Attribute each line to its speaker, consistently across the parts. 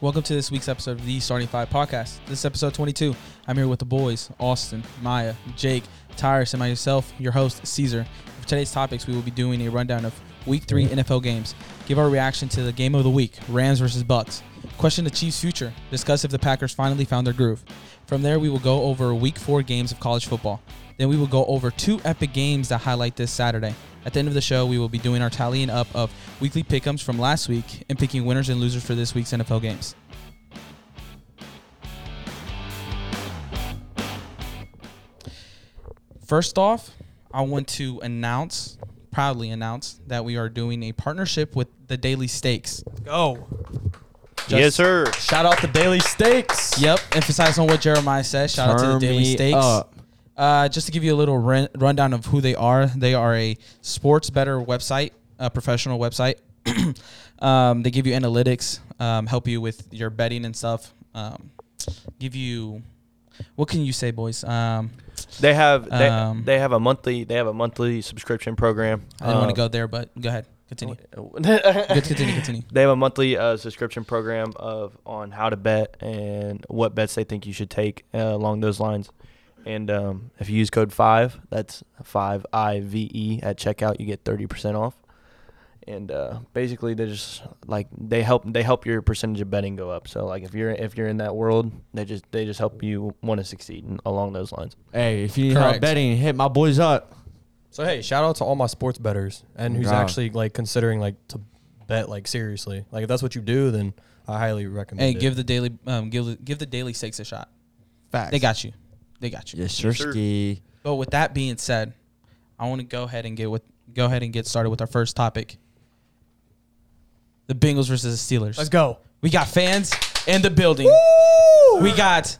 Speaker 1: Welcome to this week's episode of the Starting Five Podcast. This is episode 22. I'm here with the boys, Austin, Maya, Jake, Tyrus, and myself, your host, Caesar. For today's topics, we will be doing a rundown of Week 3 NFL games, give our reaction to the game of the week, Rams versus Bucks, question the Chiefs' future, discuss if the Packers finally found their groove. From there, we will go over Week 4 games of college football. Then we will go over two epic games that highlight this Saturday. At the end of the show, we will be doing our tallying up of weekly pickums from last week and picking winners and losers for this week's NFL games. First off, I want to announce, proudly announce, that we are doing a partnership with the Daily Stakes.
Speaker 2: Go.
Speaker 1: Yes,
Speaker 3: yes, sir.
Speaker 2: Shout out to Daily Steaks.
Speaker 1: Yep, emphasize on what Jeremiah said. Shout out to the
Speaker 2: Turn
Speaker 1: Daily
Speaker 2: me
Speaker 1: Stakes.
Speaker 2: up.
Speaker 1: Uh, just to give you a little run- rundown of who they are, they are a sports better website, a professional website. um, they give you analytics, um, help you with your betting and stuff. Um, give you, what can you say, boys? Um,
Speaker 3: They have they,
Speaker 1: Um,
Speaker 3: they have a monthly they have a monthly subscription program. Um,
Speaker 1: I didn't want
Speaker 2: Uh,
Speaker 1: to go there, but go ahead, continue.
Speaker 3: go.
Speaker 1: Good, continue, continue.
Speaker 3: they have a monthly uh, subscription program of on how to bet and what bets they think you should take uh, along those lines. And um, if you use code five, that's five I V E at checkout, you get thirty percent off. And uh, basically, they just like they help they help your percentage of betting go up. So like if you're if you're in that world, they just they just help you want to succeed in- along those lines.
Speaker 2: Hey, if you need
Speaker 1: Correct.
Speaker 2: help betting, hit my boys up.
Speaker 4: So hey, shout out to all my sports betters and who's
Speaker 2: Yeah.
Speaker 4: actually like considering like to bet like seriously. Like if that's what you do, then I highly recommend.
Speaker 1: Hey,
Speaker 4: it.
Speaker 1: give the daily, um, give the, give the Daily Stakes a shot.
Speaker 2: Facts.
Speaker 1: They got you. They got you.
Speaker 2: Yes, sir.
Speaker 3: sir.
Speaker 2: ski.
Speaker 1: But with that being said, I want to go ahead and get with go ahead and get started with our first topic. The Bengals versus the Steelers.
Speaker 4: Let's go.
Speaker 1: We got fans in the building. We got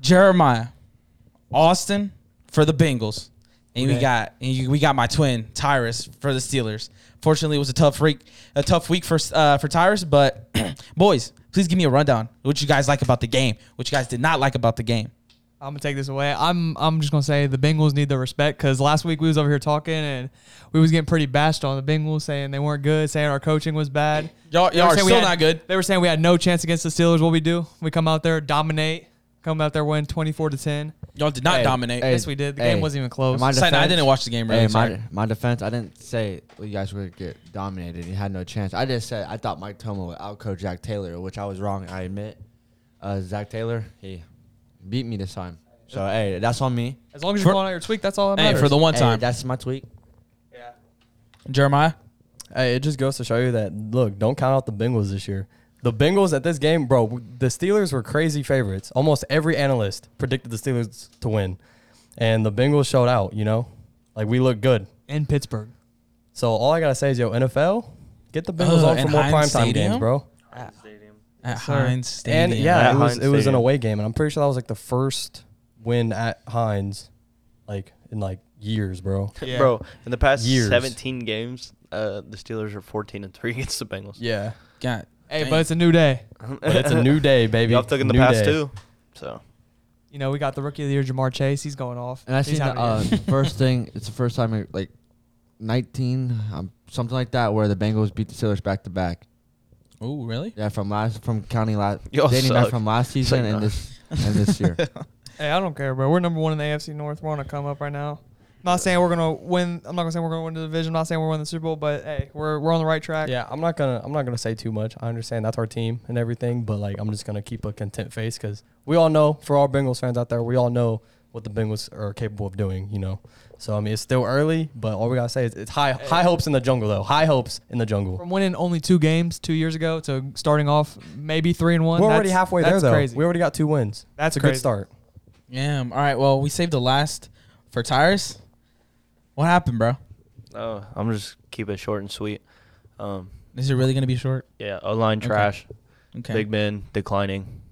Speaker 1: Jeremiah, Austin for the Bengals, and we
Speaker 4: Okay.
Speaker 1: got and you, we got my twin Tyrus for the Steelers. Fortunately, it was a tough week, a tough week for uh, for Tyrus. But boys, please give me a rundown. What you guys like about the game? What you guys did not like about the game?
Speaker 5: I'm gonna take this away. I'm I'm just gonna say the Bengals need their respect because last week we was over here talking and we was getting pretty bashed on the Bengals, saying they weren't good, saying our coaching was bad.
Speaker 1: Y'all,
Speaker 5: They
Speaker 1: y'all
Speaker 5: were
Speaker 1: are
Speaker 5: saying we
Speaker 1: still
Speaker 5: had-
Speaker 1: not good.
Speaker 5: They were saying we had no chance against the Steelers. What we do? We come out there, dominate, come out there, win 24 to 10.
Speaker 1: Y'all did not
Speaker 2: Hey,
Speaker 1: dominate.
Speaker 2: hey,
Speaker 5: yes, we did. The game wasn't even
Speaker 2: in
Speaker 5: close.
Speaker 2: my
Speaker 1: Sorry, no, I
Speaker 2: defense-
Speaker 1: didn't watch the game. Really,
Speaker 2: Hey,
Speaker 1: sorry.
Speaker 2: my, my defense, I didn't say you guys would get dominated. You had no chance. I just said I thought Mike Toma would outcoach Zach Taylor, which I was wrong. I admit. Uh, Zach Taylor, he beat me this time. So hey, that's on me.
Speaker 5: as long as
Speaker 1: For-
Speaker 5: you're going out your tweak, that's all that
Speaker 1: Hey,
Speaker 5: matters.
Speaker 1: for the one
Speaker 2: Hey,
Speaker 1: time,
Speaker 2: that's my tweet.
Speaker 1: Jeremiah.
Speaker 4: Hey, it just goes to show you that look, don't count out the Bengals this year. The Bengals at this game, bro, the Steelers were crazy favorites. Almost every analyst predicted the Steelers to win. And the Bengals showed out, you know? Like we look good.
Speaker 5: in Pittsburgh.
Speaker 4: So all I gotta say is yo, NFL, get the Bengals
Speaker 1: Ugh,
Speaker 4: on for
Speaker 1: and
Speaker 4: more
Speaker 1: Uh, Heinz
Speaker 4: primetime
Speaker 1: Stadium?
Speaker 4: games, bro.
Speaker 1: At
Speaker 5: Sorry.
Speaker 1: Heinz Stadium.
Speaker 4: And yeah,
Speaker 3: At
Speaker 4: it was
Speaker 3: Heinz
Speaker 4: it was an
Speaker 3: Stadium.
Speaker 4: away game, and I'm pretty sure that was like the first win at Heinz, like in like years, bro.
Speaker 5: Yeah.
Speaker 3: Bro, in the past
Speaker 4: Years.
Speaker 3: 17 games, uh, the Steelers are 14 and 3 against the Bengals.
Speaker 4: Yeah,
Speaker 1: God,
Speaker 5: Hey,
Speaker 1: dang.
Speaker 5: but it's a new day.
Speaker 4: but it's a new day, baby.
Speaker 3: Y'all took in the
Speaker 4: New
Speaker 3: past
Speaker 4: day.
Speaker 3: two. So,
Speaker 5: You know, we got the rookie of the year, Jamar Chase. He's going off.
Speaker 2: And I
Speaker 5: He's
Speaker 2: seen the
Speaker 5: having a
Speaker 2: uh,
Speaker 5: good-
Speaker 2: first thing. It's the first time in, like nineteen, um, something like that, where the Bengals beat the Steelers back to back.
Speaker 1: oh really?
Speaker 2: Yeah, from last from counting last
Speaker 3: Y'all
Speaker 2: dating back
Speaker 3: suck.
Speaker 2: from last season
Speaker 3: nah.
Speaker 2: and this and this year.
Speaker 5: Hey, I don't care, bro. We're number one in the AFC North. We're on a come up right now. I'm not saying we're gonna win. I'm not gonna say we're gonna win the division. I'm not saying we're winning the Super Bowl, but hey, we're we're on the right track.
Speaker 4: Yeah, I'm not gonna I'm not gonna say too much. I understand that's our team and everything, but like I'm just gonna keep a content face because we all know for all Bengals fans out there, we all know what the Bengals are capable of doing. You know, so I mean it's still early, but all we gotta say is it's high high hopes in the jungle though. High hopes in the jungle.
Speaker 5: From winning only two games two years ago to starting off maybe three and one.
Speaker 4: We're already
Speaker 5: that's-
Speaker 4: halfway there
Speaker 5: that's
Speaker 4: though.
Speaker 5: Crazy.
Speaker 4: We already got two wins. It's
Speaker 5: that's
Speaker 4: a
Speaker 5: crazy.
Speaker 4: good start.
Speaker 1: Yeah. All right. Well, we saved the last for Tyrus. What happened, bro?
Speaker 3: oh, I'm just keep it short and sweet. Um,
Speaker 1: Is it really gonna be short?
Speaker 3: yeah, O line
Speaker 1: Okay.
Speaker 3: trash.
Speaker 1: Okay.
Speaker 3: Big men declining.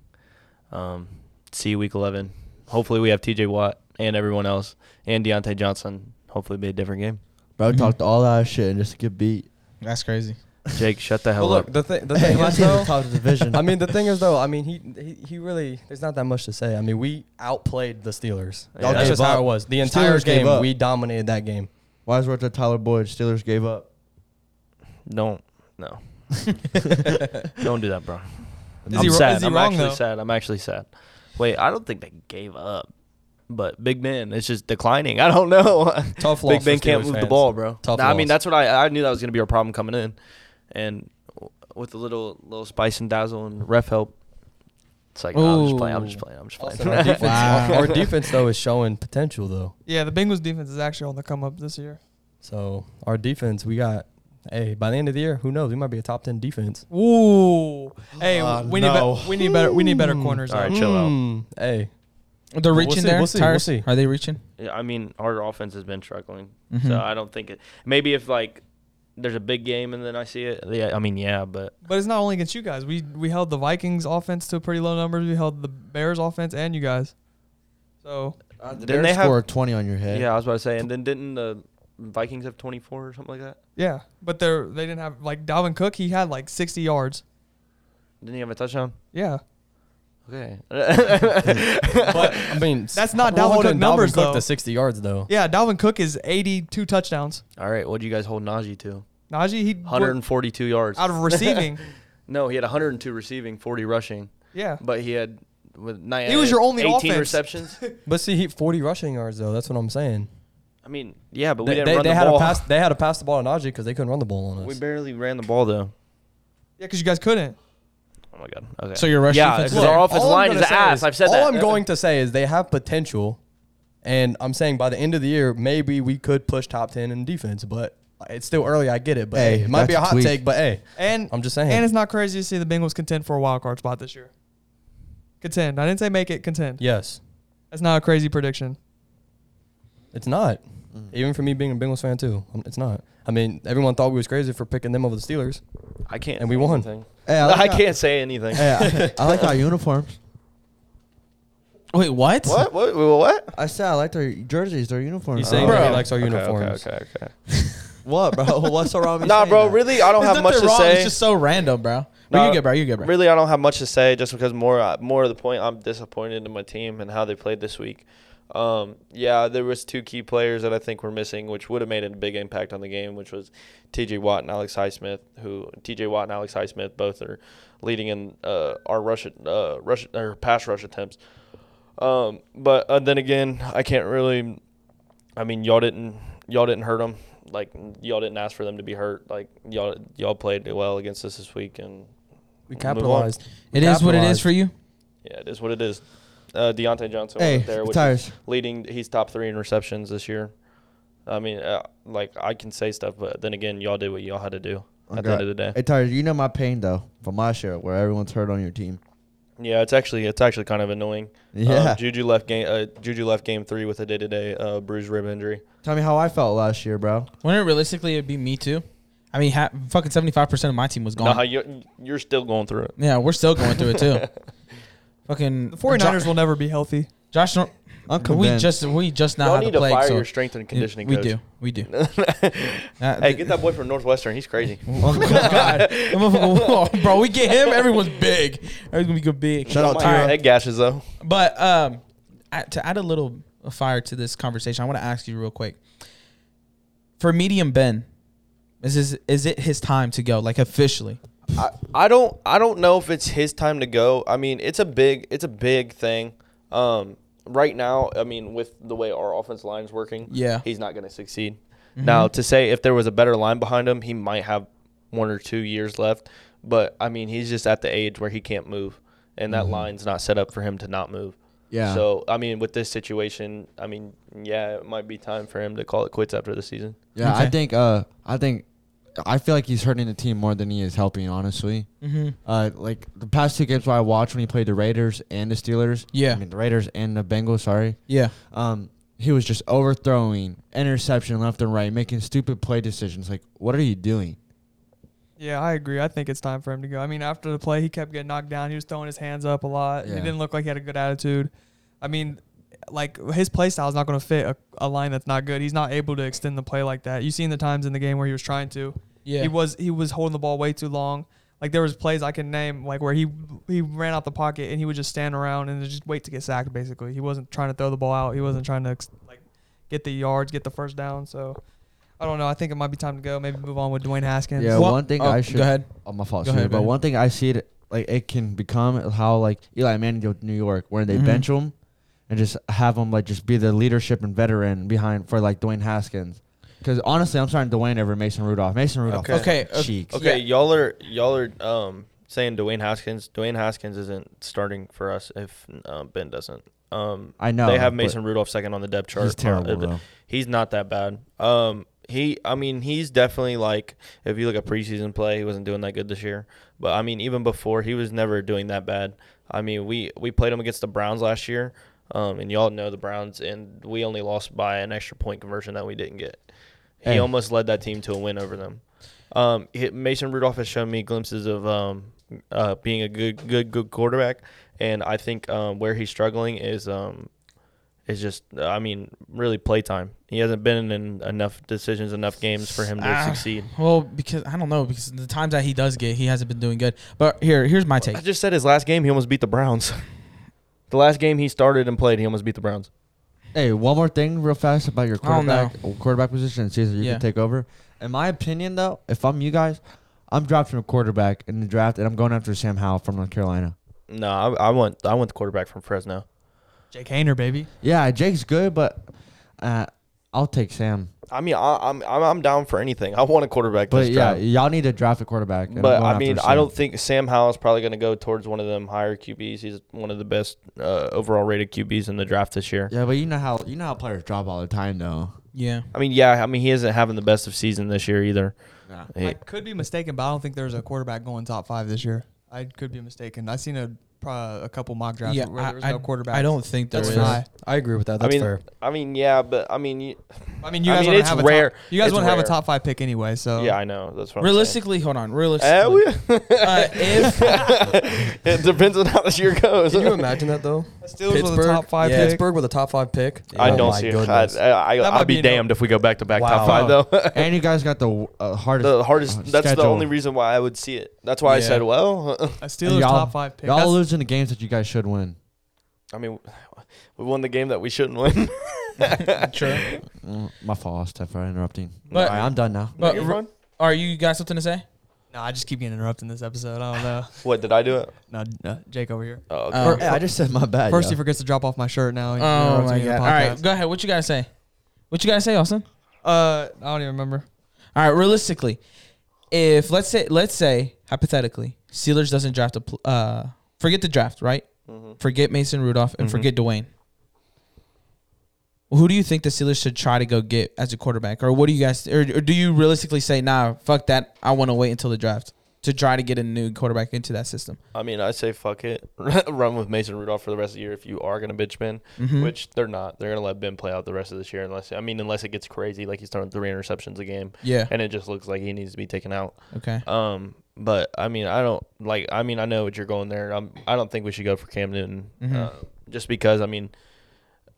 Speaker 3: Um, see you week 11. Hopefully, we have TJ Watt and everyone else and Deontay Johnson. Hopefully, be a different game.
Speaker 2: Bro
Speaker 1: Mhm.
Speaker 2: talked all that shit and just get beat.
Speaker 1: That's crazy.
Speaker 3: Jake, shut the
Speaker 4: But
Speaker 3: hell
Speaker 4: look,
Speaker 3: up.
Speaker 4: the thing the thing is
Speaker 2: Last year
Speaker 4: though,
Speaker 2: we topped the division.
Speaker 4: I mean, the thing is, though, I mean, he, he he really. There's not that much to say. I mean, we outplayed the Steelers.
Speaker 3: Y'all
Speaker 4: that's
Speaker 3: gave
Speaker 4: just how
Speaker 2: up.
Speaker 4: it was. The
Speaker 2: Steelers
Speaker 4: entire
Speaker 2: gave
Speaker 4: game,
Speaker 2: up.
Speaker 4: we dominated that game.
Speaker 2: Why is worth that Tyler Boyd Steelers gave up?
Speaker 3: Don't. No. Don't do that, bro.
Speaker 5: Is
Speaker 3: I'm
Speaker 5: he-
Speaker 3: sad.
Speaker 5: is he
Speaker 3: I'm
Speaker 5: wrong,
Speaker 3: actually
Speaker 5: though?
Speaker 3: sad. I'm actually sad. Wait, I don't think they gave up. But Big Ben, it's just declining. I don't know.
Speaker 4: Tough loss
Speaker 3: Big Ben
Speaker 4: for
Speaker 3: can't
Speaker 4: Steelers
Speaker 3: move the
Speaker 4: fans.
Speaker 3: ball, bro.
Speaker 4: Tough
Speaker 3: Nah, I mean,
Speaker 4: loss.
Speaker 3: that's what I I knew that was gonna be our problem coming in, and w- with a little little spice and dazzle and ref help, it's like nah, I'm just playing. I'm just
Speaker 1: Ooh.
Speaker 3: playing. I'm just
Speaker 4: Also,
Speaker 3: playing.
Speaker 4: our, defense,
Speaker 1: Wow.
Speaker 4: our defense though is showing potential though.
Speaker 5: Yeah, the Bengals defense is actually on the come up this year.
Speaker 4: So our defense, we got. Hey, by the end of the year, who knows? We might be a top ten defense.
Speaker 5: Ooh. Hey,
Speaker 4: Uh,
Speaker 5: we need
Speaker 4: no.
Speaker 5: be- we need better we need better
Speaker 4: Hmm.
Speaker 5: corners.
Speaker 3: All
Speaker 5: though.
Speaker 3: right, chill out.
Speaker 4: out. Hey,
Speaker 1: They're
Speaker 4: We'll
Speaker 1: reaching
Speaker 4: see,
Speaker 1: there.
Speaker 4: we'll see, we'll
Speaker 1: Tyrus?
Speaker 4: see.
Speaker 1: Are they reaching?
Speaker 3: Yeah, I mean, our offense has been struggling,
Speaker 1: Mhm.
Speaker 3: so I don't think it. Maybe if like there's a big game and then I see it. Yeah, I mean, yeah, but
Speaker 5: But it's not only against you guys. We we held the Vikings offense to pretty low numbers. We held the Bears offense and you guys. So
Speaker 2: Uh, the
Speaker 3: Didn't they
Speaker 2: Bears
Speaker 3: have-
Speaker 2: score 20 on your head.
Speaker 3: yeah, I was about to say. And then didn't the Vikings have 24 or something like that?
Speaker 5: yeah, but they're they didn't have like Dalvin Cook. He had like 60 yards.
Speaker 3: Didn't he have a touchdown?
Speaker 5: Yeah,
Speaker 3: Okay.
Speaker 4: but I mean,
Speaker 5: That's not
Speaker 4: we're
Speaker 5: Dalvin
Speaker 4: holding
Speaker 5: Cook numbers,
Speaker 4: Cook
Speaker 5: though.
Speaker 4: to sixty yards though.
Speaker 5: yeah. Dalvin Cook is 82 touchdowns.
Speaker 3: All right, what do you guys hold Najee to?
Speaker 5: Najee he
Speaker 3: 142 yards.
Speaker 5: out of receiving.
Speaker 3: No, he had 102 receiving, 40 rushing,
Speaker 5: yeah,
Speaker 3: but he had with nine.
Speaker 5: He was your only
Speaker 3: 18
Speaker 5: offense.
Speaker 3: receptions.
Speaker 4: But see, he forty rushing yards though. That's what I'm saying.
Speaker 3: I mean, yeah, but we
Speaker 4: They,
Speaker 3: didn't
Speaker 4: they,
Speaker 3: run
Speaker 4: they
Speaker 3: the
Speaker 4: had
Speaker 3: ball.
Speaker 4: to pass. They had to pass the ball to Najee because they couldn't run the ball on us.
Speaker 3: We barely ran the ball though.
Speaker 5: yeah, because you guys couldn't.
Speaker 3: Oh my god. Okay.
Speaker 1: So your rush
Speaker 3: yeah,
Speaker 1: defense is
Speaker 3: because our
Speaker 1: there.
Speaker 3: offensive
Speaker 4: All I'm
Speaker 3: line is
Speaker 4: gonna say
Speaker 3: ass.
Speaker 4: is-
Speaker 3: I've said
Speaker 4: all
Speaker 3: that.
Speaker 4: I'm going to say is they have potential, and I'm saying by the end of the year, maybe we could push top ten in defense. But it's still early. I get it. But
Speaker 2: Hey,
Speaker 4: hey, it might be a
Speaker 2: that's
Speaker 4: hot
Speaker 2: tweak.
Speaker 4: take. But hey,
Speaker 5: And
Speaker 4: I'm just saying.
Speaker 5: and it's not crazy to see the Bengals contend for a wild card spot this year. Contend. I didn't say make it. Contend.
Speaker 4: yes,
Speaker 5: That's not a crazy prediction.
Speaker 4: it's not.
Speaker 2: Mm-hmm.
Speaker 4: Even for me being a Bengals fan too, um, it's not. I mean, everyone thought we was crazy for picking them over the Steelers.
Speaker 3: I can't.
Speaker 4: and we
Speaker 3: say
Speaker 4: won.
Speaker 3: anything.
Speaker 2: Hey,
Speaker 3: I,
Speaker 2: I, like our-
Speaker 3: can't say anything.
Speaker 2: Hey, I, I like our uniforms.
Speaker 1: Wait, what?
Speaker 3: What? What? What?
Speaker 2: I said I like their jerseys, their uniforms.
Speaker 4: He's saying
Speaker 3: Bro.
Speaker 4: that he likes our
Speaker 3: Okay,
Speaker 4: uniforms.
Speaker 3: Okay. Okay. Okay.
Speaker 2: What, bro? What's so wrong with me
Speaker 3: Nah,
Speaker 2: saying
Speaker 3: bro.
Speaker 2: that?
Speaker 3: Really, I don't
Speaker 1: There's
Speaker 3: have much
Speaker 1: nothing
Speaker 3: to
Speaker 1: wrong,
Speaker 3: say.
Speaker 1: It's just so random, bro. But
Speaker 3: Nah,
Speaker 1: you get, bro. You get, bro.
Speaker 3: Really, I don't have much to say just because more uh, more of the point, I'm disappointed in my team and how they played this week. Um, yeah, there was two key players that I think were missing, which would have made a big impact on the game, which was T.J. Watt and Alex Highsmith. Who T.J. Watt and Alex Highsmith both are leading in uh, our rush uh, rush or pass rush attempts. Um, but uh, then again, I can't really. I mean, y'all didn't y'all didn't hurt them. Like y'all didn't ask for them to be hurt. Like y'all y'all played well against us this week, and Move
Speaker 4: We
Speaker 3: on.
Speaker 4: capitalized.
Speaker 1: It is what it is for you.
Speaker 3: yeah, it is what it is. Uh, Deontay Johnson
Speaker 2: Hey,
Speaker 3: was there, which is
Speaker 2: Tyrus.
Speaker 3: leading. He's top three in receptions this year. I mean, uh, like I can say stuff, but then again, y'all did what y'all had to do at the
Speaker 2: Okay.
Speaker 3: end of the day.
Speaker 2: Hey, Tyrus, you know my pain, though, from last year where everyone's hurt on your team.
Speaker 3: yeah, it's actually it's actually kind of annoying. Um,
Speaker 2: Yeah.
Speaker 3: Juju left game. Uh, Juju left game three with a day to day uh bruised rib injury.
Speaker 2: Tell me how I felt last year, bro.
Speaker 1: Wouldn't it realistically it'd be me too? I mean, ha- fucking seventy five percent of my team was gone.
Speaker 3: Nah, you you're still going through it.
Speaker 1: yeah, we're still going through it too. fucking
Speaker 5: The 49ers
Speaker 1: Jo-
Speaker 5: will never be healthy.
Speaker 1: Josh, Nor-
Speaker 2: I'm
Speaker 1: we
Speaker 2: convinced.
Speaker 1: just we just now
Speaker 3: y'all
Speaker 1: had
Speaker 3: need
Speaker 1: the
Speaker 3: to
Speaker 1: plague.
Speaker 3: fire
Speaker 1: so
Speaker 3: your strength and conditioning
Speaker 1: we
Speaker 3: coach.
Speaker 1: do, we do. Uh,
Speaker 3: Hey,
Speaker 1: th-
Speaker 3: get that boy from Northwestern. He's crazy.
Speaker 1: Oh God, That motherfucker- bro, we get him. Everyone's big. Everyone's gonna be good big.
Speaker 2: Shout out
Speaker 3: My
Speaker 2: to your-
Speaker 3: head gashes though.
Speaker 1: But um, I- to add a little fire to this conversation, I want to ask you real quick. For medium Ben, is his, is it his time to go? Like officially?
Speaker 3: I, I don't I don't know if it's his time to go. I mean, it's a big it's a big thing. Um, right now, I mean, with the way our offense line is working,
Speaker 1: Yeah.
Speaker 3: he's not going to succeed. Now, to say if there was a better line behind him, he might have one or two years left. But I mean, he's just at the age where he can't move, and that line's not set up for him to not move.
Speaker 2: Yeah.
Speaker 3: So I mean, with this situation, I mean, yeah, it might be time for him to call it quits after the season.
Speaker 2: Yeah, I
Speaker 1: Okay.
Speaker 2: think uh I think I feel like he's hurting the team more than he is helping, honestly.
Speaker 1: Mm-hmm.
Speaker 2: Uh like the past two games I watched when he played the Raiders and the Steelers.
Speaker 1: Yeah.
Speaker 2: I mean the Raiders and the Bengals, sorry.
Speaker 1: Yeah.
Speaker 2: Um he was just overthrowing, interception left and right, making stupid play decisions. Like, what are you doing?
Speaker 5: Yeah, I agree. I think it's time for him to go. I mean, after the play, he kept getting knocked down. He was throwing his hands up a lot. He
Speaker 2: Yeah.
Speaker 5: didn't look like he had a good attitude. I mean, like his play style is not going to fit a, a line that's not good. He's not able to extend the play like that. You seen the times in the game where he was trying to.
Speaker 1: Yeah.
Speaker 5: He was he was holding the ball way too long. Like there was plays I can name like where he he ran out the pocket and he would just stand around and just wait to get sacked. Basically, he wasn't trying to throw the ball out. He wasn't trying to ex- like get the yards, get the first down. So. I don't know. I think it might be time to go. Maybe move on with Dwayne Haskins.
Speaker 2: Yeah,
Speaker 1: Well,
Speaker 2: one thing
Speaker 1: oh,
Speaker 2: I should
Speaker 1: go ahead.
Speaker 2: Oh my fault,
Speaker 1: Go
Speaker 2: sorry,
Speaker 1: ahead, go
Speaker 2: but
Speaker 1: ahead.
Speaker 2: one thing I see it like it can become how like Eli Manning did with New York, where they
Speaker 1: Mhm.
Speaker 2: bench him and just have him like just be the leadership and veteran behind for like Dwayne Haskins. Because honestly, I'm starting Dwayne over Mason Rudolph. Mason Rudolph,
Speaker 3: Okay.
Speaker 1: Okay,
Speaker 2: fucking
Speaker 1: uh,
Speaker 2: cheeks.
Speaker 1: okay.
Speaker 3: Okay, y'all are y'all are um saying Dwayne Haskins. Dwayne Haskins isn't starting for us if uh, Ben doesn't. Um,
Speaker 2: I know,
Speaker 3: they have
Speaker 2: but
Speaker 3: Mason Rudolph second on the depth chart.
Speaker 2: He's terrible
Speaker 3: Uh,
Speaker 2: though.
Speaker 3: he's not that bad. Um, he, I mean, he's definitely like if you look at preseason play, he wasn't doing that good this year. But I mean, even before, he was never doing that bad. I mean, we we played him against the Browns last year, um, and y'all know the Browns, and we only lost by an extra point conversion that we didn't get. He
Speaker 2: Hey.
Speaker 3: almost led that team to a win over them. Um, he- Mason Rudolph has shown me glimpses of um, uh, being a good, good, good quarterback, and I think um, where he's struggling is um, is just, I mean, really playtime. He hasn't been in enough decisions, enough games for him to
Speaker 1: Ah.
Speaker 3: succeed.
Speaker 1: Well, because I don't know because the times that he does get, he hasn't been doing good. But here, here's my take.
Speaker 3: I just said his last game, he almost beat the Browns. the last game he started and played, he almost beat the Browns.
Speaker 2: Hey, one more thing, real fast about your
Speaker 1: I don't know.
Speaker 2: quarterback quarterback position, Caesar. You
Speaker 1: Yeah.
Speaker 2: can take over. In my opinion, though, if I'm you guys, I'm drafting a quarterback in the draft, and I'm going after Sam Howell from North Carolina.
Speaker 3: No, I, I want I want the quarterback from Fresno.
Speaker 5: Jake Hayner, baby.
Speaker 2: Yeah, Jake's good, but uh, I'll take Sam.
Speaker 3: I mean, I, I'm I'm I'm down for anything. I want a quarterback.
Speaker 2: But
Speaker 3: this
Speaker 2: yeah,
Speaker 3: draft.
Speaker 2: y'all need to draft a quarterback. and I'm
Speaker 3: But
Speaker 2: going
Speaker 3: I
Speaker 2: after
Speaker 3: mean, I
Speaker 2: Sam.
Speaker 3: don't think Sam Howell's probably going to go towards one of them higher QBs. He's one of the best uh, overall rated QBs in the draft this year.
Speaker 2: Yeah, but you know how you know how players drop all the time, though.
Speaker 1: Yeah.
Speaker 3: I mean, yeah, I mean he isn't having the best of season this year either.
Speaker 5: I
Speaker 3: Hey,
Speaker 5: could be mistaken, but I don't think there's a quarterback going top five this year. I could be mistaken. I seen a pro- a couple mock drafts
Speaker 1: Yeah,
Speaker 5: where
Speaker 1: I-
Speaker 5: there was
Speaker 1: I-
Speaker 5: no quarterback.
Speaker 1: I don't think there
Speaker 5: That's
Speaker 1: is.
Speaker 5: fine.
Speaker 4: I agree with that.
Speaker 3: I
Speaker 4: That's
Speaker 3: mean,
Speaker 4: fair.
Speaker 3: I mean, yeah, but I mean, you,
Speaker 5: I mean, you
Speaker 3: I
Speaker 5: guys
Speaker 3: mean,
Speaker 5: want to
Speaker 3: it's
Speaker 5: have
Speaker 3: rare.
Speaker 5: A top, you guys
Speaker 3: It's
Speaker 5: want to have a
Speaker 3: rare.
Speaker 5: top five pick anyway. So
Speaker 3: yeah, I know that's what I'm saying.
Speaker 1: Realistically, hold on. Realistically,
Speaker 3: uh, Eh, we-
Speaker 1: uh, if
Speaker 3: it depends on how this year goes.
Speaker 4: Can you imagine that though?
Speaker 5: Steelers with a top five
Speaker 1: Yeah.
Speaker 5: pick.
Speaker 4: Pittsburgh with a top five pick.
Speaker 3: I
Speaker 4: Oh
Speaker 3: don't
Speaker 4: my
Speaker 3: see it. I,
Speaker 4: goodness.
Speaker 3: I,
Speaker 5: That
Speaker 3: I,
Speaker 5: might
Speaker 3: would
Speaker 5: be
Speaker 3: be
Speaker 5: an-
Speaker 3: damn if we go back to back top
Speaker 4: Wow.
Speaker 3: five though.
Speaker 2: and you guys got the uh, hardest.
Speaker 3: the hardest. That's
Speaker 2: schedule.
Speaker 3: the only reason why I would see it. That's why I
Speaker 1: Yeah.
Speaker 3: said, well,
Speaker 5: A
Speaker 2: And
Speaker 5: Steelers
Speaker 2: y'all-
Speaker 5: top five pick.
Speaker 2: Y'all
Speaker 5: That's-
Speaker 2: losing the games that you guys should win.
Speaker 3: I mean, we won the game that we shouldn't win.
Speaker 1: Sure.
Speaker 2: Mm, My fault, Steph, for interrupting.
Speaker 1: But-
Speaker 2: All right, I'm done now.
Speaker 1: But r- are you guys something to say?
Speaker 5: No, I just keep getting interrupted in this episode. I don't know.
Speaker 3: what did I do it?
Speaker 5: no, no, Jake over here.
Speaker 3: Oh,
Speaker 1: Uh,
Speaker 2: Hey, I just said my bad.
Speaker 5: First,
Speaker 2: yo.
Speaker 5: he forgets to drop off my shirt. Now, he
Speaker 1: Oh
Speaker 5: interrupts
Speaker 1: my
Speaker 5: me in the
Speaker 1: god! All right,
Speaker 5: podcast.
Speaker 1: go ahead. What you guys say? What you guys say, Austin?
Speaker 5: Uh, I don't even remember.
Speaker 1: All right, realistically, if let's say let's say hypothetically, Steelers doesn't draft a pl- uh, forget the draft, right? Forget Mason Rudolph and
Speaker 3: Mhm.
Speaker 1: forget Dwayne. Who do you think the Steelers should try to go get as a quarterback, or what do you guys, or, or do you realistically say, nah, fuck that, I want to wait until the draft to try to get a new quarterback into that system?
Speaker 3: I mean, I say fuck it. Run with Mason Rudolph for the rest of the year if you are going to bitch Ben,
Speaker 1: Mhm.
Speaker 3: which they're not. They're going to let Ben play out the rest of this year unless I mean, unless it gets crazy like he's throwing three interceptions a game
Speaker 1: Yeah.
Speaker 3: and it just looks like he needs to be taken out.
Speaker 1: Okay.
Speaker 3: Um, but I mean, I don't like. I mean, I know what you're going there. I'm. I don't think we should go for Cam Newton, uh,
Speaker 1: Mm-hmm.
Speaker 3: just because. I mean,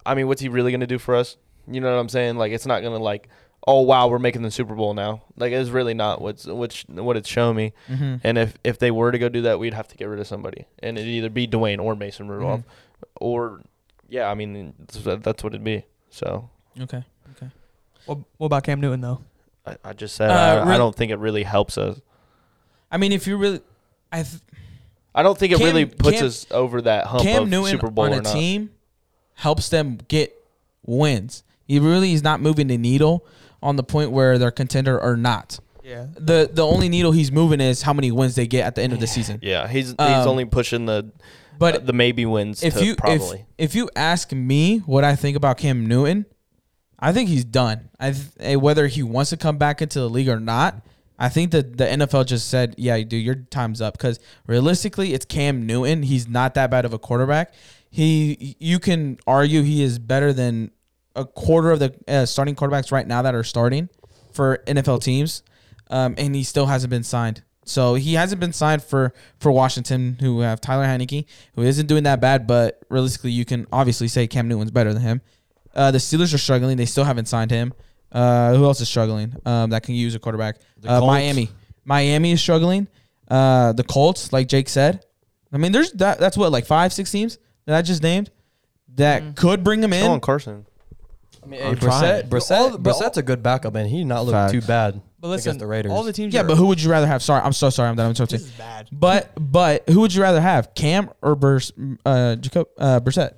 Speaker 3: I mean, what's he really gonna do for us? You know what I'm saying? Like, it's not gonna like. Oh wow, we're making the Super Bowl now. Like, it's really not what's which what it's shown me.
Speaker 1: Mhm.
Speaker 3: And if if they were to go do that, we'd have to get rid of somebody, and it'd either be Dwayne or Mason Rudolph,
Speaker 1: Mm-hmm.
Speaker 3: or yeah, I mean, that's, that's what it'd be. So
Speaker 1: Okay.
Speaker 5: What, what about Cam Newton though?
Speaker 3: I, I just said
Speaker 1: Uh,
Speaker 3: I,
Speaker 1: re-
Speaker 3: I don't think it really helps us.
Speaker 1: I mean, if you really, I th-
Speaker 3: I don't think it
Speaker 1: Cam-
Speaker 3: really puts
Speaker 1: Cam-
Speaker 3: us over that hump
Speaker 1: Cam
Speaker 3: of
Speaker 1: Newton
Speaker 3: Super Bowl
Speaker 1: on
Speaker 3: or
Speaker 1: a
Speaker 3: not.
Speaker 1: team helps them get wins. He really is not moving the needle on the point where they're contender or not.
Speaker 5: Yeah.
Speaker 1: The the only needle he's moving is how many wins they get at the end of the season.
Speaker 3: Yeah, he's he's
Speaker 1: Um,
Speaker 3: only pushing the
Speaker 1: but
Speaker 3: uh, the maybe wins
Speaker 1: If
Speaker 3: to
Speaker 1: you if,
Speaker 3: probably.
Speaker 1: if you ask me what I think about Cam Newton, I think he's done. I th- eh, whether he wants to come back into the league or not, I think that the NFL just said, "Yeah, dude, your time's up." Because realistically, it's Cam Newton. He's not that bad of a quarterback. He, you can argue he is better than a quarter of the uh, starting quarterbacks right now that are starting for NFL teams, um, and he still hasn't been signed. So he hasn't been signed for for Washington, who have Tyler Heineke, who isn't doing that bad. But realistically, you can obviously say Cam Newton's better than him. Uh, the Steelers are struggling; they still haven't signed him. Uh, who else is struggling? Um, that can use a quarterback.
Speaker 2: The
Speaker 1: Uh,
Speaker 2: Colts.
Speaker 1: Miami, Miami is struggling. Uh, the Colts, like Jake said, I mean, there's that. That's what like five, six teams that I just named that could bring him in.
Speaker 3: Sean Carson.
Speaker 4: I mean,
Speaker 2: I'm
Speaker 4: hey, Brissett,
Speaker 2: trying.
Speaker 4: Brissett, Brissett's a good backup, and he not looked
Speaker 2: Facts.
Speaker 4: too bad
Speaker 5: But listen,
Speaker 4: the Raiders.
Speaker 5: all the teams.
Speaker 1: Yeah,
Speaker 5: are-
Speaker 1: but who would you rather have? Sorry, I'm so sorry. I'm done. I'm
Speaker 5: this
Speaker 1: interrupting.
Speaker 5: is bad.
Speaker 1: But but who would you rather have, Cam or Burs, uh, Jacob uh, Brissett?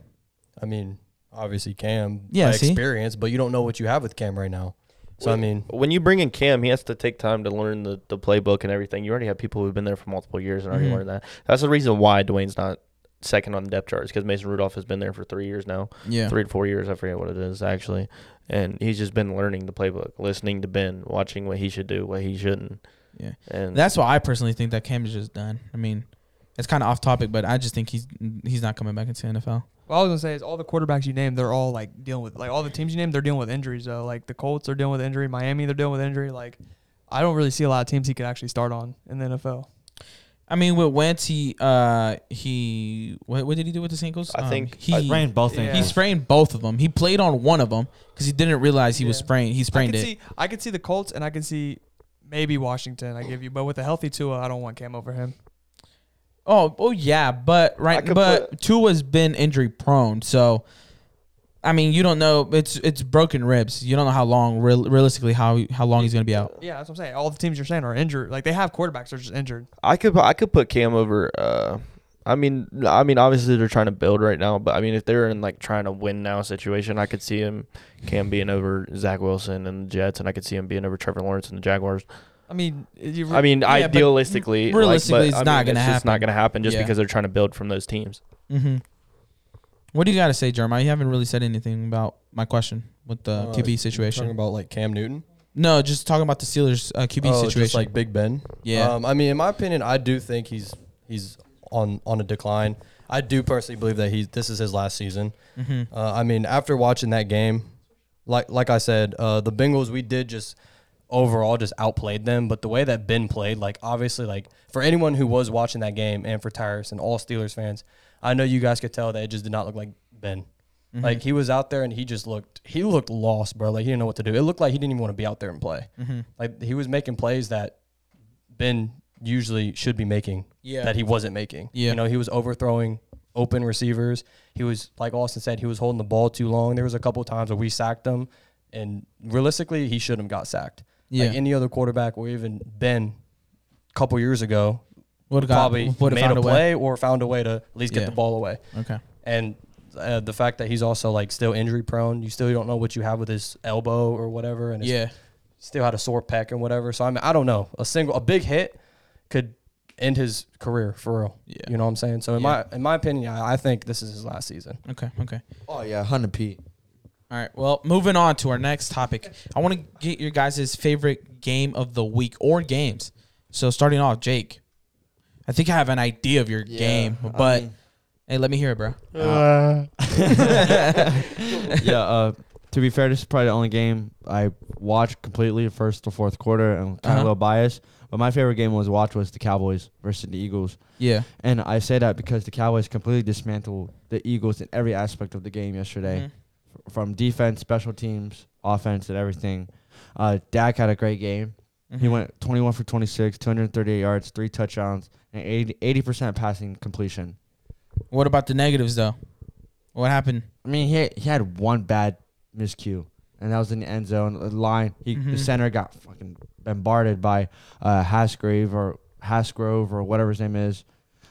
Speaker 4: I mean, obviously Cam
Speaker 1: Yeah,
Speaker 4: by
Speaker 1: see?
Speaker 4: experience, but you don't know what you have with Cam right now. So I mean,
Speaker 6: When you bring in Cam, he has to take time to learn the, the playbook and everything. You already have people who've been there for multiple years and already
Speaker 1: Mhm.
Speaker 6: learned that. That's the reason why Dwayne's not second on the depth chart because Mason Rudolph has been there for three years now,
Speaker 1: Yeah,
Speaker 6: three to four years. I forget what it is actually, and he's just been learning the playbook, listening to Ben, watching what he should do, what he shouldn't.
Speaker 1: Yeah.
Speaker 6: and
Speaker 1: that's why I personally think that Cam is just done. I mean, it's kind of off topic, but I just think he's he's not coming back into the NFL.
Speaker 5: What I was gonna say is all the quarterbacks you named, they're all like dealing with like all the teams you named, they're dealing with injuries though. Like the Colts are dealing with injury, Miami they're dealing with injury. Like I don't really see a lot of teams he could actually start on in the NFL.
Speaker 1: I mean, with Wentz, he uh he what, what did he do with his ankles?
Speaker 6: I
Speaker 1: Um,
Speaker 6: think-
Speaker 1: he
Speaker 6: I
Speaker 2: Sprained both
Speaker 5: Yeah.
Speaker 2: ankles.
Speaker 1: he sprained both of them. He played on one of them because he didn't realize he was
Speaker 5: Yeah.
Speaker 1: sprained. He
Speaker 5: I
Speaker 1: sprained
Speaker 5: could
Speaker 1: it.
Speaker 5: see I could see the Colts and I could see maybe Washington. I give you, but with a healthy Tua, I don't want Cam over him.
Speaker 1: Oh, oh yeah, but
Speaker 6: I
Speaker 1: right,
Speaker 6: could
Speaker 1: but Tua's been injury prone, so I mean, you don't know. It's it's broken ribs. You don't know how long, real, realistically, how how long he's gonna be out.
Speaker 5: Yeah, that's what I'm saying. All the teams you're saying are injured. Like they have quarterbacks that are just injured.
Speaker 6: I could I could put Cam over. Uh, I mean I mean obviously they're trying to build right now, but I mean if they're in like trying to win now situation, I could see him Cam being over Zach Wilson and the Jets, and I could see him being over Trevor Lawrence and the Jaguars.
Speaker 5: I mean, you
Speaker 6: I mean
Speaker 1: Yeah, but
Speaker 6: idealistically, like,
Speaker 1: realistically,
Speaker 6: but,
Speaker 1: it's
Speaker 6: I mean,
Speaker 1: not gonna
Speaker 6: it's just
Speaker 1: happen.
Speaker 6: not going to happen just
Speaker 1: Yeah.
Speaker 6: because they're trying to build from those teams.
Speaker 1: Mm-hmm. What do you got to say, Jeremiah? You haven't really said anything about my question with the
Speaker 4: Uh,
Speaker 1: QB
Speaker 4: talking
Speaker 1: situation.
Speaker 4: about like Cam Newton,
Speaker 1: No, just talking about the Steelers uh, QB
Speaker 4: oh,
Speaker 1: situation.
Speaker 4: just like Big Ben.
Speaker 1: yeah,
Speaker 4: Um, I mean, in my opinion, I do think he's he's on on a decline. I do personally believe that he this is his last season.
Speaker 1: mm-hmm.
Speaker 4: Uh, I mean, after watching that game, like like I said, uh, the Bengals we did just overall just outplayed them. But the way that Ben played, like obviously, like for anyone who was watching that game and for Tyrus and all Steelers fans, I know you guys could tell that it just did not look like Ben.
Speaker 1: Mm-hmm.
Speaker 4: Like he was out there and he just looked he looked lost, bro. Like he didn't know what to do. It looked like he didn't even want to be out there and play.
Speaker 1: Mm-hmm.
Speaker 4: Like he was making plays that Ben usually should be making
Speaker 1: Yeah.
Speaker 4: that he wasn't making.
Speaker 1: Yeah.
Speaker 4: You know, he was overthrowing open receivers. He was like Austin said, he was holding the ball too long. There was a couple times where we sacked him and realistically he shouldn't have got sacked.
Speaker 1: yeah.
Speaker 4: Like any other quarterback or even Ben a couple years ago
Speaker 1: would have
Speaker 4: probably
Speaker 1: would
Speaker 4: made
Speaker 1: have found
Speaker 4: a
Speaker 1: a way.
Speaker 4: play or found a way to at least get
Speaker 1: Yeah.
Speaker 4: the ball away
Speaker 1: Okay.
Speaker 4: and uh, the fact that he's also like still injury prone, you still don't know what you have with his elbow or whatever, and his-
Speaker 1: Yeah.
Speaker 4: still had a sore pec and whatever. So I mean, I don't know. A single, a big hit could end his career for real.
Speaker 1: Yeah.
Speaker 4: You know what I'm saying? So in
Speaker 1: Yeah.
Speaker 4: my in my opinion, I, I think this is his last season.
Speaker 1: Okay. Okay.
Speaker 2: Oh yeah, hundred Pete.
Speaker 1: All right. Well, moving on to our next topic. I want to get your guys' favorite game of the week or games. So starting off, Jake. I think I have an idea of your game,
Speaker 2: I
Speaker 1: but
Speaker 2: mean,
Speaker 1: hey, let me hear it, bro.
Speaker 2: yeah. Uh, to be fair, this is probably the only game I watched completely first to fourth quarter. I'm kind of
Speaker 1: Uh-huh.
Speaker 2: a little biased, but my favorite game I was watched was the Cowboys versus the Eagles,
Speaker 1: Yeah.
Speaker 2: and I say that because the Cowboys completely dismantled the Eagles in every aspect of the game yesterday.
Speaker 1: Mhm.
Speaker 2: from defense, special teams, offense, and everything. Uh, Dak had a great game. He
Speaker 1: Mhm.
Speaker 2: went 21 for 26, 238 yards, three touchdowns, and 80 percent passing completion.
Speaker 1: Mm-hmm. What about the negatives though? What happened?
Speaker 2: I mean, he he had one bad miscue, and that was in the end zone. The line, he
Speaker 1: Mhm.
Speaker 2: the center got fucking bombarded by uh, Hasgrave or Hasgrove or whatever his name is,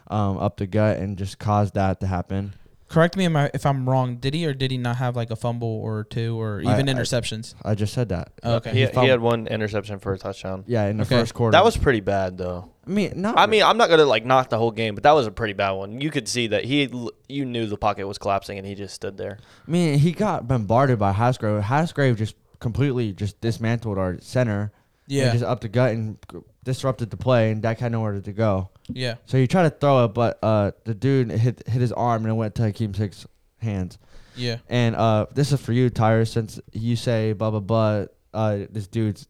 Speaker 2: um, up the gut, and just caused that to happen.
Speaker 1: Correct me if I- if I'm wrong. Did he or did he not have like a fumble or two or
Speaker 2: I-
Speaker 1: even
Speaker 2: I-
Speaker 1: interceptions?
Speaker 2: I just said that.
Speaker 1: Oh, okay.
Speaker 6: He,
Speaker 2: He
Speaker 6: he
Speaker 2: fumbled.
Speaker 6: had one interception for a touchdown.
Speaker 2: Yeah, in the
Speaker 1: Okay.
Speaker 2: first quarter.
Speaker 6: That was pretty bad though.
Speaker 2: I mean, not.
Speaker 6: I mean, I'm not gonna like knock the whole game, but that was a pretty bad one. You could see that he, l- you knew the pocket was collapsing, and he just stood there.
Speaker 2: I mean, he got bombarded by Hasgrave. Hasgrave just completely just dismantled our center. and
Speaker 1: yeah.
Speaker 2: just up the gut and disrupted the play, and Dak had nowhere to go.
Speaker 1: yeah.
Speaker 2: So he tried to throw it, but uh, the dude hit hit his arm and it went to Hakeem Six hands.
Speaker 1: Yeah.
Speaker 2: And uh, this is for you, Tyra, since you say blah blah blah. Uh, this dude's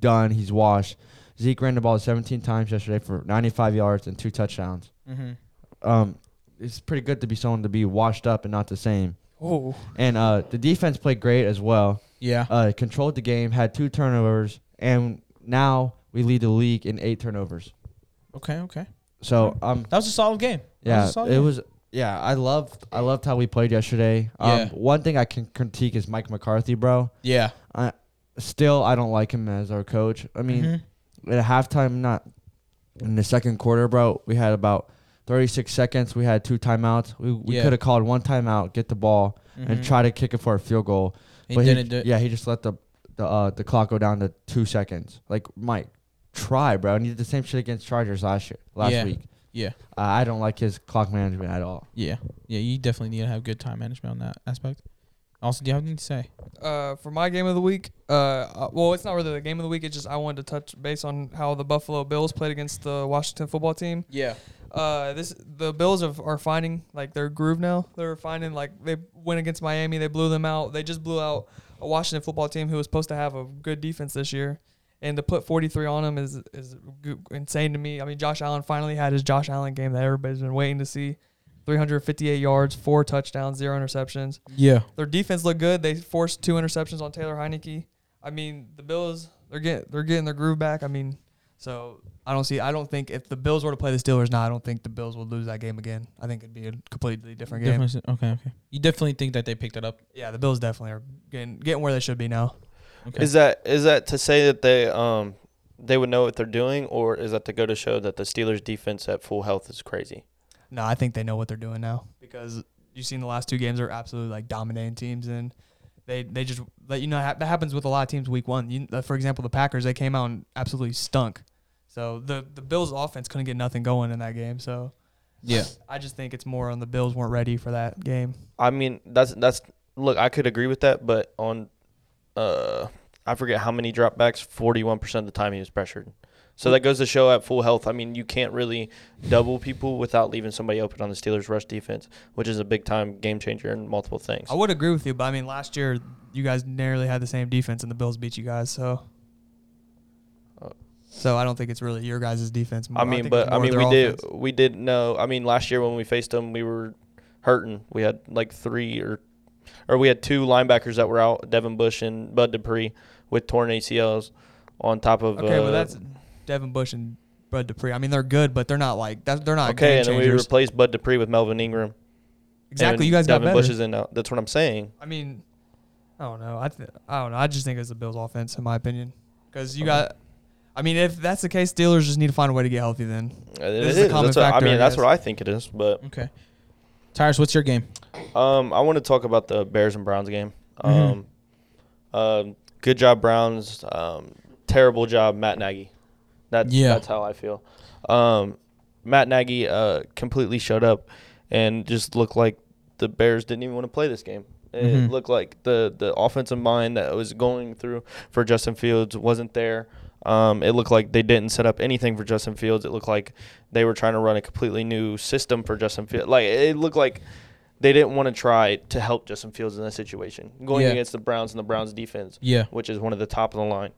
Speaker 2: done. He's washed. Zeke ran the ball 17 times yesterday for 95 yards and two touchdowns.
Speaker 1: Mm-hmm.
Speaker 2: Um, it's pretty good to be someone to be washed up and not the same.
Speaker 5: Oh,
Speaker 2: And uh, the defense played great as well
Speaker 1: Yeah.
Speaker 2: uh, controlled the game, had two turnovers, and now we lead the league in eight turnovers.
Speaker 1: Okay. Okay.
Speaker 2: So um,
Speaker 1: That was a solid game. That
Speaker 2: yeah,
Speaker 1: was a solid
Speaker 2: it
Speaker 1: game.
Speaker 2: was yeah. I loved I loved how we played yesterday. Um,
Speaker 1: Yeah.
Speaker 2: one thing I can critique is Mike McCarthy, bro.
Speaker 1: Yeah.
Speaker 2: I still, I don't like him as our coach. I mean,
Speaker 1: Mhm.
Speaker 2: at halftime, not in the second quarter, bro. We had about 36 seconds. We had two timeouts. We, we
Speaker 1: Yeah.
Speaker 2: could have called one timeout, get the ball, and
Speaker 1: Mhm.
Speaker 2: try to kick it for a field goal.
Speaker 1: Mm-hmm. He
Speaker 2: but
Speaker 1: didn't do it.
Speaker 2: yeah, he just let the the uh, the clock go down to two seconds. Like Mike, try, bro. And he did the same shit against Chargers last year, last
Speaker 1: Yeah.
Speaker 2: week.
Speaker 1: Yeah.
Speaker 2: Uh, I don't like his clock management at all.
Speaker 1: Yeah. Yeah, you definitely need to have good time management on that aspect. Also, do you have anything to say?
Speaker 5: Uh, for my game of the week, uh, uh, well, it's not really the game of the week. It's just I wanted to touch base on how the Buffalo Bills played against the Washington football team.
Speaker 1: Yeah.
Speaker 5: Uh, this the Bills are, are finding like their groove now. They're finding like they went against Miami, they blew them out. They just blew out a Washington football team who was supposed to have a good defense this year, and to put 43 on them is is g- insane to me. I mean, Josh Allen finally had his Josh Allen game that everybody's been waiting to see. 358 yards, four touchdowns, zero interceptions.
Speaker 1: Yeah.
Speaker 5: Their defense looked good. They forced two interceptions on Taylor Heineke. I mean, the Bills they're getting they're getting their groove back. I mean, so I don't see. I don't think if the Bills were to play the Steelers now, I don't think the Bills would lose that game again. I think it'd be a completely different game.
Speaker 1: Definitely. Okay, okay. You definitely think that they picked it up.
Speaker 5: Yeah, the Bills definitely are getting getting where they should be now.
Speaker 1: Okay.
Speaker 3: Is that is that to say that they um they would know what they're doing, or is that to go to show that the Steelers' defense at full health is crazy?
Speaker 5: No, I think they know what they're doing now because you've seen the last two games are absolutely like dominating teams and. They, they just let you know hap- that happens with a lot of teams week one. You, uh, for example, the Packers they came out and absolutely stunk. So the the Bills offense couldn't get nothing going in that game. So
Speaker 1: yeah.
Speaker 5: I just think it's more on the Bills weren't ready for that game.
Speaker 3: I mean, that's that's look, I could agree with that, but on uh I forget how many dropbacks, forty one percent of the time he was pressured. So that goes to show at full health. I mean, you can't really double people without leaving somebody open on the Steelers' rush defense, which is a big time game changer in multiple things.
Speaker 5: I would agree with you, but I mean, last year you guys nearly had the same defense, and the Bills beat you guys. So,
Speaker 3: Uh,
Speaker 5: so I don't think it's really your guys' defense. More.
Speaker 3: I mean,
Speaker 5: think it's
Speaker 3: but I
Speaker 5: more
Speaker 3: mean,
Speaker 5: their
Speaker 3: we did
Speaker 5: offense.
Speaker 3: we did know. I mean, last year when we faced them, we were hurting. We had like three or or we had two linebackers that were out, Devin Bush and Bud Dupree, with torn ACLs. On top of
Speaker 5: Okay,
Speaker 3: uh,
Speaker 5: well that's Devin Bush and Bud Dupree. I mean, they're good, but they're not like that. They're not
Speaker 3: okay,
Speaker 5: game
Speaker 3: and then we
Speaker 5: changers.
Speaker 3: replaced Bud Dupree with Melvin Ingram.
Speaker 5: exactly,
Speaker 3: and
Speaker 5: you guys got
Speaker 3: Devin
Speaker 5: better.
Speaker 3: Bush is in now. That's what I'm saying.
Speaker 5: I mean, I don't know. I th- I don't know. I just think it's the Bills' offense, in my opinion, because you
Speaker 3: Okay.
Speaker 5: got. I mean, if that's the case, Steelers just need to find a way to get healthy. Then
Speaker 3: It
Speaker 5: is a common
Speaker 3: That's what-
Speaker 5: factor,
Speaker 3: I mean,
Speaker 5: I
Speaker 3: that's what
Speaker 5: guess.
Speaker 3: I think it is. But
Speaker 1: Okay. Tyrus, what's your game?
Speaker 3: um, I want to talk about the Bears and Browns game. Um,
Speaker 1: Mhm.
Speaker 3: um, good job, Browns. Um, terrible job, Matt Nagy. That's
Speaker 1: Yeah.
Speaker 3: that's how I feel. Um, Matt Nagy uh, completely showed up and just looked like the Bears didn't even want to play this game. It
Speaker 1: Mhm.
Speaker 3: looked like the the offensive mind that was going through for Justin Fields wasn't there. Um, it looked like they didn't set up anything for Justin Fields. It looked like they were trying to run a completely new system for Justin Fields. Like it looked like they didn't want to try to help Justin Fields in that situation, going
Speaker 1: Yeah.
Speaker 3: against the Browns and the Browns defense
Speaker 1: Yeah.
Speaker 3: which is one of the top of the line.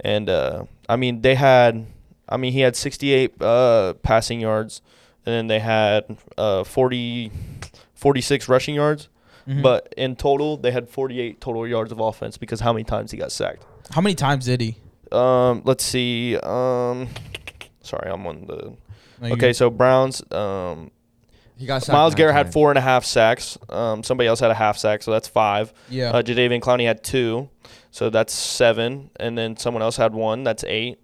Speaker 3: And uh, I mean, they had, I mean, he had 68 uh, passing yards, and then they had uh, 40, 46 rushing yards.
Speaker 2: Mm-hmm.
Speaker 1: Mhm.
Speaker 3: But in total, they had 48 total yards of offense because how many times he got sacked?
Speaker 1: how many times did he?
Speaker 3: Um, let's see. Um, sorry, I'm on the.
Speaker 1: Like,
Speaker 3: okay, so Browns. Um,
Speaker 2: He got sacked
Speaker 3: Miles
Speaker 2: nine
Speaker 3: Garrett had
Speaker 2: times.
Speaker 3: four and a half sacks. Um, somebody else had a half sack, so that's five.
Speaker 1: Yeah.
Speaker 3: Uh, Jadavian Clowney had two, so that's seven, and then someone else had one. That's eight.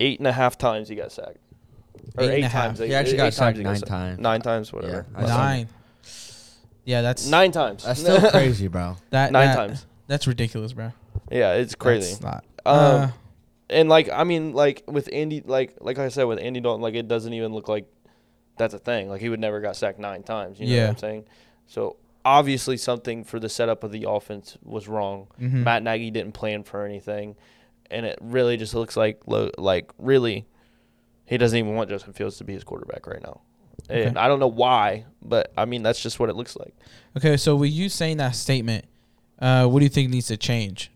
Speaker 3: Eight and a half times he got sacked. Or
Speaker 1: Eight and
Speaker 3: eight,
Speaker 1: a half.
Speaker 3: times.
Speaker 2: He
Speaker 3: Eight-
Speaker 2: actually
Speaker 3: eight
Speaker 2: got
Speaker 3: times
Speaker 2: sacked
Speaker 3: he
Speaker 2: nine times.
Speaker 3: Nine times, whatever.
Speaker 2: Yeah, I saw
Speaker 1: nine. Yeah, that's
Speaker 3: Nine times.
Speaker 2: That's still crazy, bro.
Speaker 1: that
Speaker 3: Nine
Speaker 1: that-
Speaker 3: times.
Speaker 1: That's ridiculous, bro.
Speaker 3: Yeah, it's crazy.
Speaker 1: That's not.
Speaker 3: Um,
Speaker 1: uh,
Speaker 3: and like I mean, like with Andy, like like I said with Andy Dalton, like it doesn't even look like that's a thing. Like he would never got sacked nine times. You know
Speaker 1: Yeah.
Speaker 3: what I'm saying? So obviously something for the setup of the offense was wrong.
Speaker 1: mhm.
Speaker 3: Matt Nagy didn't plan for anything, and it really just looks like lo- like really, he doesn't even want Justin Fields to be his quarterback right now. And
Speaker 1: Okay.
Speaker 3: I don't know why, but I mean that's just what it looks like.
Speaker 1: Okay, so with you saying that statement, uh, what do you think needs to change?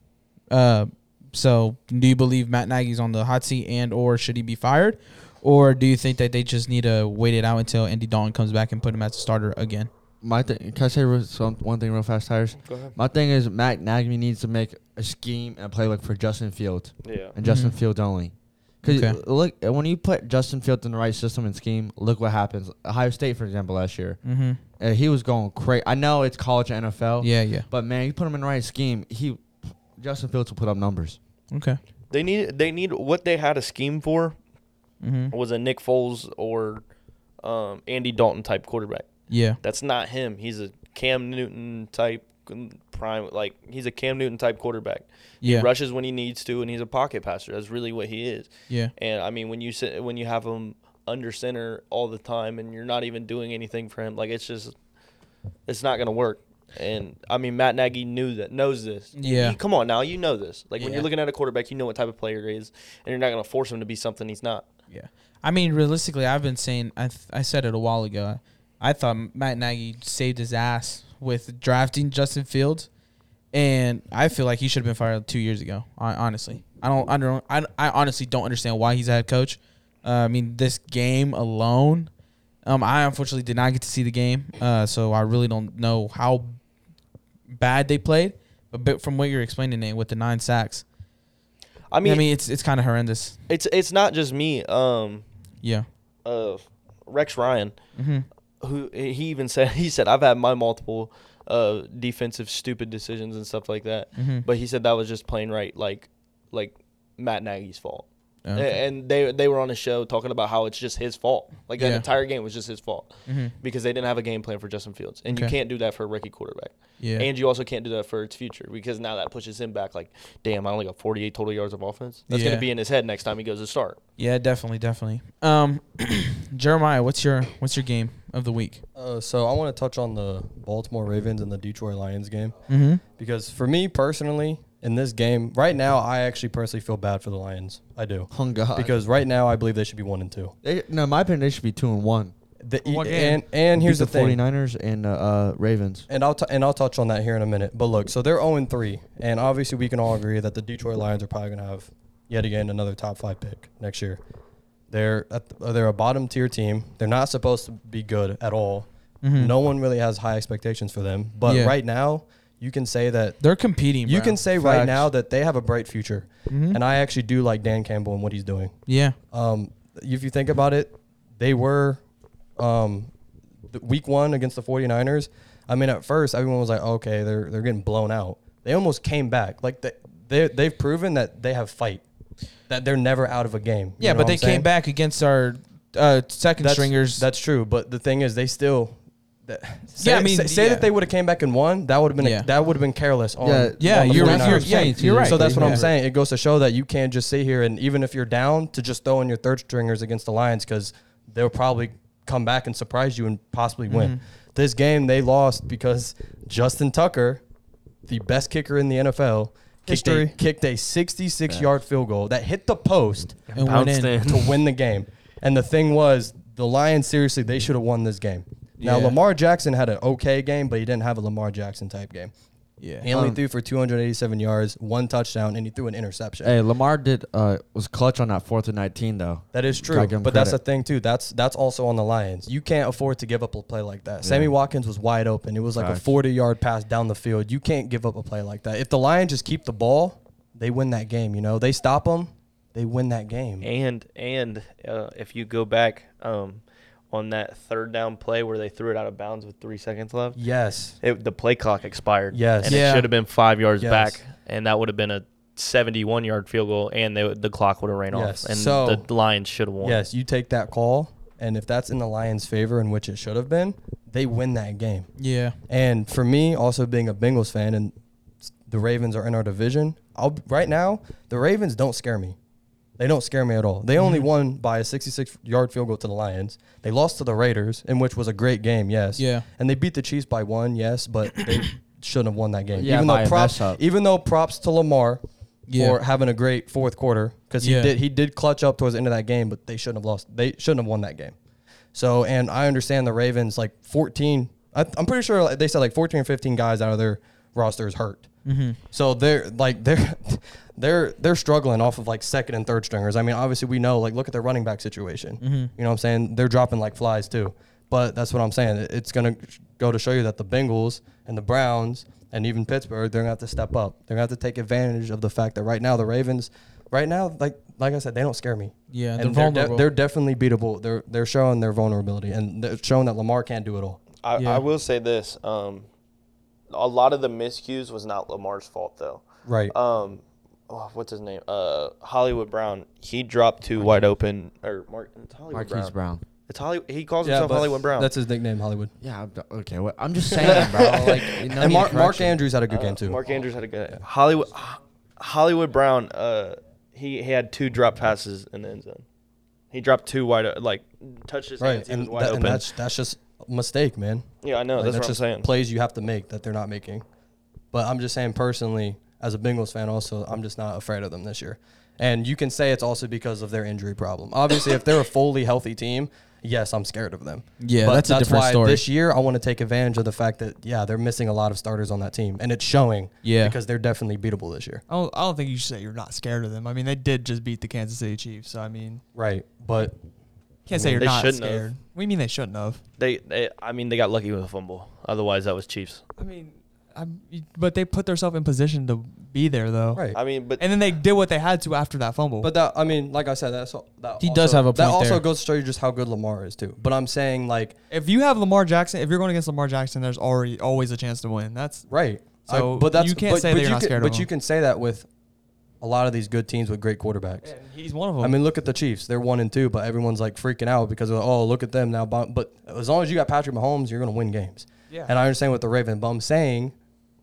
Speaker 1: Uh, so do you believe Matt Nagy's on the hot seat and or should he be fired? Or do you think that they just need to wait it out until Andy Dalton comes back and put him as a starter again?
Speaker 2: My thing. Can I say real- some, one thing real fast, Tyrus?
Speaker 3: Go ahead.
Speaker 2: My thing is Matt Nagy needs to make a scheme and playbook for Justin Fields
Speaker 3: Yeah.
Speaker 2: and Justin
Speaker 1: Mhm.
Speaker 2: Fields only. Because
Speaker 1: Okay.
Speaker 2: look, when you put Justin Fields in the right system and scheme, look what happens. Ohio State, for example, last year,
Speaker 1: Mm-hmm.
Speaker 2: uh, he was going crazy. I know it's college and NFL,
Speaker 1: Yeah, yeah.
Speaker 2: but man, you put him in the right scheme, he Justin Fields will put up numbers.
Speaker 1: Okay.
Speaker 3: They need they need what they had a scheme for
Speaker 1: hmm
Speaker 3: was a Nick Foles or um, Andy Dalton type quarterback.
Speaker 1: Yeah.
Speaker 3: That's not him. He's a Cam Newton type prime like he's a Cam Newton type quarterback.
Speaker 1: Yeah.
Speaker 3: Rushes when he needs to and he's a pocket passer. That's really what he is.
Speaker 1: Yeah.
Speaker 3: And I mean when you sit, when you have him under center all the time and you're not even doing anything for him like it's just it's not going to work. And I mean Matt Nagy knew that knows this.
Speaker 1: Yeah.
Speaker 3: You- come on now, you know this. Like when
Speaker 1: Yeah.
Speaker 3: you're looking at a quarterback, you know what type of player he is and you're not going to force him to be something he's not.
Speaker 1: Yeah. I mean, realistically, I've been saying, I, th- I said it a while ago. I thought Matt Nagy saved his ass with drafting Justin Fields. And I feel like he should have been fired two years ago. I, honestly, I don't, I don't, I, I honestly don't understand why he's a head coach. Uh, I mean, this game alone, um, I unfortunately did not get to see the game, uh, so I really don't know how bad they played. But bit from what you're explaining, Nate, with the nine sacks,
Speaker 3: I mean,
Speaker 1: I mean, it's it's kind of horrendous.
Speaker 3: it's it's not just me. Um,
Speaker 1: Yeah.
Speaker 3: uh, Rex Ryan,
Speaker 1: hmm
Speaker 3: who he even said he said I've had my multiple uh defensive stupid decisions and stuff like that,
Speaker 1: hmm
Speaker 3: but he said that was just plain right like like Matt Nagy's fault. A-
Speaker 1: Oh, Okay.
Speaker 3: And they they were on a show talking about how it's just his fault. Like that
Speaker 1: Yeah.
Speaker 3: entire game was just his fault
Speaker 1: hmm
Speaker 3: because they didn't have a game plan for Justin Fields, and you
Speaker 1: Okay.
Speaker 3: can't do that for a rookie quarterback.
Speaker 1: Yeah.
Speaker 3: And you also can't do that for its future because now that pushes him back. Like, damn, I only got 48 total yards of offense. That's
Speaker 1: Yeah.
Speaker 3: gonna be in his head next time he goes to start.
Speaker 1: Yeah, definitely, definitely. Um, Jeremiah, what's your what's your game of the week?
Speaker 4: Uh, so I want to touch on the Baltimore Ravens and the Detroit Lions game
Speaker 1: Mm-hmm.
Speaker 4: because for me personally, in this game right now, I actually personally feel bad for the Lions. I do
Speaker 2: Oh God.
Speaker 4: because right now I believe they should be one and two.
Speaker 2: they, no, in my opinion, they should be two and one.
Speaker 4: The,
Speaker 5: What game?
Speaker 4: and and here's
Speaker 2: Beat
Speaker 4: the thing.
Speaker 2: 49ers and uh, uh, Ravens.
Speaker 4: And I'll t- and I'll touch on that here in a minute. But look, so they're 0 and 3, and obviously we can all agree that the Detroit Lions are probably going to have yet again another top five pick next year. They're at the, they're a bottom tier team. They're not supposed to be good at all. No one really has high expectations for them. But
Speaker 1: Mm-hmm. Yeah.
Speaker 4: right now, you can say that
Speaker 1: They're competing. bro.
Speaker 4: you
Speaker 1: Mm-hmm.
Speaker 4: can say right
Speaker 2: Facts.
Speaker 4: now that they have a bright future. And I actually do like Dan Campbell and what he's doing.
Speaker 1: yeah,
Speaker 4: Um, if you think about it, they were um, the week one against the 49ers. I mean, at first, everyone was like, oh, okay, they're, they're getting blown out. They almost came back. Like, they, they, they've proven that they have fight, that they're never out of a game. You
Speaker 1: yeah,
Speaker 4: know
Speaker 1: but
Speaker 4: what
Speaker 1: they
Speaker 4: I'm
Speaker 1: came
Speaker 4: saying?
Speaker 1: back against our uh, second
Speaker 4: That's,
Speaker 1: stringers.
Speaker 4: That's true. But the thing is, they still. That, say,
Speaker 1: Yeah, I mean,
Speaker 4: say, say
Speaker 1: yeah.
Speaker 4: that they would have came back and won. That would have been
Speaker 1: Yeah.
Speaker 4: a, that would have been careless. On,
Speaker 2: Yeah,
Speaker 1: yeah,
Speaker 4: on the
Speaker 1: you're, you're,
Speaker 4: 49ers.
Speaker 1: yeah, you're right.
Speaker 4: So that's what
Speaker 1: Yeah.
Speaker 4: I'm saying. It goes to show that you can't just sit here and even if you're down to just throw in your third stringers against the Lions because they'll probably come back and surprise you and possibly win.
Speaker 1: Mm-hmm.
Speaker 4: This game they lost because Justin Tucker, the best kicker in the NFL, kicked a,
Speaker 5: History.
Speaker 4: kicked a 66 yard field goal that hit the post
Speaker 1: And went in.
Speaker 4: to win the game. And the thing was, the Lions seriously they should have won this game. Now
Speaker 1: Yeah.
Speaker 4: Lamar Jackson had an okay game, but he didn't have a Lamar Jackson type game. He
Speaker 1: Yeah,
Speaker 4: only
Speaker 2: Um,
Speaker 4: threw for 287 yards, one touchdown, and he threw an interception.
Speaker 2: Hey, Lamar did uh, was clutch on that fourth and nineteen though.
Speaker 4: that is true,
Speaker 2: Gotta
Speaker 4: but
Speaker 2: give him
Speaker 4: that's the
Speaker 2: credit.
Speaker 4: thing too. That's that's also on the Lions. You can't afford to give up a play like that. Sammy Watkins was wide open. It was like a
Speaker 2: Facts.
Speaker 4: 40 yard pass down the field. You can't give up a play like that. If the Lions just keep the ball, they win that game. You know, they stop them, they win that game.
Speaker 3: And and uh, if you go back um, on that third down play where they threw it out of bounds with three seconds left,
Speaker 4: Yes,
Speaker 3: it, the play clock expired.
Speaker 4: Yes.
Speaker 3: and
Speaker 1: Yeah.
Speaker 3: it should have been five yards
Speaker 4: Yes.
Speaker 3: back, and that would have been a seventy-one yard field goal, and they, would- the clock would have ran
Speaker 4: Yes.
Speaker 3: off, and
Speaker 4: So-
Speaker 3: the Lions should have won.
Speaker 4: yes. You take that call, and if that's in the Lions' favor, in which it should have been, they win that game.
Speaker 1: yeah,
Speaker 4: And for me, also being a Bengals fan and the Ravens are in our division, I'll right now, the Ravens don't scare me. They don't scare me at all. They
Speaker 2: Mm-hmm.
Speaker 4: only won by a 66 yard field goal to the Lions. They lost to the Raiders, in which was a great game, yes.
Speaker 1: Yeah.
Speaker 4: And they beat the Chiefs by one, yes, but they shouldn't have won that game.
Speaker 2: Yeah,
Speaker 4: even
Speaker 2: by
Speaker 4: though
Speaker 2: a mess
Speaker 4: props,
Speaker 2: up.
Speaker 4: even though props to Lamar
Speaker 1: Yeah.
Speaker 4: for having a great fourth quarter because he
Speaker 1: Yeah.
Speaker 4: did he did clutch up towards the end of that game, but they shouldn't have lost. They shouldn't have won that game. So, and I understand the Ravens like 14. I, I'm pretty sure like, they said like 14 or 15 guys out of their roster is hurt.
Speaker 1: Mm-hmm.
Speaker 4: So they're like they're they're they're struggling off of like second and third stringers. I mean, obviously we know like look at their running back situation.
Speaker 1: Mm-hmm.
Speaker 4: You know what I'm saying? They're dropping like flies too. But that's what I'm saying. It- It's gonna go to show you that the Bengals and the Browns and even Pittsburgh, they're gonna have to step up. They're gonna have to take advantage of the fact that right now the Ravens, right now like like I said, they don't scare me.
Speaker 1: Yeah, they're
Speaker 4: and they're de-
Speaker 1: vulnerable.
Speaker 4: they're definitely beatable. They're they're showing their vulnerability and they're showing that Lamar can't do it all.
Speaker 3: I,
Speaker 1: Yeah.
Speaker 3: I will say this. Um, a lot of the miscues was not Lamar's fault though.
Speaker 4: Right.
Speaker 3: Um, oh, what's his name? Uh, Hollywood Brown. He dropped two wide open or Mark, it's Hollywood
Speaker 2: Marquise
Speaker 3: Brown.
Speaker 2: Brown.
Speaker 3: It's Hollywood. He calls himself
Speaker 4: but
Speaker 3: Hollywood Brown.
Speaker 4: That's his nickname, Hollywood.
Speaker 2: Yeah, I'm, d- okay. Well, I'm just saying, bro. Like, you know,
Speaker 4: and Mark, Mark Andrews had a good
Speaker 3: Uh,
Speaker 4: game too.
Speaker 3: Mark Andrews had a good Hollywood. Hollywood Brown. Uh, he, he had two drop passes in the end zone. He dropped two wide o- like touched his
Speaker 4: right,
Speaker 3: hands. He
Speaker 4: and,
Speaker 3: was wide
Speaker 4: that- and
Speaker 3: open.
Speaker 4: that's that's just a mistake, man.
Speaker 3: yeah, I know.
Speaker 4: Like,
Speaker 3: that's, what I'm
Speaker 4: just
Speaker 3: saying.
Speaker 4: plays you have to make that they're not making. But I'm just saying personally, as a Bengals fan, also I'm just not afraid of them this year. And you can say it's also because of their injury problem. Obviously, if they're a fully healthy team, yes, I'm scared of them.
Speaker 1: Yeah,
Speaker 4: But
Speaker 1: that's a different
Speaker 4: why
Speaker 1: story.
Speaker 4: This year, I want to take advantage of the fact that yeah, they're missing a lot of starters on that team, and it's showing.
Speaker 1: Yeah.
Speaker 4: because they're definitely beatable this year.
Speaker 5: I don't, I don't think you should say you're not scared of them. I mean, they did just beat the Kansas City Chiefs, so I mean,
Speaker 4: Right, but
Speaker 5: can't say you're
Speaker 3: They
Speaker 5: not
Speaker 3: shouldn't have.
Speaker 5: scared. We mean they shouldn't have.
Speaker 3: They, they, I mean, they got lucky with a fumble. Otherwise, that was Chiefs.
Speaker 5: I mean, I'm, but they put themselves in position to be there though.
Speaker 4: right.
Speaker 3: I mean, but
Speaker 5: And then they did what they had to after that fumble.
Speaker 4: But that I mean, like I said, that's al- that
Speaker 1: He
Speaker 4: also,
Speaker 1: does have a
Speaker 4: that
Speaker 1: point
Speaker 4: also
Speaker 1: there.
Speaker 4: goes to show you just how good Lamar is too. But I'm saying like
Speaker 5: if you have Lamar Jackson, if you're going against Lamar Jackson, there's already always a chance to win. That's
Speaker 4: right. I-
Speaker 5: So
Speaker 4: but that's
Speaker 5: you can't
Speaker 4: but,
Speaker 5: say
Speaker 4: but
Speaker 5: that you're
Speaker 4: you
Speaker 5: not
Speaker 4: can,
Speaker 5: scared of
Speaker 4: But
Speaker 5: him.
Speaker 4: you can say that with a lot of these good teams with great quarterbacks.
Speaker 5: he's one of them.
Speaker 4: I mean, look at the Chiefs. They're one and two, but everyone's like freaking out because of, oh, look at them now. But but as long as you got Patrick Mahomes, you're gonna win games.
Speaker 5: Yeah.
Speaker 4: And I understand what the Raven, but I'm saying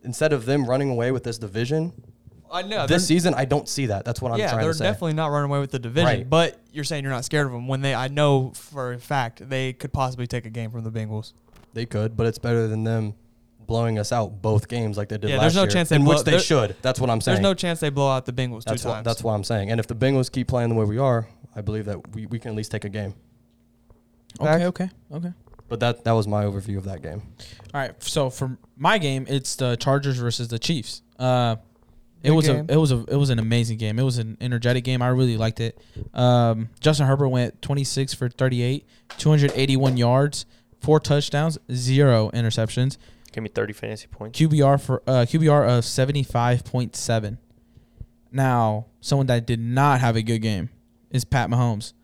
Speaker 4: instead of them running away with this division
Speaker 5: I know
Speaker 4: this
Speaker 5: they're-
Speaker 4: season, I don't see that. That's what I'm
Speaker 5: yeah,
Speaker 4: trying
Speaker 5: they're
Speaker 4: to say.
Speaker 5: definitely not running away with the division.
Speaker 4: Right.
Speaker 5: But you're saying you're not scared of them when they. I know for a fact they could possibly take a game from the Bengals.
Speaker 4: They could, but it's better than them blowing us out both games like they did
Speaker 5: Yeah,
Speaker 4: last
Speaker 5: there's no
Speaker 4: year,
Speaker 5: chance they
Speaker 4: in
Speaker 5: blow-
Speaker 4: which they
Speaker 5: there-
Speaker 4: should. That's what I'm saying.
Speaker 5: There's no chance they blow out the Bengals
Speaker 4: that's
Speaker 5: two
Speaker 4: what,
Speaker 5: times.
Speaker 4: That's what I'm saying. And if the Bengals keep playing the way we are, I believe that we, we can at least take a game.
Speaker 1: Okay, okay, okay.
Speaker 4: But that, that was my overview of that game.
Speaker 1: All right. So for my game, it's the Chargers versus the Chiefs. Uh, it
Speaker 5: Good
Speaker 1: was
Speaker 5: game.
Speaker 1: a it was a it was an amazing game. It was an energetic game. I really liked it. Um, Justin Herbert went 26 for 38, 281 yards, four touchdowns, zero interceptions,
Speaker 3: give me 30 fantasy points.
Speaker 1: QBR for uh, QBR of 75.7. Now, someone that did not have a good game is Pat Mahomes.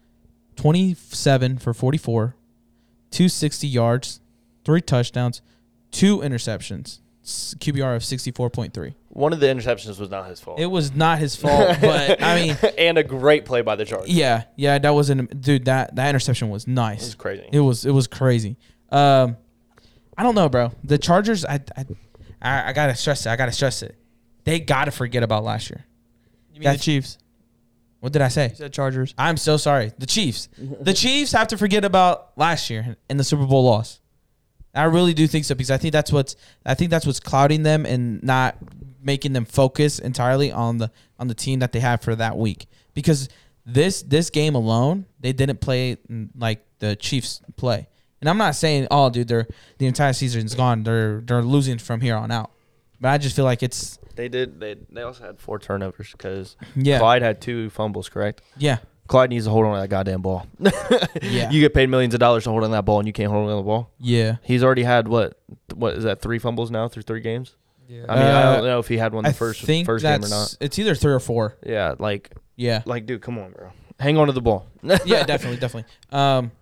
Speaker 1: 27 for 44, 260 yards, three touchdowns, two interceptions. S- QBR of 64.3.
Speaker 3: One of the interceptions was not his fault.
Speaker 1: It was not his fault, but I mean,
Speaker 3: and a great play by the Chargers.
Speaker 1: yeah, yeah, that was an dude, that that interception was
Speaker 3: This
Speaker 1: nice.
Speaker 3: is crazy.
Speaker 1: It was it was crazy. Um, I don't know, bro. The Chargers, I, I, I, I gotta stress it. I gotta stress it. They gotta forget about last year.
Speaker 5: you mean the
Speaker 1: that's-
Speaker 5: Chiefs?
Speaker 1: What did I
Speaker 5: You
Speaker 1: say?
Speaker 5: said Chargers.
Speaker 1: I'm so sorry. The Chiefs. The Chiefs have to forget about last year and the Super Bowl loss. I really do think so because I think that's what's I think that's what's clouding them and not making them focus entirely on the on the team that they have for that week. Because this this game alone, they didn't play mm, like the Chiefs play. And I'm not saying, oh, dude, they're the entire season's gone. They're they're losing from here on out. But I just feel like it's
Speaker 3: They did. They they also had four turnovers because
Speaker 1: yeah,
Speaker 3: Clyde had two fumbles. Correct.
Speaker 1: yeah,
Speaker 3: Clyde needs to hold on to that goddamn ball.
Speaker 1: yeah,
Speaker 3: You get paid millions of dollars to hold on to that ball, and you can't hold on to the ball.
Speaker 1: yeah.
Speaker 3: He's already had what? What is that? Three fumbles now through three games.
Speaker 5: Yeah.
Speaker 3: I mean, I
Speaker 1: Uh,
Speaker 3: don't know if he had one the
Speaker 1: I
Speaker 3: first
Speaker 1: think
Speaker 3: first game
Speaker 1: that's
Speaker 3: or not.
Speaker 1: it's either three or four.
Speaker 3: Yeah, like
Speaker 1: Yeah.
Speaker 3: like dude, come on, bro. Hang on to the ball.
Speaker 1: yeah, definitely, definitely. Um,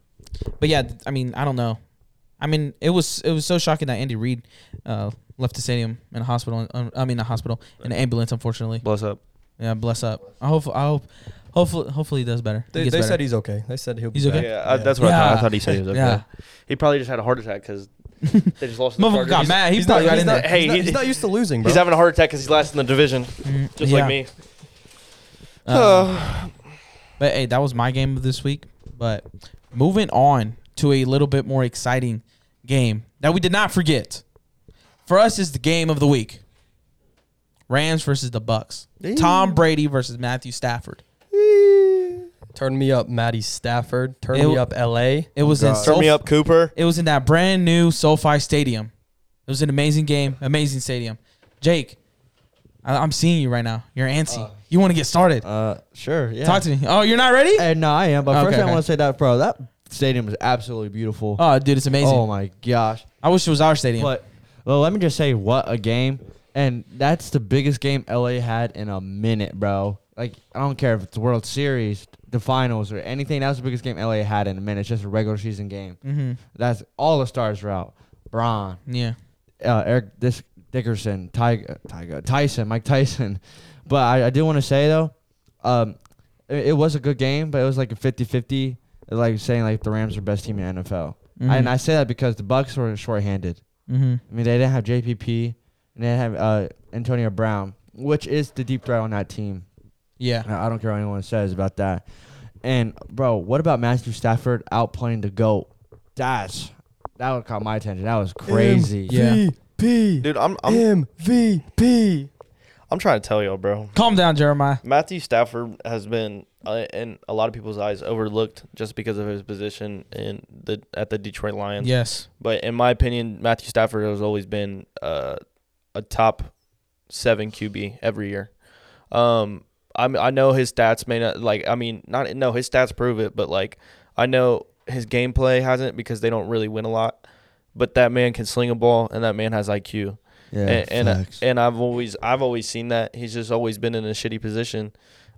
Speaker 1: but yeah, th- I mean, I don't know. I mean, it was it was so shocking that Andy Reid uh, left the stadium in a hospital. Um, I mean, a hospital in an ambulance, unfortunately.
Speaker 3: Bless up.
Speaker 1: Yeah, bless up. I hope I hope hopefully hopefully he does better. He
Speaker 4: They,
Speaker 1: gets
Speaker 4: they
Speaker 1: better.
Speaker 4: said he's okay. They said he'll be
Speaker 1: He's okay?
Speaker 4: back.
Speaker 3: Yeah, I, that's what I thought. I
Speaker 1: Yeah.
Speaker 3: thought he said he was okay.
Speaker 1: Yeah.
Speaker 3: He probably just had a heart attack because they just lost. to the
Speaker 1: Motherfucker
Speaker 3: Chargers.
Speaker 1: got
Speaker 3: He's-
Speaker 1: mad. He's,
Speaker 4: not,
Speaker 1: probably right
Speaker 4: he's
Speaker 1: in
Speaker 4: not-
Speaker 1: there.
Speaker 3: Hey,
Speaker 4: he's not-
Speaker 3: he-
Speaker 4: he's not used to losing, bro.
Speaker 3: He's having a heart attack because he's last in the division,
Speaker 1: Mm,
Speaker 3: just
Speaker 1: yeah.
Speaker 3: like me. Oh.
Speaker 1: Um, but hey, that was my game of this week. But moving on to a little bit more exciting game that we did not forget. For us, is the game of the week: Rams versus the Bucks. Tom Brady versus Matthew Stafford.
Speaker 4: Turn me up, Matty Stafford. Turn
Speaker 1: It-
Speaker 4: me up, LA.
Speaker 1: It was in
Speaker 3: Turn me
Speaker 1: Sof-
Speaker 3: up, Cooper.
Speaker 1: It was in that brand new SoFi Stadium. It was an amazing game, amazing stadium. Jake, I- I'm seeing you right now. You're antsy. you want to get started?
Speaker 2: Uh, sure. Yeah.
Speaker 1: Talk to me. Oh, you're not ready?
Speaker 2: Hey, no, I am. But
Speaker 1: Okay,
Speaker 2: first, I
Speaker 1: okay.
Speaker 2: want to say that, bro. That stadium is absolutely beautiful.
Speaker 1: Oh, dude, it's amazing.
Speaker 2: Oh my gosh.
Speaker 1: I wish it was our stadium.
Speaker 2: But well, let me just say, what a game! And that's the biggest game LA had in a minute, bro. Like I don't care if it's the World Series, the finals, or anything. That was the biggest game LA had in a minute. It's just a regular season game.
Speaker 1: hmm
Speaker 2: That's all the stars were out. Braun,
Speaker 1: Yeah.
Speaker 2: uh, Eric. This Dickerson, Ty, uh, Tyga- Tyson, Mike Tyson. But I, I do want to say though, um, it, it was a good game, but it was like a 50-50, like saying like the Rams are best team in NFL. And I say that because the Bucks were shorthanded.
Speaker 1: mm-hmm.
Speaker 2: I mean, they didn't have JPP and they didn't have uh, Antonio Brown, which is the deep threat on that team.
Speaker 1: Yeah.
Speaker 2: I I don't care what anyone says about that. And bro, what about Matthew Stafford out playing the goat? That's that would caught my attention. That was crazy.
Speaker 1: Yeah.
Speaker 4: MVP.
Speaker 3: Dude, I'm I'm,
Speaker 4: MVP.
Speaker 3: I'm trying to tell y'all, bro.
Speaker 1: Calm down, Jeremiah.
Speaker 3: Matthew Stafford has been uh, in a lot of people's eyes overlooked just because of his position in the at the Detroit Lions.
Speaker 1: Yes.
Speaker 3: But in my opinion, Matthew Stafford has always been uh, a top seven QB every year. Um, I I know his stats may not like I mean not no his stats prove it, but like I know his gameplay hasn't because they don't really win a lot. But that man can sling a ball, and that man has IQ and and,
Speaker 2: facts.
Speaker 3: and I've always I've always seen that he's just always been in a shitty position.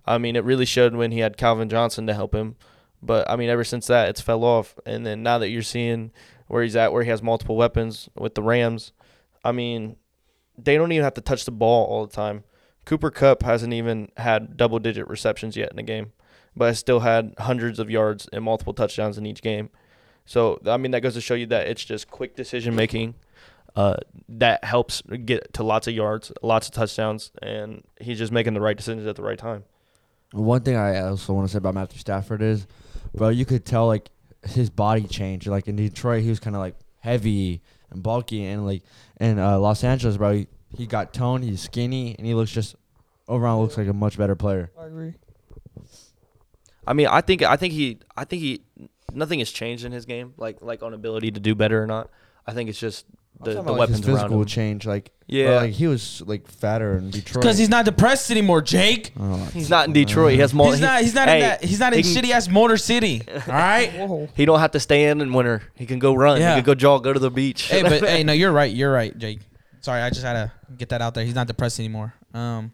Speaker 3: I mean, it really showed when he had Calvin Johnson to help him, but I mean, ever since that, it's fell off. And then now that you're seeing where he's at, where he has multiple weapons with the Rams, I mean, they don't even have to touch the ball all the time. Cooper Cup hasn't even had double digit receptions yet in a game, but has still had hundreds of yards and multiple touchdowns in each game. So I mean, that goes to show you that it's just quick decision making uh, that helps get to lots of yards, lots of touchdowns, and he's just making the right decisions at the right time.
Speaker 2: One thing I also want to say about Matthew Stafford is, bro, you could tell like his body changed. Like in Detroit, he was kind of like heavy and bulky, and like in uh, Los Angeles, bro, he, he got toned, he's skinny, and he looks just overall looks like a much better player.
Speaker 5: I agree.
Speaker 3: I mean, I think I think he I think he nothing has changed in his game, like like on ability to do better or not. I think it's just the, the weapons
Speaker 2: his
Speaker 3: around
Speaker 2: physical
Speaker 3: him.
Speaker 2: change, like
Speaker 3: Yeah.
Speaker 2: bro, like he was like fatter in Detroit.
Speaker 1: Because he's not depressed anymore, Jake.
Speaker 2: Oh,
Speaker 3: He's not in Detroit. He has multiple.
Speaker 1: He's not. He's not in that. He's not in
Speaker 3: he can-
Speaker 1: shitty ass Motor City. All right.
Speaker 5: Whoa.
Speaker 3: He don't have to stay in in winter. He can go run.
Speaker 1: Yeah.
Speaker 3: He can go jog. Go to the beach.
Speaker 1: hey, but hey, no, you're right. You're right, Jake. Sorry, I just had to get that out there. He's not depressed anymore. Um,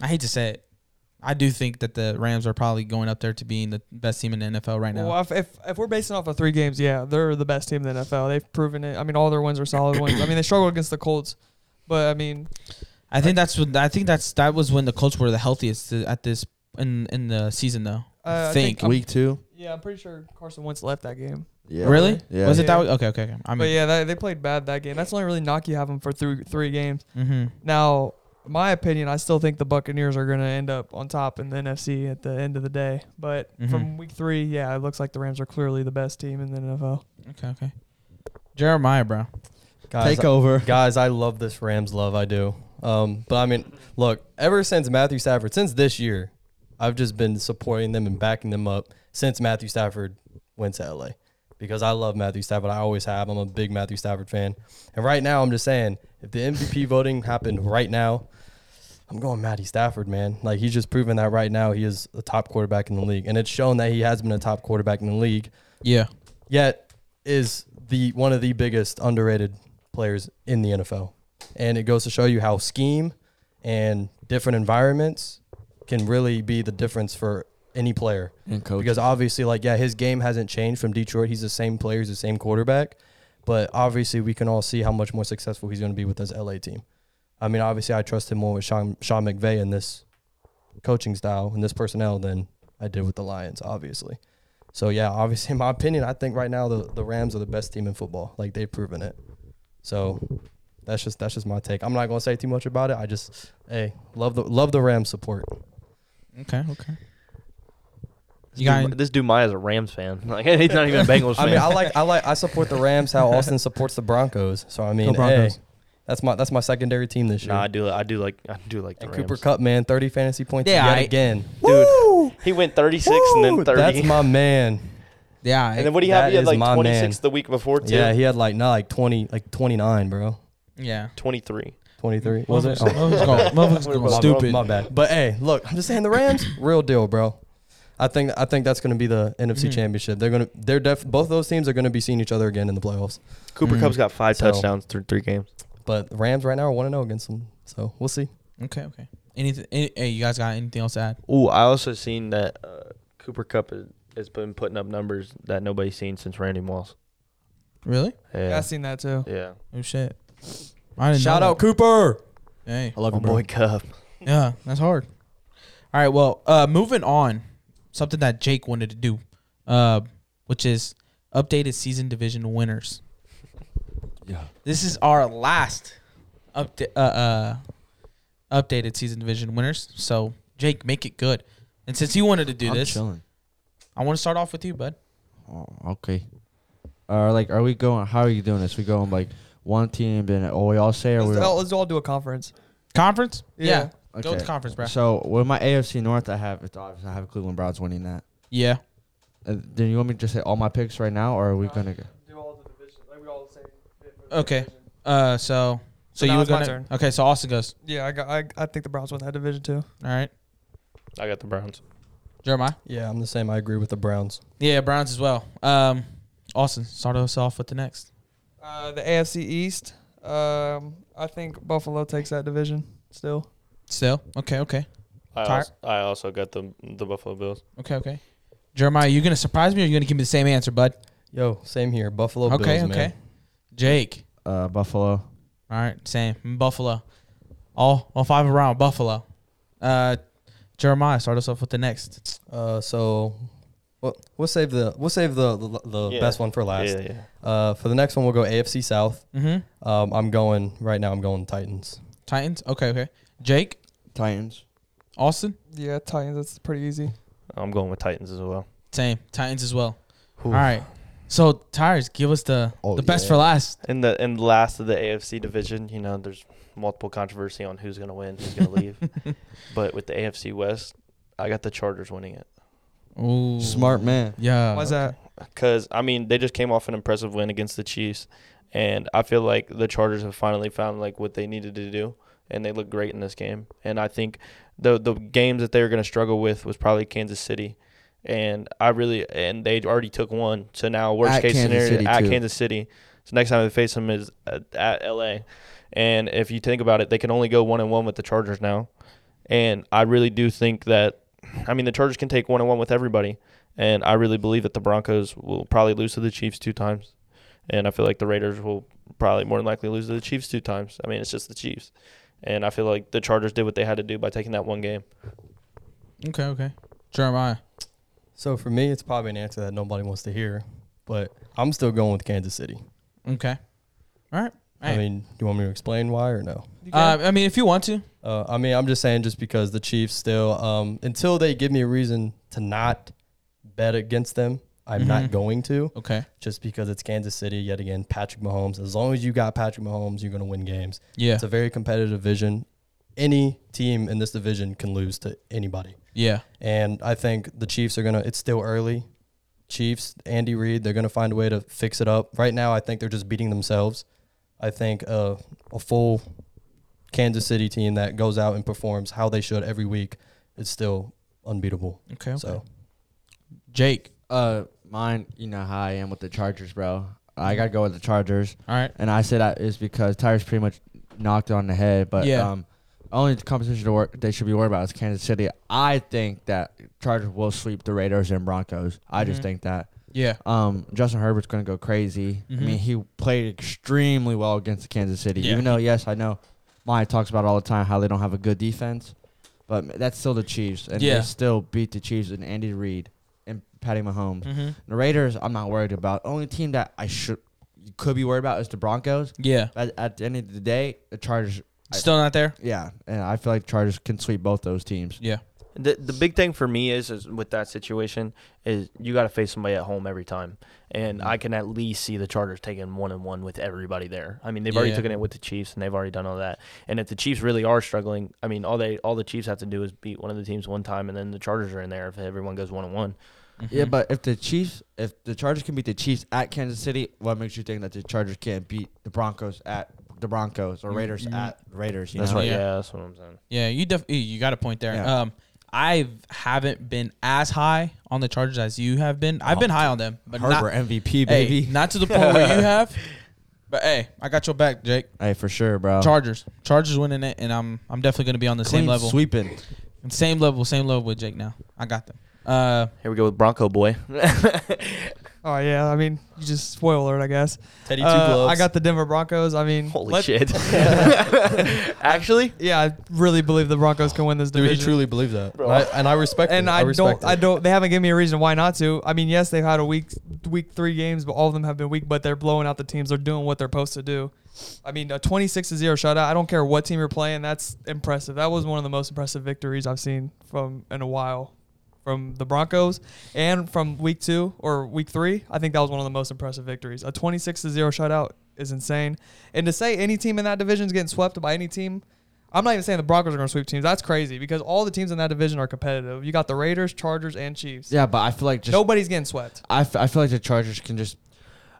Speaker 1: I hate to say it. I do think that the Rams are probably going up there to being the best team in the NFL right now.
Speaker 5: Well, if, if if we're basing off of three games, yeah, they're the best team in the NFL. They've proven it. I mean, all their wins are solid wins. I mean, they struggled against the Colts, but I mean,
Speaker 1: I think that's when I think that's that was when the Colts were the healthiest to- at this in in the season though.
Speaker 5: Uh,
Speaker 1: I
Speaker 5: I
Speaker 1: think.
Speaker 5: think-
Speaker 2: week two.
Speaker 5: yeah, I'm pretty sure Carson Wentz left that game.
Speaker 2: Yeah.
Speaker 1: Really?
Speaker 2: Yeah.
Speaker 1: Was it that?
Speaker 5: Yeah.
Speaker 1: way? Okay, okay, okay. I
Speaker 5: but
Speaker 1: mean,
Speaker 5: yeah, they, they played bad that game. That's the only really knock you have them for three three games.
Speaker 1: hmm
Speaker 5: Now, my opinion, I still think the Buccaneers are going to end up on top in the NFC at the end of the day. But
Speaker 1: Mm-hmm.
Speaker 5: from week three, yeah, it looks like the Rams are clearly the best team in the NFL.
Speaker 1: okay, okay. Jeremiah, bro.
Speaker 4: Guys, uh,
Speaker 2: Take over.
Speaker 4: guys, I love this Rams love. I do. Um, but I mean, look, ever since Matthew Stafford, since this year, I've just been supporting them and backing them up since Matthew Stafford went to LA because I love Matthew Stafford. I always have. I'm a big Matthew Stafford fan. And right now, I'm just saying, if the MVP voting happened right now, I'm going Matty Stafford, man. Like he's just proven that right now he is a top quarterback in the league, and it's shown that he has been a top quarterback in the league
Speaker 1: Yeah.
Speaker 4: yet is the one of the biggest underrated players in the NFL. And it goes to show you how scheme and different environments can really be the difference for any player.
Speaker 2: And coach.
Speaker 4: Because obviously, like, yeah, his game hasn't changed from Detroit. He's the same player, he's the same quarterback. But obviously, we can all see how much more successful he's going to be with this LA team. I mean, obviously, I trust him more with Sean, Sean McVay and this coaching style and this personnel than I did with the Lions, obviously. So, yeah, obviously, in my opinion, I think right now the, the Rams are the best team in football. Like, they've proven it. So. That's just that's just my take. I'm not gonna say too much about it. I just hey love the love the Rams support.
Speaker 1: Okay, okay.
Speaker 3: this,
Speaker 1: You got
Speaker 3: dude, this dude Maya's a Rams fan. Like he's not even a Bengals
Speaker 4: I
Speaker 3: fan.
Speaker 4: mean, I like, I like, I support the Rams. How Austin supports the Broncos. So I mean, hey,
Speaker 1: Broncos.
Speaker 4: that's my that's my secondary team this year.
Speaker 3: Nah, I do. I do like. I do like the
Speaker 4: and
Speaker 3: Rams.
Speaker 4: Cooper Cup, man, thirty fantasy points
Speaker 1: Yeah,
Speaker 4: yet
Speaker 1: I-
Speaker 4: again.
Speaker 3: dude. He went 36 and
Speaker 4: Woo!
Speaker 3: then 30.
Speaker 4: That's my man.
Speaker 1: Yeah. I-
Speaker 3: and then what do you have?
Speaker 4: That
Speaker 3: He had
Speaker 4: is
Speaker 3: like
Speaker 4: my
Speaker 3: 26
Speaker 4: man.
Speaker 3: the week before too.
Speaker 4: Yeah, he had like not like twenty, like twenty nine, bro.
Speaker 1: yeah.
Speaker 3: 23.
Speaker 4: Twenty three was it? Oh,
Speaker 1: Motherfucker's going- motherfucker's
Speaker 3: We're
Speaker 1: going
Speaker 3: both-
Speaker 1: stupid.
Speaker 4: my bad. But hey, look, I'm just saying the Rams, real deal, bro. I think I think that's going to be the NFC
Speaker 1: Mhm.
Speaker 4: Championship. They're gonna they're def both of those teams are going to be seeing each other again in the playoffs.
Speaker 3: Cooper
Speaker 1: Mm.
Speaker 3: Cup's got five
Speaker 4: So-
Speaker 3: touchdowns through three games.
Speaker 4: But the Rams right now are one to zero against them, so we'll see.
Speaker 1: Okay, okay. Anything? Any, hey, you guys got anything else to add?
Speaker 3: Ooh, I also seen that uh, Cooper Cup is- has been putting up numbers that nobody's seen since Randy Moss.
Speaker 1: Really?
Speaker 5: Yeah,
Speaker 3: Yeah.
Speaker 5: I've seen that too.
Speaker 3: yeah.
Speaker 1: Oh shit. I didn't
Speaker 4: Shout
Speaker 1: know
Speaker 4: out Cooper.
Speaker 1: that. Hey.
Speaker 3: I love my boy Cup.
Speaker 1: Yeah, that's hard. All right, well, uh moving on. Something that Jake wanted to do, uh, which is updated season division winners.
Speaker 2: Yeah.
Speaker 1: This is our last upda- uh, uh, updated season division winners. So, Jake, make it good. And since you wanted to do
Speaker 2: I'm
Speaker 1: this,
Speaker 2: chilling.
Speaker 1: I want to start off with you, bud.
Speaker 2: Oh, okay. Or Uh, like, are we going? How are you doing this? We going like one team, then oh, we all say, or we
Speaker 5: Let's, all,
Speaker 2: all,
Speaker 5: let's all do a conference.
Speaker 1: Conference?
Speaker 5: Yeah.
Speaker 1: Go
Speaker 2: Okay.
Speaker 1: with the conference, bro.
Speaker 2: So with my AFC North, I have it's obvious. I have Cleveland Browns winning that.
Speaker 1: Yeah.
Speaker 2: Uh, then you want me to just say all my picks right now, or are we
Speaker 5: Uh,
Speaker 2: gonna go?
Speaker 5: Do all the divisions. Like we all say.
Speaker 1: Okay. Uh, so so,
Speaker 5: So
Speaker 1: you
Speaker 5: now
Speaker 1: were
Speaker 5: it's my
Speaker 1: gonna
Speaker 5: turn.
Speaker 1: okay. So Austin goes.
Speaker 5: Yeah, I got. I, I think the Browns won that division too.
Speaker 1: All right,
Speaker 3: I got the Browns.
Speaker 1: Jeremiah.
Speaker 4: Yeah, I'm the same. I agree with the Browns.
Speaker 1: Yeah, Browns as well. Um, Austin, start us off with the next.
Speaker 5: Uh, the AFC East. Um, I think Buffalo takes that division still.
Speaker 1: Still okay, okay,
Speaker 3: I
Speaker 1: Tyre?
Speaker 3: also, I also got the the Buffalo Bills.
Speaker 1: okay, okay. Jeremiah, you gonna surprise me or you gonna give me the same answer, bud?
Speaker 4: Yo, same here. Buffalo
Speaker 1: okay,
Speaker 4: Bills, man.
Speaker 1: okay. Jake.
Speaker 2: Uh, Buffalo.
Speaker 1: All right, same. Buffalo. All all five around Buffalo. Uh, Jeremiah, start us off with the next.
Speaker 4: Uh, so we'll, we'll save the we'll save the the, the
Speaker 3: Yeah.
Speaker 4: best one for last.
Speaker 3: Yeah, yeah.
Speaker 4: Uh, for the next one, we'll go AFC South.
Speaker 1: Mm-hmm.
Speaker 4: Um, I'm going right now. I'm going Titans.
Speaker 1: Titans. Okay, okay. Jake,
Speaker 2: Titans.
Speaker 1: Austin,
Speaker 5: Yeah, Titans. That's pretty easy.
Speaker 3: I'm going with Titans as well.
Speaker 1: same. Titans as well.
Speaker 3: Whew.
Speaker 1: All right. So tires, give us the
Speaker 2: Oh,
Speaker 1: the best
Speaker 2: yeah.
Speaker 1: for last.
Speaker 3: In the in the last of the AFC division, you know, there's multiple controversy on who's gonna win, who's gonna leave. But with the AFC West, I got the Chargers winning it
Speaker 1: Ooh.
Speaker 2: Smart man.
Speaker 1: Yeah.
Speaker 5: Why's that?
Speaker 3: because I mean they just came off an impressive win against the Chiefs, and I feel like the Chargers have finally found like what they needed to do, and they look great in this game. And I think the the games that they were gonna struggle with was probably Kansas City. And I really and they already took one, so now worst
Speaker 2: At
Speaker 3: case
Speaker 2: Kansas
Speaker 3: scenario
Speaker 2: City,
Speaker 3: at
Speaker 2: too.
Speaker 3: Kansas City. So next time they face them is at, at L.A. And if you think about it, they can only go one and one with the Chargers now. And I really do think that, I mean, the Chargers can take one and one with everybody. And I really believe that the Broncos will probably lose to the Chiefs two times. And I feel like the Raiders will probably more than likely lose to the Chiefs two times. I mean, it's just the Chiefs. And I feel like the Chargers did what they had to do by taking that one game.
Speaker 1: Okay, okay. Jeremiah.
Speaker 4: So for me, it's probably an answer that nobody wants to hear, but I'm still going with Kansas City.
Speaker 1: Okay. All right.
Speaker 4: I
Speaker 1: Hey.
Speaker 4: mean, do you want me to explain why or no?
Speaker 5: You
Speaker 1: Uh,
Speaker 5: can-
Speaker 1: I mean, if you want to.
Speaker 4: Uh, I mean, I'm just saying just because the Chiefs still, um, until they give me a reason to not bet against them, I'm
Speaker 1: Mhm.
Speaker 4: not going to.
Speaker 1: Okay.
Speaker 4: Just because it's Kansas City yet again, Patrick Mahomes. As long as you got Patrick Mahomes, you're going to win games.
Speaker 1: Yeah.
Speaker 4: It's a very competitive division. Any team in this division can lose to anybody.
Speaker 1: Yeah.
Speaker 4: And I think the Chiefs are gonna. It's still early. Chiefs, Andy Reid, they're gonna find a way to fix it up. Right now, I think they're just beating themselves. I think uh, a full Kansas City team that goes out and performs how they should every week is still unbeatable.
Speaker 1: Okay. okay.
Speaker 4: So
Speaker 1: Jake.
Speaker 2: Uh, mine. You know how I am with the Chargers, bro. I gotta go with the Chargers.
Speaker 1: All right.
Speaker 2: And I say that is because Tyrus pretty much knocked it on the head. But
Speaker 1: Yeah.
Speaker 2: um, only the competition to work they should be worried about is Kansas City. I think that Chargers will sweep the Raiders and Broncos. I
Speaker 1: Mhm.
Speaker 2: just think that.
Speaker 1: Yeah.
Speaker 2: Um, Justin Herbert's gonna go crazy.
Speaker 1: Mhm.
Speaker 2: I mean, he played extremely well against Kansas City.
Speaker 1: Yeah.
Speaker 2: Even though, yes, I know Maya talks about all the time how they don't have a good defense, but that's still the Chiefs, and
Speaker 1: Yeah.
Speaker 2: they still beat the Chiefs and Andy Reid and Patty Mahomes.
Speaker 1: Mm-hmm.
Speaker 2: The Raiders, I'm not worried about. Only team that I should you could be worried about is the Broncos.
Speaker 1: Yeah.
Speaker 2: But at the end of the day, the Chargers, I-
Speaker 1: Still not there.
Speaker 2: yeah, and I feel like the Chargers can sweep both those teams.
Speaker 1: Yeah.
Speaker 3: The the big thing for me is, is with that situation is you got to face somebody at home every time, and I can at least see the Chargers taking one and one with everybody there. I mean, they've already
Speaker 1: Yeah.
Speaker 3: taken it with the Chiefs, and they've already done all that. And if the Chiefs really are struggling, I mean, all they all the Chiefs have to do is beat one of the teams one time, and then the Chargers are in there if everyone goes one and one.
Speaker 2: Yeah,
Speaker 1: Mm-hmm.
Speaker 2: but if the Chiefs, if the Chargers can beat the Chiefs at Kansas City, what makes you think that the Chargers can't beat the Broncos at the Broncos or
Speaker 1: Mm,
Speaker 2: Raiders
Speaker 1: mm.
Speaker 2: at Raiders? You
Speaker 3: That's
Speaker 2: know?
Speaker 3: what,
Speaker 1: Yeah.
Speaker 3: yeah. that's what I'm saying.
Speaker 1: Yeah. You def- you got a point there.
Speaker 2: Yeah.
Speaker 1: Um, I haven't been as high on the Chargers as you have been. I've been high on them, but
Speaker 2: Harbor
Speaker 1: not
Speaker 2: MVP,
Speaker 1: hey,
Speaker 2: Oh, baby.
Speaker 1: not to the point where you have. But hey, I got your back, Jake.
Speaker 2: Hey, for sure, bro.
Speaker 1: Chargers, Chargers winning it, and I'm I'm definitely gonna be on the
Speaker 2: Oh. Clean
Speaker 1: same level,
Speaker 2: sweeping.
Speaker 1: same level, same level with Jake now. I got them. Uh,
Speaker 3: Here we go with Bronco boy.
Speaker 5: All right, Oh, yeah. I mean, you just spoil alert, I guess.
Speaker 3: Teddy
Speaker 5: Uh, I got the Denver Broncos. I mean,
Speaker 3: Holy
Speaker 5: let-
Speaker 3: shit! Actually,
Speaker 5: Yeah, I really believe the Broncos can win this
Speaker 4: Dude,
Speaker 5: division.
Speaker 4: he truly believes that,
Speaker 3: Bro.
Speaker 4: and I, and I respect.
Speaker 5: and
Speaker 4: it.
Speaker 5: I,
Speaker 4: respect
Speaker 5: don't, I
Speaker 4: it.
Speaker 5: don't. They haven't given me a reason why not to. I mean, yes, they've had a week, week three games, but all of them have been weak. But they're blowing out the teams. They're doing what they're supposed to do. I mean, a twenty-six to zero shutout. I don't care what team you're playing. That's impressive. That was one of the most impressive victories I've seen from in a while, from the Broncos and from week two or week three. I think that was one of the most impressive victories. A twenty-six to zero shutout is insane. And to say any team in that division is getting swept by any team, I'm not even saying the Broncos are going to sweep teams. That's crazy because all the teams in that division are competitive. You got the Raiders, Chargers, and Chiefs.
Speaker 2: Yeah, but I feel like just
Speaker 5: Nobody's getting swept.
Speaker 2: I, f- I feel like the Chargers can just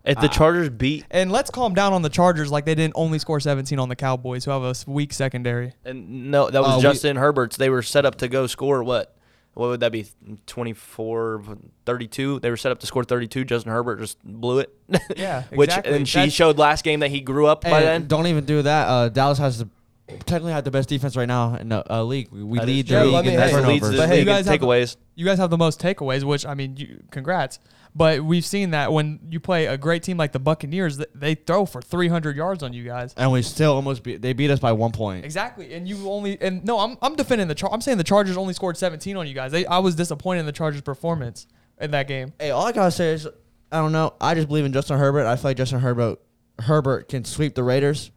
Speaker 3: if the Chargers beat
Speaker 5: And let's calm down on the Chargers like they didn't only score 17 on the Cowboys, who have a s- weak secondary.
Speaker 3: and no, that
Speaker 2: Uh,
Speaker 3: was
Speaker 2: we-
Speaker 3: Justin Herbert's. They were set up to go score what? What would that be? 24, 32? They were set up to score 32. Justin Herbert just blew it.
Speaker 5: Yeah,
Speaker 3: Which
Speaker 5: exactly.
Speaker 3: and she
Speaker 5: That's-
Speaker 3: showed last game that he grew up by
Speaker 2: Hey,
Speaker 3: then.
Speaker 2: Don't even do that. Uh, Dallas has the technically had the best defense right now in the uh, league. We, we
Speaker 3: That
Speaker 2: lead
Speaker 3: is
Speaker 2: the
Speaker 4: true. Yeah,
Speaker 2: league
Speaker 4: let
Speaker 2: in
Speaker 4: me-
Speaker 3: That's
Speaker 4: hey,
Speaker 3: what leads
Speaker 2: turnovers.
Speaker 3: the
Speaker 5: but hey,
Speaker 3: league
Speaker 5: you
Speaker 3: in
Speaker 5: guys have-
Speaker 3: takeaways.
Speaker 5: You guys have the most takeaways, which, I mean, you, congrats. But we've seen that when you play a great team like the Buccaneers, th- they throw for 300 yards on you guys.
Speaker 2: and we still almost beat. They beat us by one point.
Speaker 5: Exactly. And you only, and no, I'm, I'm defending the Char- I'm saying the Chargers only scored 17 on you guys. They, I was disappointed in the Chargers' performance in that game.
Speaker 2: Hey, all I gotta say is I don't know. I just believe in Justin Herbert. I feel like Justin Herbert Herbert can sweep the Raiders.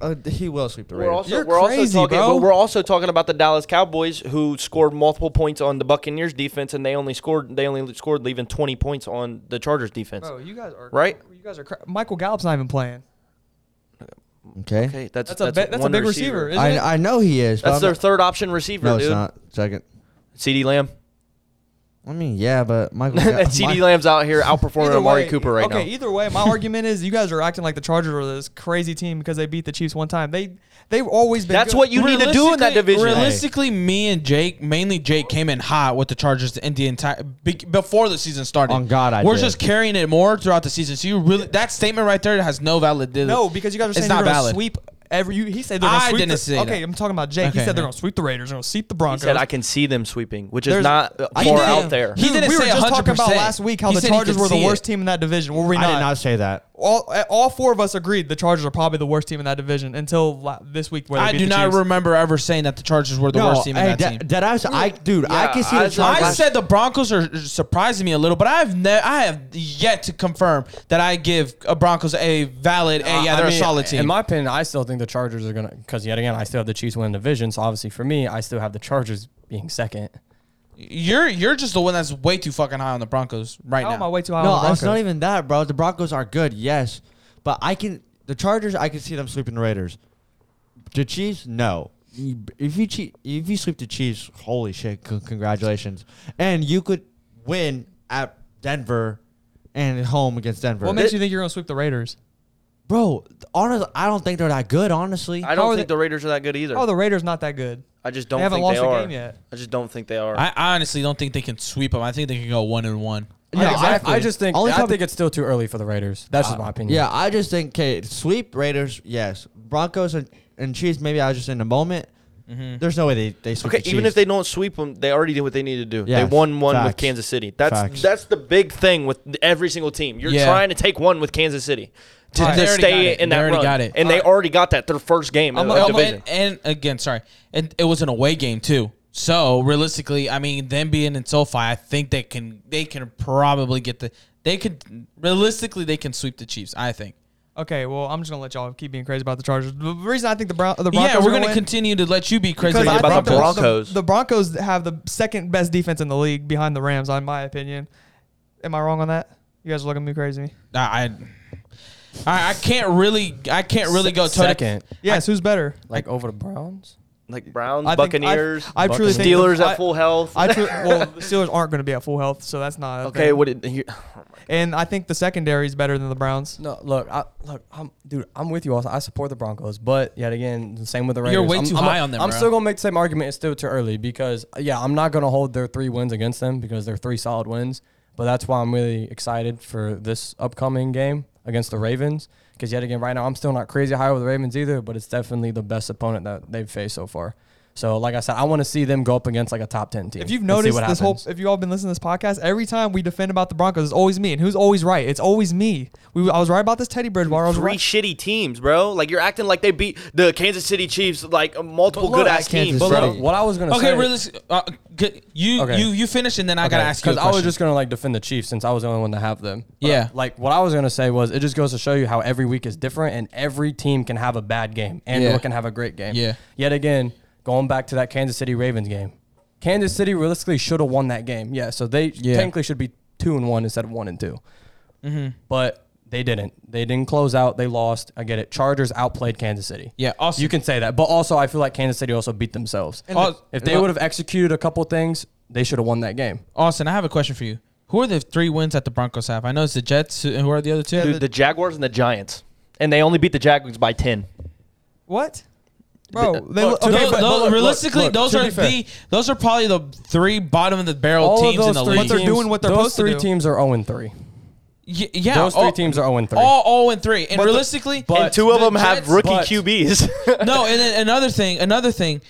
Speaker 2: Uh, he will sweep the
Speaker 3: We're
Speaker 2: Raiders.
Speaker 3: also,
Speaker 5: You're
Speaker 3: we're
Speaker 5: crazy,
Speaker 3: also talking,
Speaker 5: bro.
Speaker 3: But we're also talking about the Dallas Cowboys, who scored multiple points on the Buccaneers defense, and they only scored they only scored leaving twenty points on the Chargers defense.
Speaker 5: Bro, you guys are
Speaker 3: Right?
Speaker 5: You guys are cra- Michael Gallup's not even playing.
Speaker 2: okay.
Speaker 3: Okay, that's
Speaker 5: That's, a be- that's a
Speaker 3: one
Speaker 5: big receiver. isn't
Speaker 2: I
Speaker 5: it?
Speaker 2: I know he is. but
Speaker 3: That's
Speaker 2: I'm
Speaker 3: their
Speaker 2: not-
Speaker 3: third option receiver,
Speaker 2: no, it's
Speaker 3: dude.
Speaker 2: not second.
Speaker 3: CD Lamb.
Speaker 2: I mean, yeah, but Michael.
Speaker 3: and CD
Speaker 2: Mike-
Speaker 3: Lamb's out here outperforming
Speaker 5: Either
Speaker 3: Amari
Speaker 5: way-
Speaker 3: Cooper right
Speaker 5: okay,
Speaker 3: now.
Speaker 5: either way, my argument is you guys are acting like the Chargers are this crazy team because they beat the Chiefs one time. They they've always been.
Speaker 3: That's
Speaker 5: good.
Speaker 3: what you need to do in that
Speaker 1: Realistically-
Speaker 3: division.
Speaker 1: Realistically, me and Jake, mainly Jake, came in hot with the Chargers and the entire be- before the season started.
Speaker 2: On God, I
Speaker 1: we're
Speaker 2: did.
Speaker 1: just carrying it more throughout the season. So you really that statement right there has no validity.
Speaker 5: No, because you guys are saying
Speaker 1: it's
Speaker 5: they're
Speaker 1: not
Speaker 5: going to
Speaker 1: valid.
Speaker 5: sweep every. You, he said they're going to
Speaker 1: I
Speaker 5: sweep.
Speaker 1: didn't
Speaker 5: the,
Speaker 1: say
Speaker 5: Okay,
Speaker 1: that.
Speaker 5: I'm talking about Jake. he
Speaker 1: Okay,
Speaker 5: said they're
Speaker 1: no.
Speaker 5: going to sweep the Raiders. They're going to sweep the
Speaker 3: He
Speaker 5: Broncos.
Speaker 3: said I can see them sweeping, which is
Speaker 5: There's-
Speaker 3: not uh,
Speaker 1: I
Speaker 3: far
Speaker 1: didn't-
Speaker 3: out there.
Speaker 1: He
Speaker 5: Dude,
Speaker 1: didn't
Speaker 5: we were
Speaker 1: say
Speaker 5: just talking
Speaker 1: 100%.
Speaker 5: about last week how
Speaker 1: He
Speaker 5: the
Speaker 1: said he
Speaker 5: Chargers
Speaker 1: could
Speaker 5: were the
Speaker 1: see
Speaker 5: worst
Speaker 1: it.
Speaker 5: team in that division. Were we
Speaker 2: I did not say that.
Speaker 5: All eh, all four of us agreed the Chargers are probably the worst team in that division until la- this week where they
Speaker 1: I
Speaker 5: beat
Speaker 1: do
Speaker 5: the
Speaker 1: not
Speaker 5: Chiefs.
Speaker 1: remember ever saying that the Chargers were the worst team in
Speaker 2: hey,
Speaker 1: that
Speaker 2: that,
Speaker 1: team.
Speaker 2: that I, was- I dude, I
Speaker 3: Yeah,
Speaker 2: can see
Speaker 3: I
Speaker 2: the
Speaker 3: was like-
Speaker 2: Chargers.
Speaker 1: I said the Broncos are surprising me a little, but I've ne- I have yet to confirm that I give a Broncos a valid. A, yeah,
Speaker 4: I
Speaker 1: they're
Speaker 4: mean,
Speaker 1: a solid team.
Speaker 4: In my opinion, I still think the Chargers are gonna because yet again, I still have the Chiefs winning the division. So obviously, for me, I still have the Chargers being second.
Speaker 1: you're you're just the one that's way too fucking high on the Broncos right
Speaker 5: How
Speaker 1: now.
Speaker 5: am I Oh, way too high on the
Speaker 2: No,
Speaker 5: Broncos?
Speaker 2: it's not even that, bro. The Broncos are good, yes, but I can the Chargers. I can see them sweeping the Raiders. The Chiefs, no. You- If you che- if you sweep the Chiefs, holy shit, c- congratulations! And you could win at Denver and at home against Denver.
Speaker 5: What makes you think you're going to sweep the Raiders?
Speaker 2: bro? Honestly, I don't think they're that good. Honestly,
Speaker 3: I
Speaker 5: How
Speaker 3: don't
Speaker 5: are
Speaker 3: think
Speaker 5: Oh, they-
Speaker 3: the Raiders are that good either.
Speaker 5: Oh, the Raiders not that good.
Speaker 3: I just don't
Speaker 5: they haven't
Speaker 3: think they
Speaker 5: lost a
Speaker 3: are.
Speaker 5: game yet.
Speaker 3: I just don't think they are.
Speaker 1: I I honestly don't think they can sweep them. I think they can go one and one.
Speaker 2: No, I-
Speaker 4: I,
Speaker 2: I
Speaker 4: just think
Speaker 2: Only
Speaker 4: I
Speaker 2: problem-
Speaker 4: think it's still too early for the Raiders. That's just Uh, my opinion.
Speaker 2: Yeah, I just think okay, sweep Raiders, yes. Broncos and, and Chiefs, maybe I was just in the moment.
Speaker 1: Mm-hmm.
Speaker 2: There's no way they they sweep
Speaker 3: Okay,
Speaker 2: the
Speaker 3: even
Speaker 2: Chiefs.
Speaker 3: if they don't sweep them, they already did what they needed to do.
Speaker 2: E. Yes,
Speaker 3: They won one with
Speaker 2: facts.
Speaker 3: Kansas City. That's
Speaker 2: Facts.
Speaker 3: that's the big thing with every single team. You're
Speaker 1: Yeah.
Speaker 3: trying to take one with Kansas City to,
Speaker 1: Alright.
Speaker 3: to
Speaker 1: They already got
Speaker 3: stay
Speaker 1: it.
Speaker 3: in
Speaker 1: They
Speaker 3: that
Speaker 1: already
Speaker 3: run.
Speaker 1: got it.
Speaker 3: And they already got that their first game
Speaker 1: I'm,
Speaker 3: of the
Speaker 1: I'm-
Speaker 3: division.
Speaker 1: and, and again, sorry, and it was an away game too. So realistically, I mean, them being in SoFi, I think they can they can probably get the they could realistically they can sweep the Chiefs. I think.
Speaker 5: Okay, well, I'm just gonna let y'all keep being crazy about the Chargers. The reason I think the Brown, the Broncos,
Speaker 1: Yeah, we're
Speaker 5: gonna
Speaker 1: gonna
Speaker 5: win-
Speaker 1: continue to let you be crazy
Speaker 5: because I
Speaker 1: about
Speaker 5: think
Speaker 1: the
Speaker 5: the
Speaker 1: Broncos.
Speaker 3: Broncos.
Speaker 5: The, the Broncos have the second best defense in the league behind the Rams, in my opinion. Am I wrong on that? You guys are looking at me crazy.
Speaker 1: I, I I can't really I can't really go toe
Speaker 4: second,
Speaker 5: Yes, who's better?
Speaker 4: like over the Browns.
Speaker 3: like Browns,
Speaker 5: I think-
Speaker 3: Buccaneers,
Speaker 5: I, I truly think
Speaker 3: Steelers
Speaker 5: the,
Speaker 3: at full health.
Speaker 5: I, I tru- well, the Steelers aren't going to be at full health, so that's not a
Speaker 3: okay,
Speaker 5: thing.
Speaker 3: what did you,
Speaker 5: And I think the secondary is better than the Browns.
Speaker 4: No, look, I, look, I'm, dude, I'm with you. Also, I support the Broncos, but yet again, the same with the Raiders.
Speaker 1: You're way
Speaker 4: I'm,
Speaker 1: too
Speaker 4: I'm-
Speaker 1: high on them,
Speaker 4: I'm
Speaker 1: bro.
Speaker 4: still gonna make the same argument. It's still too early because, yeah, I'm not gonna hold their three wins against them because they're three solid wins. But that's why I'm really excited for this upcoming game against the Ravens because yet again, right now, I'm still not crazy high with the Ravens either, but it's definitely the best opponent that they've faced so far. So, like I said, I want to see them go up against like a top ten team.
Speaker 5: If you've
Speaker 4: and see
Speaker 5: noticed
Speaker 4: what
Speaker 5: this whole,
Speaker 4: happens.
Speaker 5: if you all been listening to this podcast, every time we defend about the Broncos, it's always me. And who's always right? It's always me. We, I was right about this Teddy Bridgewater. I was
Speaker 6: Three
Speaker 5: right.
Speaker 6: shitty teams, bro. Like you're acting like they beat the Kansas City Chiefs, like multiple
Speaker 2: But look
Speaker 6: good ass
Speaker 2: at
Speaker 6: teams.
Speaker 2: Kansas City.
Speaker 6: Bro.
Speaker 4: But look, what I was gonna say.
Speaker 1: Okay, realistic. Uh, g- you
Speaker 4: Okay.
Speaker 1: you you finish, and then I gotta ask you. a
Speaker 4: because I was
Speaker 1: question.
Speaker 4: just gonna like defend the Chiefs since I was the only one to have them. But,
Speaker 1: Yeah.
Speaker 4: like what I was gonna say was it just goes to show you how every week is different and every team can have a bad game and
Speaker 1: Yeah.
Speaker 4: or can have a great game.
Speaker 1: Yeah.
Speaker 4: Yet again, going back to that Kansas City Ravens game, Kansas City realistically should have won that game. Yeah, so they
Speaker 1: Yeah. Mm-hmm.
Speaker 4: technically should be two and one instead of one and 2 But they didn't. They didn't close out. They lost. I get it. Chargers outplayed Kansas City.
Speaker 1: Yeah, also-
Speaker 4: you can say that. But also, I feel like Kansas City also beat themselves.
Speaker 1: Al-
Speaker 4: if they would have executed a couple things, they should have won that game.
Speaker 1: Austin, I have a question for you. Who are the three wins that the Broncos have? I know it's the Jets. Who who are the other two?
Speaker 3: Dude, the Jaguars and the Giants, and they only beat the Jaguars by ten.
Speaker 5: What? Bro, they,
Speaker 1: Those-
Speaker 4: look, to be
Speaker 5: okay, but-
Speaker 4: fair-
Speaker 1: those-
Speaker 4: look, look,
Speaker 1: realistically,
Speaker 4: look,
Speaker 1: those
Speaker 4: to
Speaker 1: are
Speaker 4: be fair.
Speaker 1: the those are probably the three bottom of the barrel
Speaker 4: All of
Speaker 1: teams in
Speaker 4: those
Speaker 1: the
Speaker 4: three
Speaker 1: league.
Speaker 5: But they're doing what they're
Speaker 4: those
Speaker 5: supposed to
Speaker 4: three
Speaker 5: do.
Speaker 4: teams are 0 3.
Speaker 1: Y- yeah,
Speaker 4: those three
Speaker 1: all-
Speaker 4: teams are 0 3.
Speaker 1: All zero and three, and
Speaker 4: But the-
Speaker 1: realistically,
Speaker 4: but-
Speaker 3: and two of
Speaker 1: the
Speaker 3: them have
Speaker 1: Jets-
Speaker 3: rookie
Speaker 4: but-
Speaker 3: QBs.
Speaker 1: no, and then another thing, another thing.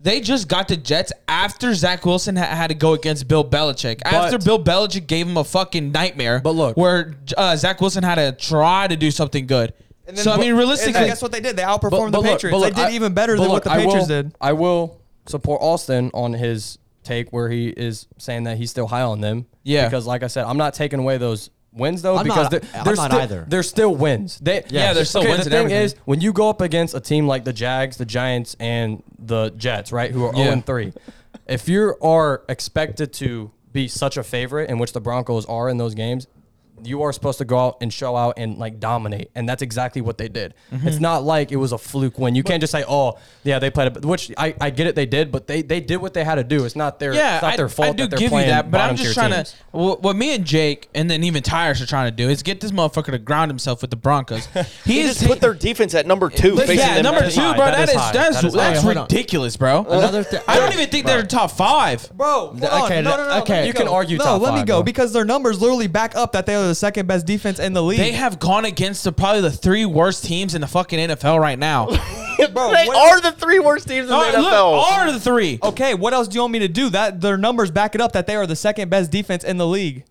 Speaker 1: They just got the Jets after Zach Wilson ha- had to go against Bill Belichick. after Bill Belichick gave him a fucking nightmare.
Speaker 4: But look-
Speaker 1: where uh, Zach Wilson had to try to do something good.
Speaker 5: and then-
Speaker 1: So I mean,
Speaker 5: and
Speaker 1: realistically,
Speaker 5: guess what they did? They outperformed the
Speaker 4: look-
Speaker 5: Patriots.
Speaker 4: look,
Speaker 5: they did
Speaker 4: I-
Speaker 5: even better
Speaker 4: but
Speaker 5: than
Speaker 4: look,
Speaker 5: what the
Speaker 4: I
Speaker 5: Patriots
Speaker 4: will-
Speaker 5: did.
Speaker 4: I will support Austin on his take where he is saying that he's still high on them.
Speaker 1: Yeah.
Speaker 4: Because, like I said, I'm not taking away those wins, though,
Speaker 2: I'm not-
Speaker 4: because they're,
Speaker 2: I'm
Speaker 4: they're
Speaker 2: not
Speaker 4: still,
Speaker 2: either.
Speaker 4: They're still wins. They,
Speaker 1: Yeah, they're still
Speaker 4: okay,
Speaker 1: wins
Speaker 4: The
Speaker 1: and
Speaker 4: thing
Speaker 1: everything.
Speaker 4: is, when you go up against a team like the Jags, the Giants, and the Jets, right, who are
Speaker 1: Yeah.
Speaker 4: 0 3, if you are expected to be such a favorite, in which the Broncos are in those games, you are supposed to go out and show out and like dominate, and that's exactly what they did.
Speaker 1: Mm-hmm.
Speaker 4: It's not like it was a fluke win. You can't just say, "Oh, yeah, they played," a, which I, I get it, they did, but they, they did what they had to do. It's not their
Speaker 1: yeah,
Speaker 4: it's not
Speaker 1: I,
Speaker 4: their fault
Speaker 1: I do
Speaker 4: that they're
Speaker 1: give you
Speaker 4: playing
Speaker 1: that, but I'm
Speaker 4: bottom
Speaker 1: just
Speaker 4: tier
Speaker 1: trying
Speaker 4: teams.
Speaker 1: to. What, what me and Jake and then even Tyrus are trying to do is get this motherfucker to ground himself with the Broncos. He
Speaker 3: They
Speaker 1: is
Speaker 3: just put their defense at number two.
Speaker 1: yeah,
Speaker 3: Facing them
Speaker 1: number
Speaker 3: at
Speaker 1: two,
Speaker 3: nine.
Speaker 1: bro.
Speaker 4: That is high.
Speaker 1: that is
Speaker 4: That
Speaker 1: that's
Speaker 4: is high.
Speaker 1: that's
Speaker 2: Hold on.
Speaker 1: ridiculous, bro.
Speaker 2: Another thing.
Speaker 1: I don't even think they're top five.
Speaker 5: Bro, hold
Speaker 2: Th-
Speaker 5: on.
Speaker 2: okay,
Speaker 5: no,
Speaker 2: th-
Speaker 5: no, no.
Speaker 2: okay.
Speaker 5: let me
Speaker 4: You can
Speaker 5: go.
Speaker 4: argue
Speaker 5: No,
Speaker 4: top
Speaker 5: let me
Speaker 4: five,
Speaker 5: go
Speaker 4: bro.
Speaker 5: because their numbers literally back up that they are the second best defense in the league.
Speaker 1: They have gone against the, probably the three worst teams in the fucking NFL right now.
Speaker 5: bro,
Speaker 3: They
Speaker 5: what-
Speaker 3: are the three worst teams in the
Speaker 1: All right,
Speaker 3: NFL.
Speaker 1: look, all of the three.
Speaker 4: Oh,
Speaker 5: Okay, what else do you want me to do? That their numbers back it up that they are the second best defense in the league.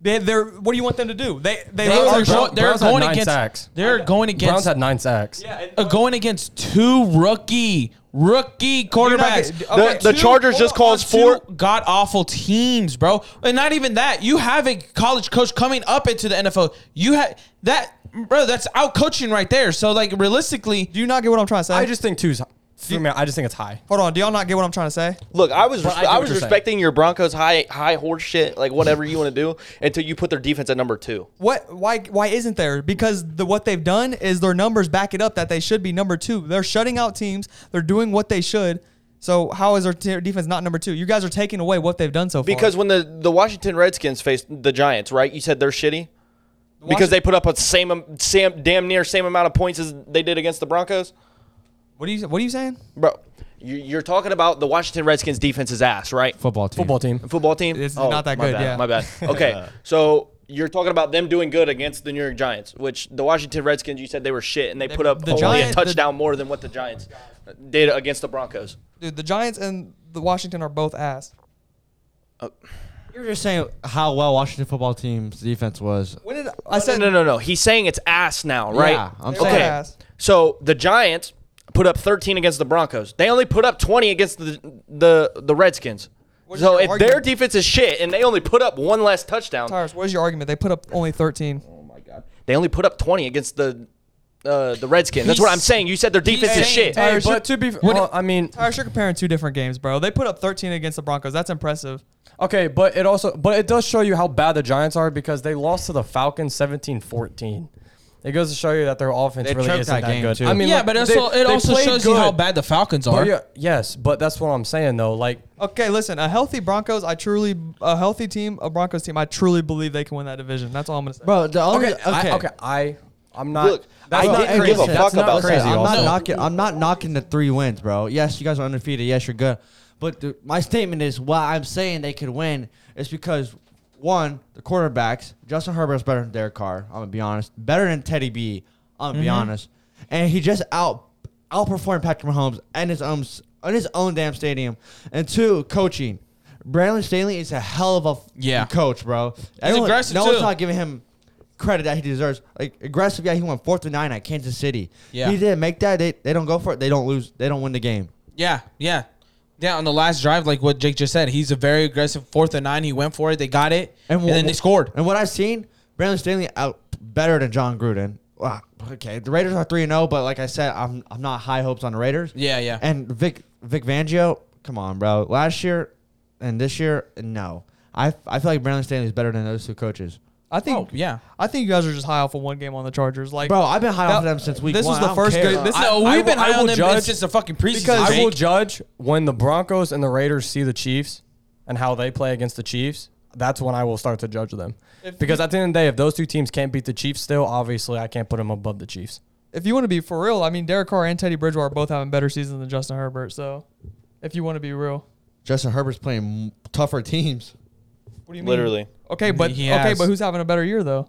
Speaker 5: They, they're what do you want them to do? They they,
Speaker 1: They are
Speaker 5: are
Speaker 4: Browns-
Speaker 1: go- they're
Speaker 4: Browns had
Speaker 1: going
Speaker 4: nine
Speaker 1: against.
Speaker 4: sacks.
Speaker 1: They're going
Speaker 4: Browns
Speaker 1: against.
Speaker 4: had nine sacks.
Speaker 5: yeah, and-
Speaker 1: uh, going against two rookie rookie quarterbacks.
Speaker 5: get- okay,
Speaker 3: the
Speaker 5: two-
Speaker 3: Chargers just
Speaker 5: hold
Speaker 3: calls four.
Speaker 1: god awful teams, bro. And not even that. You have a college coach coming up into the NFL. You have that, bro. That's out coaching right there. So like realistically,
Speaker 5: Do you not get what I'm trying to say?
Speaker 4: I just think two's. For me, I just think it's high.
Speaker 5: hold on. Do y'all not get what I'm trying to say?
Speaker 3: Look, I was
Speaker 4: But
Speaker 3: I,
Speaker 4: I get what
Speaker 3: was
Speaker 4: you're saying.
Speaker 3: respecting your Broncos high high horse shit, like whatever you want to do, until you put their defense at number two.
Speaker 5: What? Why? Why isn't there? Because the what they've done is their numbers back it up that they should be number two. They're shutting out teams. They're doing what they should. So how is their t- defense not number two? You guys are taking away what they've done so far.
Speaker 3: Because when the, the Washington Redskins faced the Giants, right? You said they're shitty because they put up a same am- same damn near same amount of points as they did against the Broncos,
Speaker 5: what are you what are you saying?
Speaker 3: bro. you- You're talking about the Washington Redskins defense's ass, right?
Speaker 2: Football team.
Speaker 4: Football team.
Speaker 3: Football team. Oh,
Speaker 5: It's not that
Speaker 3: my
Speaker 5: good,
Speaker 3: bad,
Speaker 5: yeah.
Speaker 3: my bad. Okay, so you're talking about them doing good against the New York Giants, which the Washington Redskins, you said they were shit, and they put up
Speaker 5: the
Speaker 3: only
Speaker 5: Giant-
Speaker 3: a
Speaker 5: the-
Speaker 3: touchdown more than what the Giants did against the Broncos.
Speaker 5: Dude, the Giants and the Washington are both ass.
Speaker 2: You're just saying how well Washington football team's defense was.
Speaker 5: When did I said?
Speaker 3: no, no, no, no. He's saying it's ass now, right?
Speaker 2: Yeah, I'm
Speaker 5: They
Speaker 2: saying.
Speaker 5: were ass.
Speaker 3: So the Giants put up 13 against the Broncos. They only put up 20 against the the, the Redskins.
Speaker 5: What is
Speaker 3: So
Speaker 5: your
Speaker 3: if their
Speaker 5: argument?
Speaker 3: defense is shit and they only put up one less touchdown,
Speaker 5: Tyrus, what is your argument? They put up only 13.
Speaker 3: Oh they only put up 20 against the uh, the Redskins. That's what I'm
Speaker 1: He's-
Speaker 3: saying. You said their defense is
Speaker 1: saying-
Speaker 3: shit.
Speaker 4: Hey,
Speaker 5: Tyrus,
Speaker 4: but to be, well, I mean,
Speaker 5: Tyrus, you're comparing two different games, bro. They put up 13 against the Broncos. That's impressive.
Speaker 4: Okay, but it also but it does show you how bad the Giants are because they lost to the Falcons 17-14. It goes to show you that their offense
Speaker 2: They
Speaker 4: really
Speaker 2: choked
Speaker 4: isn't that,
Speaker 2: that game,
Speaker 4: good.
Speaker 2: too.
Speaker 4: I mean,
Speaker 1: yeah,
Speaker 4: like,
Speaker 1: but
Speaker 4: they-
Speaker 1: also it
Speaker 4: they
Speaker 1: also
Speaker 4: played
Speaker 1: shows you
Speaker 4: good,
Speaker 1: how bad the Falcons
Speaker 4: but
Speaker 1: are.
Speaker 4: yeah, yes, but that's what I'm saying though. Like
Speaker 5: Okay, listen, a healthy Broncos, I truly, a healthy team, a Broncos team, I truly believe they can win that division. That's all I'm going to say.
Speaker 2: Bro, the only
Speaker 4: okay,
Speaker 2: okay.
Speaker 4: I, okay, I I'm not.
Speaker 3: Look,
Speaker 4: that's
Speaker 3: I
Speaker 4: not
Speaker 3: didn't
Speaker 4: crazy.
Speaker 3: give a
Speaker 4: That's
Speaker 3: fuck
Speaker 4: not
Speaker 3: about that.
Speaker 4: crazy.
Speaker 2: I'm
Speaker 4: also.
Speaker 2: not knocking. I'm not knocking the three wins, bro. Yes, you guys are undefeated. Yes, you're good. But the, my statement is, why I'm saying they could win is because one, the quarterbacks, Justin Herbert's better than Derek Carr. I'm gonna be honest, better than Teddy B. I'm gonna be honest, and he just out outperformed Patrick Mahomes and his own s- on his own damn stadium. And two, coaching. Brandon Staley is a hell of a f-
Speaker 1: Yeah.
Speaker 2: coach, bro.
Speaker 1: aggressive,
Speaker 2: no
Speaker 1: too.
Speaker 2: one's not giving him credit that he deserves. Like aggressive, yeah, he went fourth to nine at Kansas City.
Speaker 1: Yeah.
Speaker 2: He didn't make that. They, they don't go for it. They don't lose. They don't win the game.
Speaker 1: Yeah, yeah. Yeah, on the last drive, like what Jake just said, he's a very aggressive fourth and nine. He went for it. They got it. And,
Speaker 2: wh-
Speaker 1: then they scored.
Speaker 2: And what I've seen, Brandon Staley out better than John Gruden. Wow. Okay, the Raiders are three and zero, but like I said, I'm I'm not high hopes on the Raiders.
Speaker 1: Yeah, yeah.
Speaker 2: And Vic Vic Fangio, come on, bro. Last year and this year, no. I I feel like Brandon Staley is better than those two coaches.
Speaker 5: I think
Speaker 1: oh, yeah.
Speaker 5: I think you guys are just high off of one game on the Chargers. Like,
Speaker 2: Bro, I've been high
Speaker 5: That-
Speaker 2: off them since week
Speaker 5: this
Speaker 2: one.
Speaker 5: was the
Speaker 2: I don't
Speaker 5: first
Speaker 2: care.
Speaker 5: good- this-
Speaker 1: I,
Speaker 5: No,
Speaker 1: we've
Speaker 4: I will-
Speaker 1: been
Speaker 4: I
Speaker 1: high
Speaker 4: will
Speaker 1: on them
Speaker 4: judge-
Speaker 1: judge, since the fucking preseason.
Speaker 4: Because I will
Speaker 1: Jake.
Speaker 4: judge when the Broncos and the Raiders see the Chiefs and how they play against the Chiefs. That's when I will start to judge them. because at the end of the day, if those two teams can't beat the Chiefs still, obviously I can't put them above the Chiefs.
Speaker 5: if you want to be for real, I mean, Derek Carr and Teddy Bridgewater are both having better seasons than Justin Herbert. So, if you want to be real,
Speaker 2: Justin Herbert's playing tougher teams.
Speaker 5: what do you mean?
Speaker 3: Literally.
Speaker 5: Okay, but
Speaker 1: He
Speaker 5: okay,
Speaker 1: has.
Speaker 5: but who's having a better year though?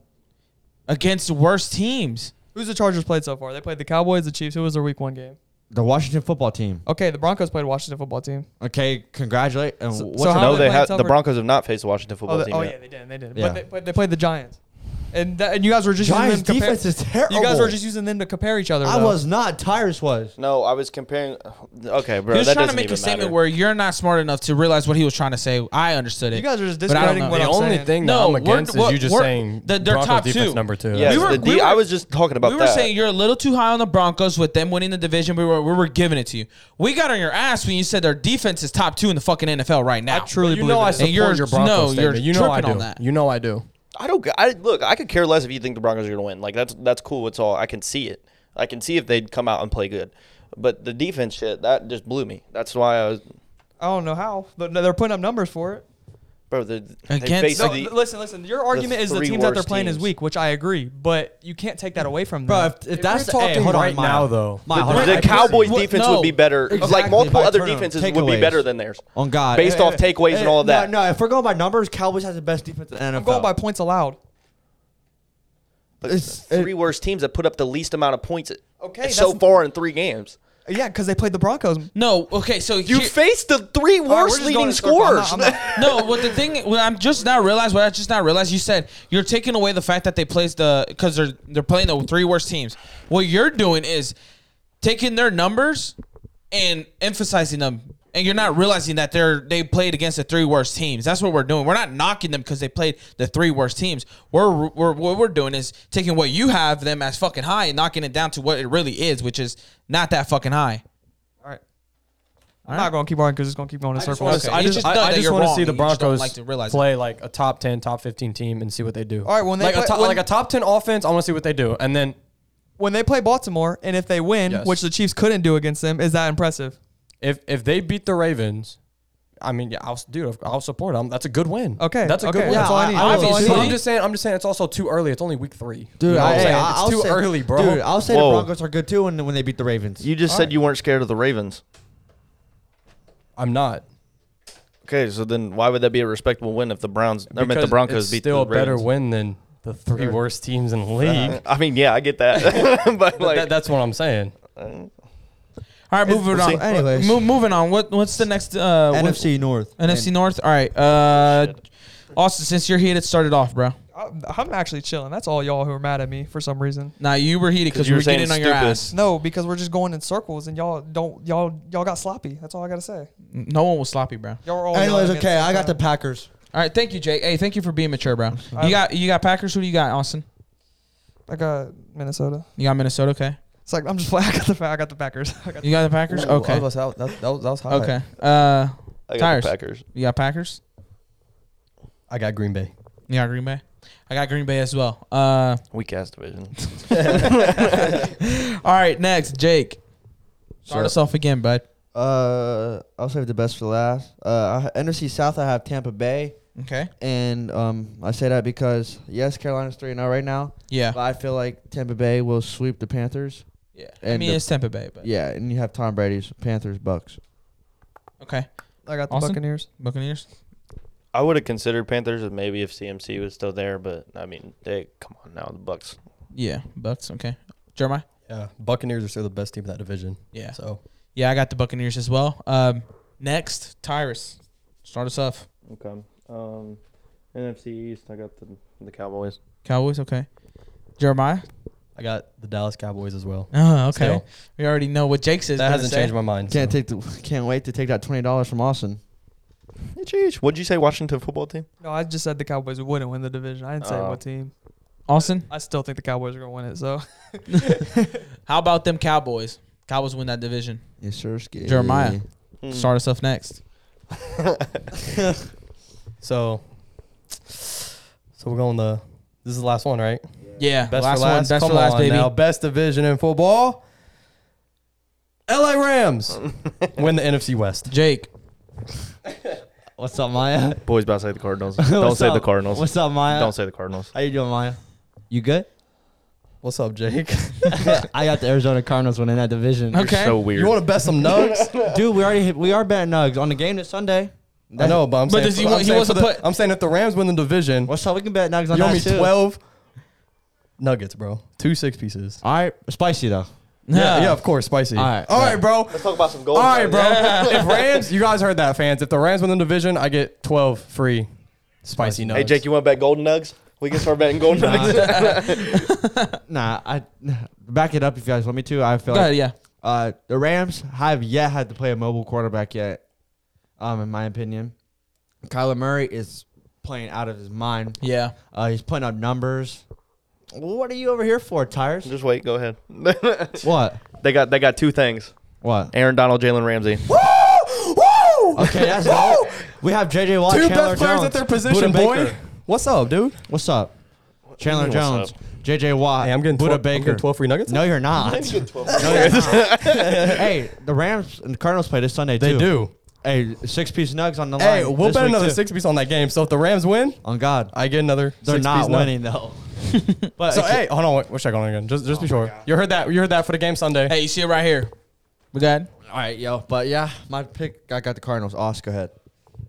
Speaker 1: against worse teams.
Speaker 5: Who's the Chargers played so far? They played the Cowboys, the Chiefs. Who was their Week One game?
Speaker 2: The Washington football team.
Speaker 5: Okay, the Broncos played Washington football team.
Speaker 2: Okay, congratulate. And
Speaker 5: So-
Speaker 2: what's
Speaker 5: so how
Speaker 2: another-
Speaker 3: no,
Speaker 5: they
Speaker 3: they
Speaker 5: playing
Speaker 3: have the
Speaker 5: tougher-
Speaker 3: Broncos have not faced the Washington football
Speaker 5: Oh, they,
Speaker 3: team
Speaker 5: oh
Speaker 3: yet.
Speaker 5: yeah, they did. They did.
Speaker 2: Yeah.
Speaker 5: But, they, but they played the Giants, and that, and you guys were just
Speaker 2: Giants
Speaker 5: using them to
Speaker 2: defense
Speaker 5: compare,
Speaker 2: is terrible.
Speaker 5: You guys were just using them to compare each other.
Speaker 2: I
Speaker 5: though.
Speaker 2: was not. Tyrus was.
Speaker 3: No, I was comparing. Okay, bro,
Speaker 1: he was
Speaker 3: that
Speaker 1: trying
Speaker 3: doesn't
Speaker 1: to make
Speaker 3: even
Speaker 1: a statement
Speaker 3: matter.
Speaker 1: where you're not smart enough to realize what he was trying to say. I understood it.
Speaker 5: You guys are just
Speaker 1: But I don't
Speaker 5: discrediting
Speaker 1: know.
Speaker 5: what
Speaker 1: The
Speaker 5: I'm
Speaker 4: only
Speaker 5: saying.
Speaker 4: thing
Speaker 1: No,
Speaker 4: that I'm
Speaker 1: we're-
Speaker 4: against
Speaker 1: we're-
Speaker 4: is you just
Speaker 1: we're-
Speaker 4: saying
Speaker 1: the- they're
Speaker 4: Broncos
Speaker 1: top
Speaker 4: defense
Speaker 1: two.
Speaker 4: number two.
Speaker 3: Yes,
Speaker 1: We were-
Speaker 3: the D,
Speaker 1: we were-
Speaker 3: I was just talking about
Speaker 1: we were
Speaker 3: that.
Speaker 1: saying you're a little too high on the Broncos with them winning the division. We were we were giving it to you. We got on your ass when you said their defense is top two in the fucking NFL right now.
Speaker 5: I truly
Speaker 4: you
Speaker 5: believe
Speaker 4: know
Speaker 5: it
Speaker 4: I
Speaker 5: is.
Speaker 1: And
Speaker 4: support
Speaker 1: you're-
Speaker 4: your Broncos
Speaker 1: no,
Speaker 4: statement.
Speaker 1: you're
Speaker 4: you know I
Speaker 1: tripping
Speaker 4: do.
Speaker 1: on that.
Speaker 4: You know I do.
Speaker 3: I don't. g- I look. I could care less if you think the Broncos are going to win. Like that's that's cool. It's all I can see it. I can see if they'd come out and play good. But the defense shit that just blew me. That's why I was,
Speaker 5: I don't know how, but they're putting up numbers for it.
Speaker 3: bro. The,
Speaker 1: Against-
Speaker 3: they faced
Speaker 5: No,
Speaker 3: the-
Speaker 5: th- listen, listen. Your argument is the
Speaker 3: three
Speaker 5: teams that they're
Speaker 3: worst
Speaker 5: playing is
Speaker 3: teams.
Speaker 5: weak, which I agree, but you can't take that away from them.
Speaker 2: Bro, if, if, that's
Speaker 4: we're talking
Speaker 2: hey, hold on,
Speaker 4: right
Speaker 2: Maya.
Speaker 4: now, though,
Speaker 2: Maya, hold
Speaker 3: the,
Speaker 2: on.
Speaker 3: the
Speaker 2: I-
Speaker 3: Cowboys
Speaker 1: Well,
Speaker 3: defense
Speaker 1: no.
Speaker 3: would be better.
Speaker 2: Exactly,
Speaker 3: Like multiple
Speaker 2: by
Speaker 3: other
Speaker 2: turnover,
Speaker 3: defenses would be
Speaker 2: takeaways.
Speaker 3: better than theirs.
Speaker 2: on God,
Speaker 3: based
Speaker 2: Eh,
Speaker 3: off
Speaker 2: eh,
Speaker 3: takeaways
Speaker 2: eh,
Speaker 3: and all of that.
Speaker 2: No, no, if we're going by numbers, Cowboys has the best defense in the NFL.
Speaker 5: I'm going by points allowed.
Speaker 3: But
Speaker 2: It's-
Speaker 3: the three worst teams that put up the least amount of points.
Speaker 5: Okay,
Speaker 3: so
Speaker 5: that's-
Speaker 3: far in three games,
Speaker 5: Yeah, because they played the Broncos.
Speaker 1: no, okay, so
Speaker 3: you
Speaker 1: here-
Speaker 3: faced the three
Speaker 5: All right, we're
Speaker 3: worst
Speaker 5: just going
Speaker 3: leading
Speaker 5: in circles. I'm
Speaker 3: scorers.
Speaker 5: not- I'm not-
Speaker 1: no, what the thing what I'm just now realized what I just now realized you said you're taking away the fact that they plays the because they're they're playing the three worst teams. What you're doing is taking their numbers and emphasizing them, and you're not realizing that they're they played against the three worst teams. That's what we're doing. We're not knocking them because they played the three worst teams. We're, we're what we're doing is taking what you have them as fucking high and knocking it down to what it really is, which is not that fucking high.
Speaker 5: All right. I'm not going to keep arguing because it's going to keep going in
Speaker 1: just
Speaker 5: circles.
Speaker 1: wanna
Speaker 5: Okay.
Speaker 1: say-
Speaker 4: I
Speaker 1: It's
Speaker 4: just,
Speaker 1: just
Speaker 4: I,
Speaker 1: not
Speaker 4: I
Speaker 1: that
Speaker 4: just
Speaker 1: you're
Speaker 4: want to
Speaker 1: wrong,
Speaker 4: see the
Speaker 1: you just don't
Speaker 4: Broncos
Speaker 1: like to realize it.
Speaker 4: play like a top 10, top 15 team and see what they do.
Speaker 5: All right, when they
Speaker 4: like,
Speaker 5: play-
Speaker 4: a top,
Speaker 5: when-
Speaker 4: like a top 10 offense, I want to see what they do. And then
Speaker 5: when they play Baltimore, and if they win,
Speaker 4: Yes.
Speaker 5: which the Chiefs couldn't do against them, is that impressive?
Speaker 4: if if they beat the Ravens, I mean, yeah, I'll, dude, I'll support them. That's a good win.
Speaker 5: Okay,
Speaker 4: That's a
Speaker 5: okay,
Speaker 4: good win.
Speaker 5: yeah,
Speaker 4: That's all I
Speaker 2: I-
Speaker 4: need.
Speaker 2: I will
Speaker 4: Obviously.
Speaker 2: see.
Speaker 4: But I'm just saying, I'm just saying it's also too early. It's only week three.
Speaker 2: dude,
Speaker 4: You know what
Speaker 2: I,
Speaker 4: I'm
Speaker 2: hey,
Speaker 4: saying?
Speaker 2: I-
Speaker 4: It's
Speaker 2: I'll
Speaker 4: too
Speaker 2: say-
Speaker 4: early, bro.
Speaker 2: Dude, I'll say
Speaker 3: Whoa.
Speaker 2: the Broncos are good too when, when they beat the Ravens.
Speaker 3: You just said you weren't scared of the Ravens.
Speaker 4: I'm not.
Speaker 3: Okay, so then why would that be a respectable win if the Browns? I meant the
Speaker 4: Because
Speaker 3: Broncos
Speaker 4: it's
Speaker 3: beat
Speaker 4: still
Speaker 3: the
Speaker 4: a better
Speaker 3: Ravens?
Speaker 4: win than the three worst teams in the league.
Speaker 3: I mean, yeah, I get that, but
Speaker 4: But
Speaker 3: like,
Speaker 4: that, that's what I'm saying.
Speaker 1: All right, moving
Speaker 2: see.
Speaker 1: on.
Speaker 2: Anyways.
Speaker 1: Mo- moving on. What what's the next uh, what-
Speaker 2: NFC North.
Speaker 1: NFC North. All right. Uh, Austin, since you're heated, start it off, bro.
Speaker 5: I, I'm actually chilling. That's all y'all who are mad at me for some reason.
Speaker 1: Now you were heated because
Speaker 3: 'Cause you
Speaker 1: you
Speaker 3: were
Speaker 1: were
Speaker 3: saying
Speaker 1: getting on your
Speaker 3: stupid.
Speaker 1: ass.
Speaker 5: No, because we're just going in circles, and y'all don't y'all y'all got sloppy. That's all I gotta say.
Speaker 1: No one was sloppy, bro. All
Speaker 5: Y'all are all.
Speaker 2: Anyways,
Speaker 5: yelling at me at
Speaker 2: okay,
Speaker 5: same
Speaker 2: I got the
Speaker 5: time.
Speaker 2: Packers.
Speaker 1: right, thank you, Jake. Hey, thank you for being mature, bro. You
Speaker 5: I'm-
Speaker 1: got you got Packers. Who do you got, Austin?
Speaker 5: I got Minnesota.
Speaker 1: You got Minnesota. Okay,
Speaker 5: It's like I'm just playing. I got the I got the Packers. I got
Speaker 1: you got the Packers. Okay,
Speaker 4: that, was,
Speaker 1: okay. Uh,
Speaker 3: I got
Speaker 1: Tires.
Speaker 3: the Packers.
Speaker 1: you got Packers.
Speaker 4: I got Green Bay.
Speaker 1: You got Green Bay. I got Green Bay as well. Uh,
Speaker 3: Weak ass division.
Speaker 1: all right, next, Jake. Start us off again, bud.
Speaker 2: Uh, I'll save the best for last. Uh, I- NFC South, I have Tampa Bay,
Speaker 1: Okay.
Speaker 2: and um, I say that because yes, Carolina's three and zero right now,
Speaker 1: Yeah.
Speaker 2: but I feel like Tampa Bay will sweep the Panthers.
Speaker 1: Yeah. I
Speaker 2: And
Speaker 1: mean,
Speaker 2: the-
Speaker 1: it's Tampa Bay, but
Speaker 2: Yeah, and you have Tom Brady's Panthers Bucks.
Speaker 1: okay.
Speaker 5: I got the
Speaker 1: Austin?
Speaker 5: Buccaneers.
Speaker 1: Buccaneers.
Speaker 3: I would have considered Panthers if maybe if CMC was still there, but I mean, they come on now, the Bucks.
Speaker 1: Yeah. Bucks. Okay. Jeremiah.
Speaker 4: Yeah, Buccaneers are still the best team in that division.
Speaker 1: Yeah.
Speaker 4: So
Speaker 1: Yeah, I got the Buccaneers as well. Um, next, Tyrus, start us off.
Speaker 3: Okay. Um, NFC East, I got the the Cowboys.
Speaker 1: Cowboys, okay. Jeremiah.
Speaker 4: I got the Dallas Cowboys as well.
Speaker 1: Oh, okay.
Speaker 4: Still.
Speaker 1: We already know what Jake says.
Speaker 4: That hasn't changed my mind.
Speaker 2: Can't
Speaker 4: so.
Speaker 2: take the, can't wait to take that twenty dollars from Austin.
Speaker 3: Jeez, what'd you say? Washington football team.
Speaker 5: No, I just said the Cowboys wouldn't win the division. I didn't say
Speaker 3: Oh.
Speaker 5: what team.
Speaker 1: Austin,
Speaker 5: I still think the Cowboys are gonna win it. So
Speaker 1: how about them Cowboys? Cowboys win that division.
Speaker 2: Yes, sir. Ski.
Speaker 1: Jeremiah.
Speaker 4: Hmm.
Speaker 3: Hmm.
Speaker 1: Start us off next.
Speaker 4: so, so we're going the. This is the last one, right?
Speaker 1: Yeah,
Speaker 4: Best
Speaker 1: last
Speaker 4: for last.
Speaker 1: one, best
Speaker 4: Come
Speaker 1: for last,
Speaker 4: on
Speaker 1: baby.
Speaker 4: Now, best division in football. LA Rams win the NFC West.
Speaker 1: Jake,
Speaker 2: What's up, Maya?
Speaker 3: Boys, about to say the Cardinals. Don't
Speaker 2: What's
Speaker 3: say the
Speaker 2: up?
Speaker 3: Cardinals.
Speaker 2: What's up, Maya?
Speaker 3: Don't say the Cardinals.
Speaker 2: How you doing, Maya? You good?
Speaker 4: What's up, Jake?
Speaker 2: I got the Arizona Cardinals winning that division.
Speaker 1: Okay.
Speaker 3: So weird.
Speaker 4: You want to bet some nugs?
Speaker 2: Dude, we already hit, we are betting nugs on the game this Sunday.
Speaker 4: I know, but I'm
Speaker 1: But
Speaker 4: saying,
Speaker 1: does he
Speaker 4: I'm
Speaker 1: want- he
Speaker 4: saying
Speaker 1: wants
Speaker 4: for
Speaker 1: to
Speaker 4: the-
Speaker 1: put-
Speaker 4: I'm saying if the Rams win the division,
Speaker 2: What's up? We can bet nugs on
Speaker 4: you owe
Speaker 2: that
Speaker 4: me
Speaker 2: too.
Speaker 4: twelve nuggets, bro. Two six pieces.
Speaker 2: All right, spicy though.
Speaker 4: Yeah, yeah, of course, spicy.
Speaker 2: All right,
Speaker 4: all right, bro.
Speaker 3: Let's talk about some gold.
Speaker 4: All right, bro. if Rams, you guys heard that, fans. If the Rams win the division, I get 12 free spicy nuggets.
Speaker 3: Hey, Jake, you want to bet golden nugs? We can start betting golden nugs.
Speaker 2: Nah, I back it up if you guys want me to. I feel
Speaker 1: Go
Speaker 2: like
Speaker 1: ahead, yeah.
Speaker 2: Uh, the Rams have yet had to play a mobile quarterback yet, um, in my opinion. Kyler Murray is playing out of his mind.
Speaker 1: Yeah.
Speaker 2: Uh, he's putting up numbers. What are you over here for, Tires?
Speaker 3: Just wait. Go ahead.
Speaker 2: What?
Speaker 3: they got they got two things:
Speaker 2: What?
Speaker 3: Aaron Donald, Jalen Ramsey.
Speaker 2: Okay, that's all. We have JJ Watt,
Speaker 4: Two
Speaker 2: Chandler
Speaker 4: best players
Speaker 2: Jones,
Speaker 4: at their position,
Speaker 2: Buda
Speaker 4: boy.
Speaker 2: Baker.
Speaker 4: What's up, dude?
Speaker 2: What's up? Chandler
Speaker 3: do you mean,
Speaker 2: Jones,
Speaker 3: what's
Speaker 2: JJ Watt,
Speaker 4: Hey, I'm getting
Speaker 2: Buda
Speaker 4: 12, I'm
Speaker 2: Baker.
Speaker 4: getting 12 free nuggets.
Speaker 2: no, you're not. No, you're not. hey, the Rams and Cardinals play this Sunday
Speaker 4: they
Speaker 2: too.
Speaker 4: do.
Speaker 2: Hey, six piece nugs on the line.
Speaker 4: Hey, we'll
Speaker 2: this
Speaker 4: bet
Speaker 2: week,
Speaker 4: another
Speaker 2: too.
Speaker 4: six piece on that game. So if the Rams win,
Speaker 2: On God,
Speaker 4: I get another.
Speaker 2: they're
Speaker 4: six
Speaker 2: not
Speaker 4: piece nug.
Speaker 2: winning though. but
Speaker 4: So
Speaker 2: it's-
Speaker 4: hey, hold on, wait, what should I go on again? Just,
Speaker 2: Oh
Speaker 4: just be sure. You heard that? You heard that for the game Sunday.
Speaker 1: Hey, you see it right here. We got it?
Speaker 2: all right, yo. But yeah, my pick. I got the Cardinals. Os, go ahead.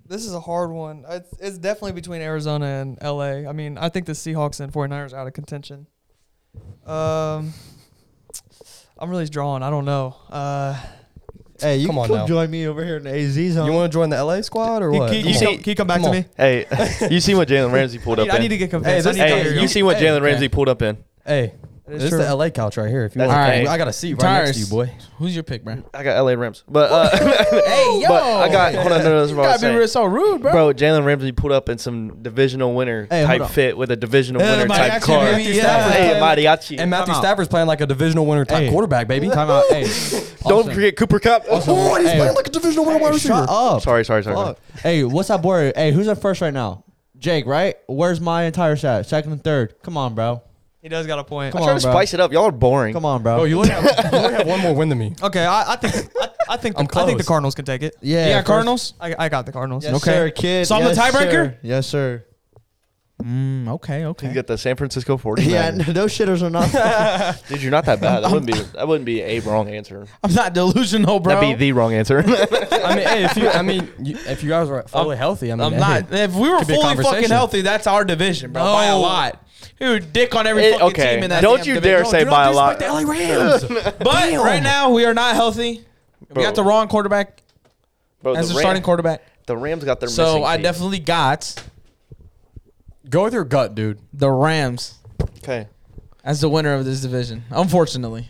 Speaker 5: this is a hard one. It's, it's definitely between Arizona and LA. I mean, I think the Seahawks and 49ers are out of contention. Um, I'm really drawn. I don't know. Uh,
Speaker 2: Hey, you
Speaker 4: Come
Speaker 2: can
Speaker 4: on
Speaker 2: come
Speaker 4: now.
Speaker 2: join me over here in the AZ zone.
Speaker 4: you want to join the LA squad or
Speaker 5: can,
Speaker 4: what?
Speaker 5: can,
Speaker 4: Come
Speaker 5: you
Speaker 4: on.
Speaker 5: come, can you come back
Speaker 4: Come
Speaker 5: to
Speaker 4: on.
Speaker 5: me?
Speaker 3: Hey, you seen what Jalen Ramsey pulled
Speaker 5: I
Speaker 3: up
Speaker 5: need, I
Speaker 3: in?
Speaker 5: need to get
Speaker 4: this
Speaker 5: convinced. I need
Speaker 4: guy
Speaker 5: to
Speaker 4: here
Speaker 3: hey,
Speaker 5: hear
Speaker 3: you
Speaker 5: you.
Speaker 3: seen what
Speaker 4: Hey,
Speaker 3: Jalen
Speaker 4: okay.
Speaker 3: Ramsey pulled up in?
Speaker 4: Hey,
Speaker 5: It is
Speaker 4: this is
Speaker 5: true.
Speaker 4: the LA couch right here. If you
Speaker 3: That's
Speaker 4: want,
Speaker 1: okay.
Speaker 4: I got a seat right next to you,
Speaker 1: Tyrus.
Speaker 4: boy.
Speaker 1: Who's your pick, man?
Speaker 3: I got LA Rams, but uh,
Speaker 1: hey,
Speaker 3: but I got hold on. No, no, that's what I was
Speaker 1: gotta be real
Speaker 3: saying.
Speaker 1: so rude, bro.
Speaker 3: Bro, Jalen Ramsey pulled up in some divisional winner
Speaker 2: Hey, hold
Speaker 3: type
Speaker 2: on.
Speaker 3: fit with a divisional
Speaker 1: Yeah,
Speaker 3: winner type
Speaker 1: mariachi,
Speaker 3: car.
Speaker 1: baby, yeah.
Speaker 3: Hey,
Speaker 4: And
Speaker 3: mariachi.
Speaker 4: Matthew
Speaker 2: out.
Speaker 4: Stafford's playing like a divisional winner type
Speaker 2: Hey.
Speaker 4: quarterback, baby.
Speaker 2: Time out. Hey,
Speaker 3: Don't forget Cooper Cup.
Speaker 2: Oh, he's playing like
Speaker 4: a divisional winner wide
Speaker 2: shut up.
Speaker 3: Sorry, sorry, sorry. sorry.
Speaker 2: Fuck. Hey, what's that boy? Hey, who's at first right now? Jake, right? Where's my entire set? Second and third. Come on, bro.
Speaker 5: He does got a point.
Speaker 2: Come
Speaker 3: Try
Speaker 2: on,
Speaker 3: to
Speaker 2: bro.
Speaker 3: spice it up. Y'all are boring.
Speaker 2: Come on, bro.
Speaker 4: Oh, you only, have, you only have one more win than me.
Speaker 5: Okay, I, I think I, I think
Speaker 4: I'm
Speaker 5: the, I think the
Speaker 4: close.
Speaker 5: Cardinals can take it.
Speaker 2: yeah,
Speaker 1: you got
Speaker 2: first-
Speaker 1: Cardinals?
Speaker 5: I, I got the Cardinals.
Speaker 2: Yes,
Speaker 1: Okay.
Speaker 2: sir, kid.
Speaker 1: So I'm the
Speaker 2: Yes,
Speaker 1: tiebreaker?
Speaker 2: sir. Yes, sir.
Speaker 1: Mm, okay,
Speaker 3: You
Speaker 1: okay.
Speaker 3: got the San Francisco 49ers.
Speaker 2: Yeah, no, those shitters are not.
Speaker 3: Dude, you're not that bad. That wouldn't be that wouldn't be a wrong answer.
Speaker 1: I'm not delusional, bro.
Speaker 3: That'd be the wrong answer.
Speaker 4: I mean, hey, if you, I mean, you, if you guys are fully healthy, I mean,
Speaker 1: I'm
Speaker 4: hey.
Speaker 1: not. If we were
Speaker 4: Could be a
Speaker 1: fully fucking
Speaker 4: conversation.
Speaker 1: healthy, that's our division, bro. By a
Speaker 5: No.
Speaker 1: lot. Dude, dick on every
Speaker 3: It-
Speaker 1: fucking
Speaker 3: okay.
Speaker 1: team in that.
Speaker 3: Don't
Speaker 1: damn
Speaker 3: you
Speaker 1: division.
Speaker 3: dare
Speaker 1: No,
Speaker 3: say
Speaker 1: do not
Speaker 3: by a
Speaker 1: disrespect
Speaker 3: lot.
Speaker 1: the LA Rams. but right now we are not healthy. We
Speaker 3: Bro.
Speaker 1: got the wrong quarterback
Speaker 3: Bro,
Speaker 1: as
Speaker 3: the,
Speaker 1: a
Speaker 3: Ram-
Speaker 1: starting quarterback.
Speaker 3: the Rams got their
Speaker 1: So
Speaker 3: missing
Speaker 1: I
Speaker 3: team.
Speaker 1: definitely got
Speaker 4: Go with your gut, dude.
Speaker 1: the Rams
Speaker 3: okay.
Speaker 1: as the winner of this division. Unfortunately,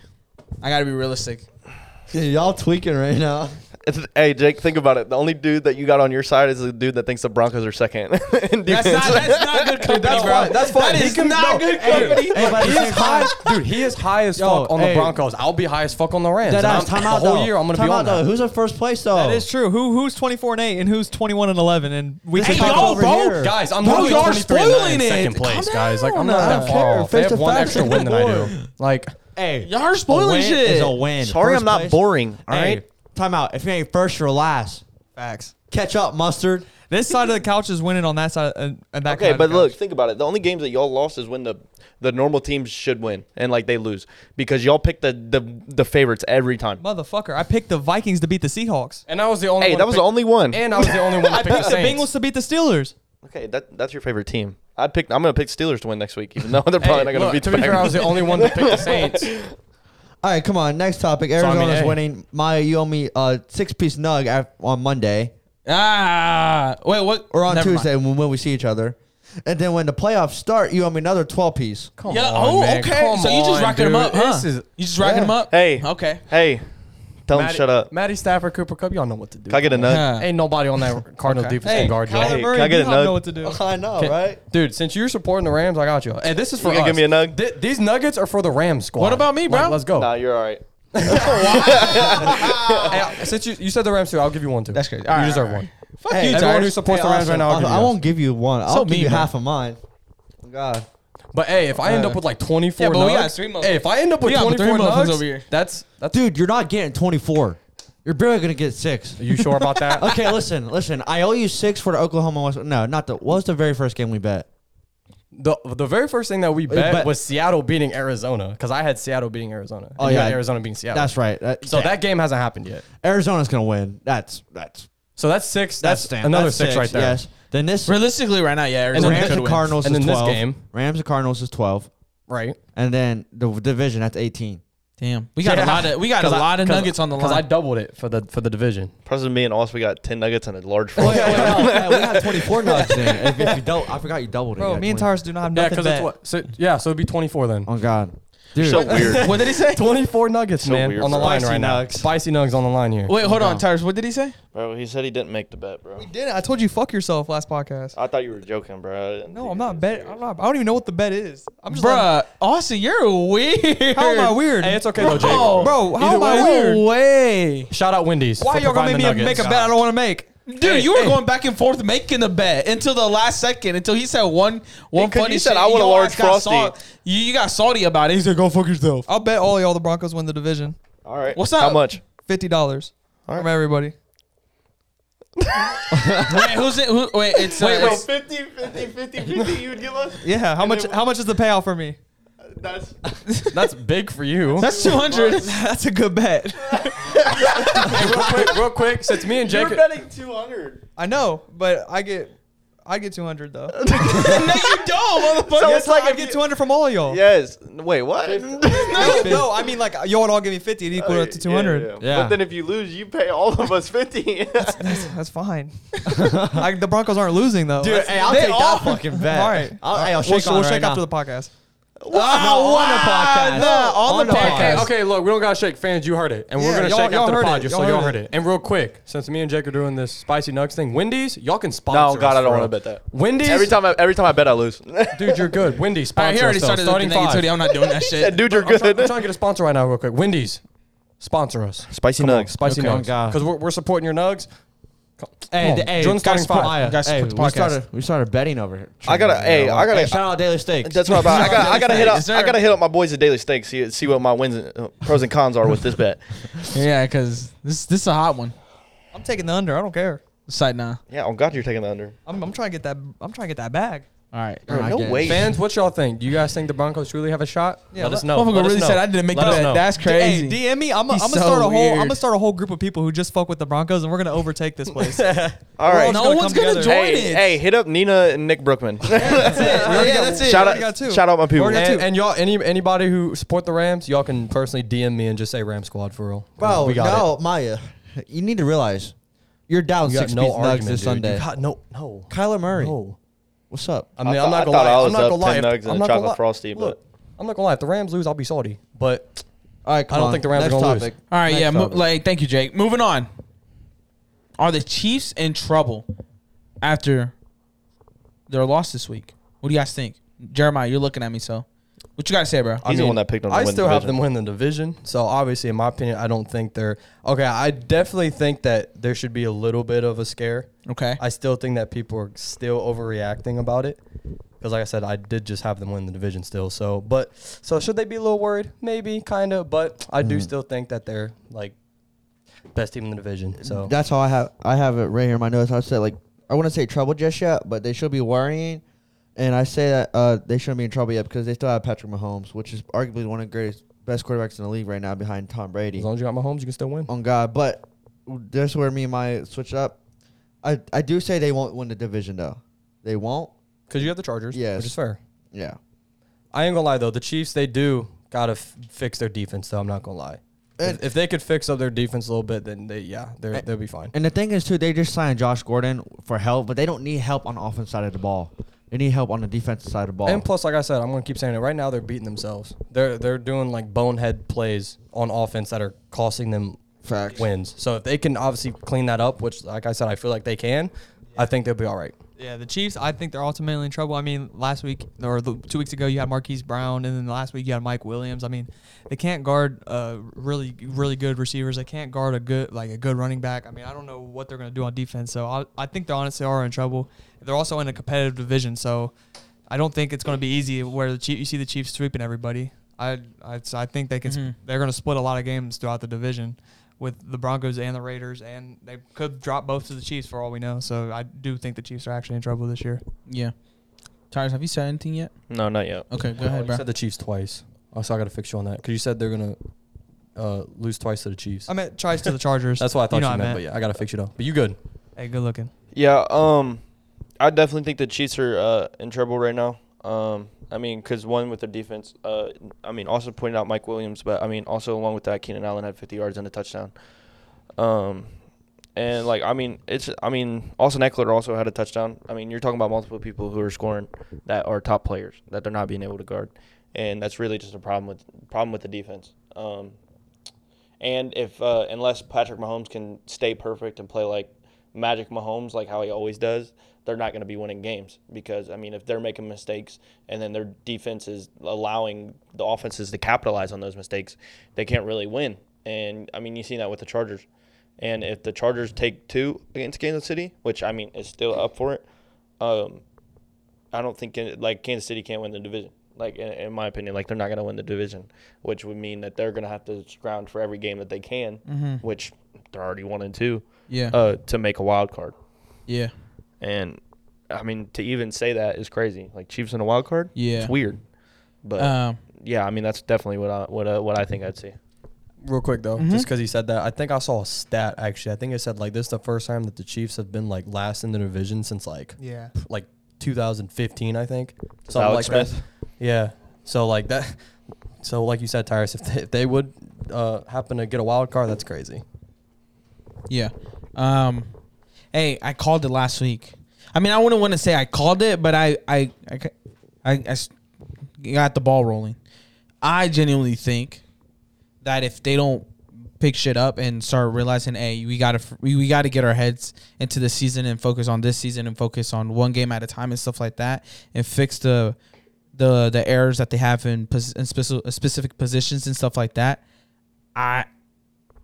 Speaker 1: I got to be realistic.
Speaker 2: Y'all tweaking right now.
Speaker 3: It's, hey Jake, think about it. The only dude that you got on your side is the dude that thinks the Broncos are second. in
Speaker 1: That's
Speaker 3: defense.
Speaker 1: not, that's not good company,
Speaker 4: that's
Speaker 1: bro.
Speaker 4: fine. That's fine.
Speaker 1: That
Speaker 4: He
Speaker 1: is
Speaker 4: can-
Speaker 1: not
Speaker 4: no.
Speaker 1: good
Speaker 4: Hey,
Speaker 1: company.
Speaker 2: hey, but
Speaker 4: He
Speaker 2: at the
Speaker 4: is
Speaker 2: same
Speaker 4: high,
Speaker 2: time-
Speaker 4: dude. He is high as
Speaker 2: Yo,
Speaker 4: fuck on the
Speaker 2: hey.
Speaker 4: Broncos. I'll be high as fuck on the Rams.
Speaker 2: Dead
Speaker 4: And
Speaker 2: ass.
Speaker 4: I'm-
Speaker 2: Time out
Speaker 4: the whole
Speaker 2: though.
Speaker 4: year, I'm gonna
Speaker 2: time
Speaker 4: be on
Speaker 2: out though.
Speaker 4: that.
Speaker 2: Who's in first place though?
Speaker 5: That is true. Who who's 24 and 8 and who's 21 and 11 and we
Speaker 1: Hey,
Speaker 5: can talk
Speaker 1: y'all
Speaker 5: over
Speaker 1: both
Speaker 5: here.
Speaker 1: got-
Speaker 4: Guys, I'm
Speaker 1: Bro,
Speaker 4: literally
Speaker 1: y'all are
Speaker 4: 23 and nine
Speaker 1: spoiling
Speaker 4: in
Speaker 1: it.
Speaker 4: second place,
Speaker 1: Calm
Speaker 4: guys. Like I'm not
Speaker 1: down. I
Speaker 4: that
Speaker 1: don't
Speaker 4: far
Speaker 2: care.
Speaker 4: off. They
Speaker 2: Face
Speaker 4: have
Speaker 2: to
Speaker 4: one
Speaker 2: facts
Speaker 4: extra
Speaker 2: is
Speaker 4: win than I do.
Speaker 2: important.
Speaker 4: Like,
Speaker 2: Hey,
Speaker 1: Y'all are
Speaker 2: a
Speaker 1: spoiling
Speaker 2: win
Speaker 1: shit.
Speaker 2: is a win.
Speaker 3: Sorry,
Speaker 2: First
Speaker 3: I'm not
Speaker 2: place-
Speaker 3: boring. All
Speaker 2: Hey,
Speaker 3: right.
Speaker 2: time out. If you ain't first, you're last.
Speaker 5: Facts.
Speaker 2: Catch up, mustard.
Speaker 5: This side of the couch is winning on that side uh, and and that.
Speaker 3: Okay,
Speaker 5: side
Speaker 3: but
Speaker 5: of the
Speaker 3: look,
Speaker 5: couch.
Speaker 3: think about it. The only games that y'all lost is when the the normal teams should win and like they lose because y'all pick the the, the favorites every time.
Speaker 5: motherfucker, I picked the Vikings to beat the Seahawks.
Speaker 4: and I was the only.
Speaker 3: Hey,
Speaker 4: one
Speaker 3: that
Speaker 4: to
Speaker 3: was
Speaker 4: pick-
Speaker 3: the only one.
Speaker 4: And I was the only one.
Speaker 5: I
Speaker 4: to pick
Speaker 5: picked the
Speaker 4: Saints.
Speaker 5: Bengals to beat the Steelers.
Speaker 3: Okay, that that's your favorite team. I picked. I'm gonna pick Steelers to win next week, even though they're probably
Speaker 4: Hey,
Speaker 3: not gonna
Speaker 4: look,
Speaker 3: beat
Speaker 4: to
Speaker 3: the
Speaker 4: be fair, I was
Speaker 3: Packers.
Speaker 4: the only one to pick the Saints.
Speaker 2: All right, come on. Next topic.
Speaker 4: I mean,
Speaker 2: Arizona's
Speaker 4: hey.
Speaker 2: winning. Maya, you owe me a six piece nug af- on Monday
Speaker 1: Ah, wait, what?
Speaker 2: or on
Speaker 1: Never mind.
Speaker 2: Tuesday when, when we see each other. And then when the playoffs start, you owe me another 12 piece.
Speaker 4: Come
Speaker 1: Yeah.
Speaker 4: on,
Speaker 1: oh,
Speaker 4: man.
Speaker 1: okay.
Speaker 4: Come
Speaker 1: so you just
Speaker 4: on,
Speaker 1: rocking them
Speaker 4: dude.
Speaker 1: up, huh?
Speaker 4: This is
Speaker 1: you just rocking them up.
Speaker 3: Hey.
Speaker 1: Okay.
Speaker 3: Hey, tell him
Speaker 4: Matty-
Speaker 3: shut up.
Speaker 4: Matty Stafford, Cooper Cup, y'all know what to do.
Speaker 3: Can I get a nut?
Speaker 1: Huh.
Speaker 4: Ain't nobody on that Cardinal defense
Speaker 2: Hey,
Speaker 4: can guard y'all.
Speaker 2: Kyler
Speaker 3: Hey,
Speaker 5: Murray,
Speaker 3: can I get a
Speaker 5: we don't know
Speaker 3: nug?
Speaker 5: what to do.
Speaker 2: I know,
Speaker 4: Okay.
Speaker 2: right?
Speaker 4: Dude, since you're supporting the Rams, I got you. Hey, this is for
Speaker 3: You gonna give
Speaker 4: us.
Speaker 3: me a nug?
Speaker 4: Th- these nuggets are for the Rams squad.
Speaker 1: What about me,
Speaker 4: Like,
Speaker 1: bro?
Speaker 4: let's go.
Speaker 3: Nah, you're all right.
Speaker 4: Hey, I- since you, you said the Rams too, I'll give you one too.
Speaker 1: That's crazy.
Speaker 4: you
Speaker 1: All right,
Speaker 4: deserve
Speaker 1: all right.
Speaker 4: one.
Speaker 1: Fuck
Speaker 2: Hey,
Speaker 1: you,
Speaker 4: Everyone
Speaker 1: Tyrus.
Speaker 4: who supports
Speaker 2: Hey,
Speaker 4: the Rams
Speaker 2: also,
Speaker 4: right now, I'll
Speaker 2: I,
Speaker 4: give you
Speaker 2: I
Speaker 4: one.
Speaker 2: won't give you one. I'll
Speaker 1: So
Speaker 2: give
Speaker 1: mean,
Speaker 2: you
Speaker 1: bro.
Speaker 2: half of mine. Oh, God.
Speaker 4: But hey, if I end up with like 24
Speaker 1: Uh, Yeah, but we
Speaker 4: nugs-
Speaker 1: got three motherfuckers.
Speaker 4: hey, if I end up with
Speaker 1: We got
Speaker 4: 24
Speaker 1: three motherfuckers
Speaker 4: nugs,
Speaker 1: over here.
Speaker 4: that's that's.
Speaker 2: Dude, you're not getting 24. You're barely going to get six.
Speaker 4: Are you sure about that?
Speaker 2: okay, listen, listen. I owe you six for the Oklahoma West. No, not the. What was the very first game we bet?
Speaker 4: The the very first thing that we bet
Speaker 2: but-
Speaker 4: was Seattle beating Arizona because I had Seattle beating Arizona. and
Speaker 2: Oh,
Speaker 4: you had
Speaker 2: yeah.
Speaker 4: Arizona beating Seattle.
Speaker 2: That's right. That-
Speaker 4: so that game hasn't happened yet.
Speaker 2: Arizona's gonna win. That's that's
Speaker 4: So that's six. That's,
Speaker 2: that's, stamp.
Speaker 4: another
Speaker 2: That's
Speaker 4: six, right there.
Speaker 2: Yes. Then this
Speaker 1: Realistically, right now, yeah,
Speaker 4: And
Speaker 1: Arizona
Speaker 4: then
Speaker 2: Rams
Speaker 1: could
Speaker 2: and
Speaker 1: win.
Speaker 2: Cardinals
Speaker 4: And
Speaker 2: is
Speaker 4: then this
Speaker 2: twelve.
Speaker 4: game.
Speaker 2: Rams and Cardinals is twelve,
Speaker 4: Right.
Speaker 2: and then the division that's eighteen.
Speaker 1: Damn, we got a
Speaker 4: Yeah.
Speaker 1: lot of we got a
Speaker 4: 'Cause I-
Speaker 1: lot of
Speaker 4: 'cause-
Speaker 1: nuggets on the
Speaker 4: Cause I
Speaker 1: line.
Speaker 4: doubled it for the for the division.
Speaker 3: President me and Austin, we got ten nuggets and a large fry.
Speaker 2: we got twenty four nuts then. If, if you don't, I forgot you doubled it.
Speaker 5: Bro,
Speaker 2: Yeah,
Speaker 5: me and
Speaker 2: 24.
Speaker 5: Tyrus do not have
Speaker 4: Yeah,
Speaker 5: nothing.
Speaker 4: because
Speaker 5: bet.
Speaker 4: it's what. So yeah, so it'd be 24 then.
Speaker 2: Oh God, dude.
Speaker 3: so weird.
Speaker 1: what did he say?
Speaker 4: 24 nuggets,
Speaker 3: So
Speaker 4: man,
Speaker 3: weird,
Speaker 4: on the
Speaker 3: bro.
Speaker 4: line
Speaker 2: Spicy
Speaker 4: right now.
Speaker 2: nugs.
Speaker 4: Spicy nugs on the line here.
Speaker 1: Wait, hold on, Tyrus. What did he say?
Speaker 3: bro, he said he didn't make the bet, bro.
Speaker 5: You did it. I told you fuck yourself last podcast.
Speaker 3: I thought you were joking, bro. I didn't
Speaker 5: No,
Speaker 3: think
Speaker 5: I'm
Speaker 3: you
Speaker 5: not
Speaker 3: were
Speaker 5: bet.
Speaker 3: serious.
Speaker 5: I'm not. I don't even know what the bet is. I'm just like,
Speaker 1: Bruh, Austin, you're weird. Oh,
Speaker 5: how am I weird?
Speaker 4: Hey, it's okay though, Jake.
Speaker 1: Bro,
Speaker 5: Bro, how
Speaker 4: Either
Speaker 5: am I
Speaker 4: way-
Speaker 5: weird?
Speaker 1: way.
Speaker 4: Shout out Wendy's.
Speaker 5: Why
Speaker 4: for
Speaker 5: y'all gonna
Speaker 4: providing
Speaker 5: make
Speaker 4: the
Speaker 5: me make
Speaker 4: nuggets.
Speaker 5: a bet I don't want to make?
Speaker 1: Dude, you were going back and forth making the bet until the last second, until he said one one
Speaker 3: Because
Speaker 1: funny
Speaker 3: you said,
Speaker 1: shit,
Speaker 3: "I
Speaker 1: and
Speaker 3: want a
Speaker 1: your
Speaker 3: large
Speaker 1: ass got
Speaker 3: Frosty."
Speaker 1: salt- You, you got salty about it. He said, "Go fuck yourself."
Speaker 5: I'll bet all y'all the Broncos win the division.
Speaker 3: All right.
Speaker 1: What's
Speaker 3: How
Speaker 1: up?
Speaker 3: much?
Speaker 5: Fifty dollars
Speaker 3: right.
Speaker 5: from everybody.
Speaker 1: wait, who's it? Who, wait, it's uh,
Speaker 3: Wait,
Speaker 1: it's-
Speaker 3: 50, 50, 50, 50 you would give us?
Speaker 5: Yeah. How
Speaker 3: And
Speaker 5: much?
Speaker 3: then-
Speaker 5: How much is the payout for me?
Speaker 3: That's
Speaker 4: That's big for you.
Speaker 1: that's two hundred.
Speaker 5: That's a good bet.
Speaker 4: Hey, real quick, real quick, since me and Jake,
Speaker 3: betting 200.
Speaker 5: I know, but I get, I get two hundred though.
Speaker 1: no, you don't, motherfucker.
Speaker 3: So
Speaker 5: Yes,
Speaker 3: it's like
Speaker 5: I
Speaker 3: if
Speaker 5: get
Speaker 3: you-
Speaker 5: two hundred from all y'all.
Speaker 3: Yes. Wait, what? Oh, no,
Speaker 5: No, no, I mean like y'all would all give me fifty. It equal up to two hundred.
Speaker 2: Yeah.
Speaker 3: But then if you lose, you pay all of us 50.
Speaker 5: That's fine. like the Broncos aren't losing though.
Speaker 2: dude,
Speaker 5: That's-
Speaker 2: hey, I'll
Speaker 1: they
Speaker 2: take
Speaker 1: all-
Speaker 2: that fucking bet.
Speaker 5: All right.
Speaker 2: I'll, hey, I'll
Speaker 5: we'll
Speaker 2: shake
Speaker 5: we'll
Speaker 2: on it
Speaker 5: shake
Speaker 2: right now.
Speaker 5: after the podcast.
Speaker 2: Wow, on the podcast.
Speaker 1: No, on the
Speaker 2: podcast.
Speaker 4: Okay,
Speaker 1: podcast.
Speaker 4: okay, look, we don't gotta shake fans. You heard it, and we're
Speaker 5: Yeah,
Speaker 4: gonna
Speaker 5: y'all-
Speaker 4: shake
Speaker 5: y'all
Speaker 4: after the
Speaker 5: heard
Speaker 4: pod,
Speaker 5: it.
Speaker 4: just
Speaker 5: Y'all
Speaker 4: so y'all heard
Speaker 5: heard it.
Speaker 4: it. And real quick, since me and Jake are doing this spicy nugs thing, Wendy's, y'all
Speaker 3: Oh,
Speaker 4: can sponsor. us, bro.
Speaker 3: that.
Speaker 4: Wendy's,
Speaker 3: Every time I, every time I bet, I lose.
Speaker 4: dude, you're good. Wendy's,
Speaker 1: All
Speaker 4: sponsor.
Speaker 1: right, he already
Speaker 4: us, though.
Speaker 1: started
Speaker 4: starting
Speaker 1: with the negativity.
Speaker 4: five.
Speaker 1: I'm not doing that shit.
Speaker 3: Dude, you're
Speaker 4: I'm, try- I'm
Speaker 3: good.
Speaker 4: trying to get a sponsor right now, real quick. Wendy's, sponsor us.
Speaker 3: Spicy
Speaker 4: Come on,
Speaker 3: nugs.
Speaker 4: spicy
Speaker 1: Okay.
Speaker 4: nugs,
Speaker 2: God.
Speaker 4: because we're, we're supporting your nugs. Oh, Come-
Speaker 2: Hey,
Speaker 4: come on,
Speaker 2: hey,
Speaker 4: join
Speaker 2: guys,
Speaker 4: the starting
Speaker 2: support
Speaker 4: five.
Speaker 2: Maya.
Speaker 1: Guys,
Speaker 2: hey,
Speaker 1: support the
Speaker 2: we
Speaker 1: podcast.
Speaker 2: started, we started betting over here.
Speaker 3: I gotta- hey, I gotta-
Speaker 2: Hey, shout out Daily Steaks.
Speaker 3: That's what I'm about. I got. I gotta hit up.
Speaker 1: Yes,
Speaker 3: I
Speaker 1: sir.
Speaker 3: gotta hit up my boys at Daily Steak. See see what my wins, and, uh, pros and cons are with this bet.
Speaker 1: Yeah, because this this is a hot one.
Speaker 5: I'm taking the under. I don't care.
Speaker 1: Side now.
Speaker 3: Yeah. Oh God, you're taking the under.
Speaker 5: I'm, I'm trying to get that. I'm trying to get that bag.
Speaker 1: All right.
Speaker 2: Bro,
Speaker 3: no
Speaker 2: getting-
Speaker 3: way.
Speaker 4: Fans, what y'all think? Do you guys think the Broncos truly have a shot?
Speaker 5: Yeah,
Speaker 4: let
Speaker 5: let-
Speaker 4: us know.
Speaker 1: Motherfucker
Speaker 4: Let us
Speaker 1: really
Speaker 4: know.
Speaker 1: said I didn't make
Speaker 4: Let
Speaker 1: the
Speaker 4: us
Speaker 1: bet.
Speaker 4: know.
Speaker 1: That's crazy.
Speaker 5: Hey, DM me. I'm
Speaker 1: He's
Speaker 5: gonna
Speaker 1: so
Speaker 5: start a whole. I'm
Speaker 1: weird.
Speaker 5: gonna start a whole group of people who just fuck with the Broncos, and we're gonna overtake this place.
Speaker 3: All
Speaker 5: We're
Speaker 3: right.
Speaker 5: all
Speaker 1: No
Speaker 5: just
Speaker 1: one's
Speaker 5: come
Speaker 1: gonna
Speaker 5: together.
Speaker 1: join
Speaker 3: hey,
Speaker 1: it.
Speaker 3: hey, hit up Nina and Nick Brookman.
Speaker 5: Oh, That's it. We already
Speaker 1: Yeah,
Speaker 5: got-
Speaker 1: that's it.
Speaker 5: we
Speaker 3: shout
Speaker 5: already
Speaker 3: out,
Speaker 5: got two.
Speaker 3: shout out my people.
Speaker 5: Already got
Speaker 4: And,
Speaker 5: two.
Speaker 4: and y'all, any anybody who support the Rams, y'all can personally DM me and just say Ram Squad for real.
Speaker 2: Bro,
Speaker 4: we got
Speaker 2: no, Maya, you need to realize you're down
Speaker 4: it. You got
Speaker 2: six
Speaker 4: no
Speaker 2: piece nugs
Speaker 4: argument
Speaker 2: this
Speaker 4: dude.
Speaker 2: Sunday.
Speaker 4: You got no, no,
Speaker 2: Kyler Murray,
Speaker 4: no.
Speaker 2: what's up?
Speaker 4: I mean,
Speaker 3: I
Speaker 4: I am
Speaker 3: thought- I
Speaker 4: not
Speaker 3: thought
Speaker 4: gonna lie.
Speaker 3: I
Speaker 4: I'm
Speaker 3: was
Speaker 4: not
Speaker 3: up
Speaker 4: gonna lie.
Speaker 3: 10
Speaker 4: If-
Speaker 3: nugs and
Speaker 4: I'm
Speaker 3: a
Speaker 4: not gonna
Speaker 3: chocolate
Speaker 4: lie.
Speaker 3: frosty, but-
Speaker 4: Look, I'm not gonna lie. If the Rams lose, I'll be salty. But
Speaker 2: All right, come
Speaker 4: I don't
Speaker 2: on.
Speaker 4: think the Rams are
Speaker 2: Next
Speaker 4: gonna lose.
Speaker 2: topic.
Speaker 1: All right,
Speaker 4: Next
Speaker 1: yeah. Mo-
Speaker 4: topic.
Speaker 1: like, thank you, Jake. Moving on. Are the Chiefs in trouble after their loss this week? What do you guys think, Jeremiah? You're looking at me, so what you got to say, bro?
Speaker 3: He's the one that picked on.
Speaker 4: I
Speaker 3: the
Speaker 4: still have
Speaker 3: division.
Speaker 4: them win the division. So obviously, in my opinion, I don't think they're okay. I definitely think that there should be a little bit of a scare.
Speaker 1: Okay.
Speaker 4: I still think that people are still overreacting about it because, like I said, I did just have them win the division still. So, but so should they be a little worried? Maybe, kind of. But I do still think that they're like best team in the division. So
Speaker 2: That's how I have I have it right here in my notes. I said like I wouldn't say trouble just yet, but they should be worrying. And I say that uh, they shouldn't be in trouble yet because they still have Patrick Mahomes, which is arguably one of the greatest best quarterbacks in the league right now, behind Tom Brady.
Speaker 4: as long as you got Mahomes, you can still win.
Speaker 2: on God. But that's where me and my switch up. I, I do say they won't win the division though. They won't.
Speaker 4: Because you have the Chargers,
Speaker 2: Yes.
Speaker 4: which is fair.
Speaker 2: Yeah.
Speaker 4: I ain't gonna lie though, the Chiefs they do gotta f- fix their defense. Though I'm not gonna lie. If, if they could fix up their defense a little bit, then they yeah they
Speaker 2: And-
Speaker 4: they'll be fine.
Speaker 2: And the thing is, too, they just signed Josh Gordon for help, but they don't need help on the offense side of the ball. They need help on the defensive side of the ball.
Speaker 4: And plus, like I said, I'm gonna keep saying it. Right now, they're beating themselves. They're they're doing like bonehead plays on offense that are costing them
Speaker 2: Facts.
Speaker 4: wins. So if they can obviously clean that up, which like I said, I feel like they can, I think they'll be all right.
Speaker 5: Yeah, the Chiefs. I think they're ultimately in trouble. I mean, last week or the, two weeks ago, you had Marquise Brown, and then last week you had Mike Williams. I mean, they can't guard uh, really, really good receivers. They can't guard a good, like a good running back. I mean, I don't know what they're going to do on defense. So I, I think they honestly are in trouble. They're also in a competitive division, so I don't think it's going to be easy. Where the Chief, you see the Chiefs sweeping everybody. I, I, I think they can.
Speaker 1: Mhm.
Speaker 5: Sp- they're going to split a lot of games throughout the division with the Broncos and the Raiders, and they could drop both to the Chiefs for all we know. So I do think the Chiefs are actually in trouble this year.
Speaker 1: Yeah. Tyrus, have you said anything yet?
Speaker 3: No, not yet.
Speaker 1: Okay, go
Speaker 4: Oh,
Speaker 1: ahead,
Speaker 4: You
Speaker 1: bro.
Speaker 4: said the Chiefs twice. Oh, so I got to fix you on that because you said they're gonna uh, lose twice to the Chiefs.
Speaker 5: I meant tries to the Chargers.
Speaker 4: That's what I thought you,
Speaker 5: know
Speaker 4: meant,
Speaker 5: what I
Speaker 4: But yeah, I got to fix you though. But you good?
Speaker 5: Hey, good looking.
Speaker 3: Yeah, um, I definitely think the Chiefs are uh, in trouble right now. Um, I mean, because one with their defense, uh, I mean, also pointed out Mike Williams, but I mean, also along with that, Keenan Allen had 50 yards and a touchdown. Um, and like, I mean, it's, I mean, Austin Eckler also had a touchdown. I mean, you're talking about multiple people who are scoring that are top players that they're not being able to guard, and that's really just a problem with problem with the defense. Um, and if uh, unless Patrick Mahomes can stay perfect and play like Magic Mahomes, like how he always does, they're not going to be winning games because I mean, if they're making mistakes and then their defense is allowing the offenses to capitalize on those mistakes, they can't really win. And I mean, you see that with the Chargers. And if the Chargers take two against Kansas City, which I mean is still up for it, um, I don't think it- like Kansas City can't win the division. Like in, in my opinion, like they're not going to win the division, which would mean that they're going to have to scrounge for every game that they can,
Speaker 1: Mhm.
Speaker 3: which they're already one and two,
Speaker 1: Yeah.
Speaker 3: uh, to make a wild card.
Speaker 1: yeah.
Speaker 3: And I mean, to even say that is crazy. Like Chiefs in a wild card,
Speaker 1: Yeah.
Speaker 3: it's weird. But
Speaker 1: Um,
Speaker 3: yeah, I mean that's definitely what I what uh, what I think I'd see.
Speaker 4: Real quick though,
Speaker 1: Mhm.
Speaker 4: just because he said that, I think I saw a stat actually. I think it said like this is the first time that the Chiefs have been like last in the division since like
Speaker 5: Yeah.
Speaker 4: like 2015, I think.
Speaker 3: Alex
Speaker 4: like that.
Speaker 3: Smith.
Speaker 4: Yeah. So like that. So like you said, Tyrus, if they, if they would uh, happen to get a wild card, that's crazy.
Speaker 1: yeah. Um, hey, I called it last week. I mean, I wouldn't want to say I called it, but I, I, I, ca- I, I s- got the ball rolling. I genuinely think that if they don't pick shit up and start realizing, hey, we gotta we, we gotta get our heads into the season and focus on this season and focus on one game at a time and stuff like that, and fix the the the errors that they have in, pos- in speci- specific positions and stuff like that. I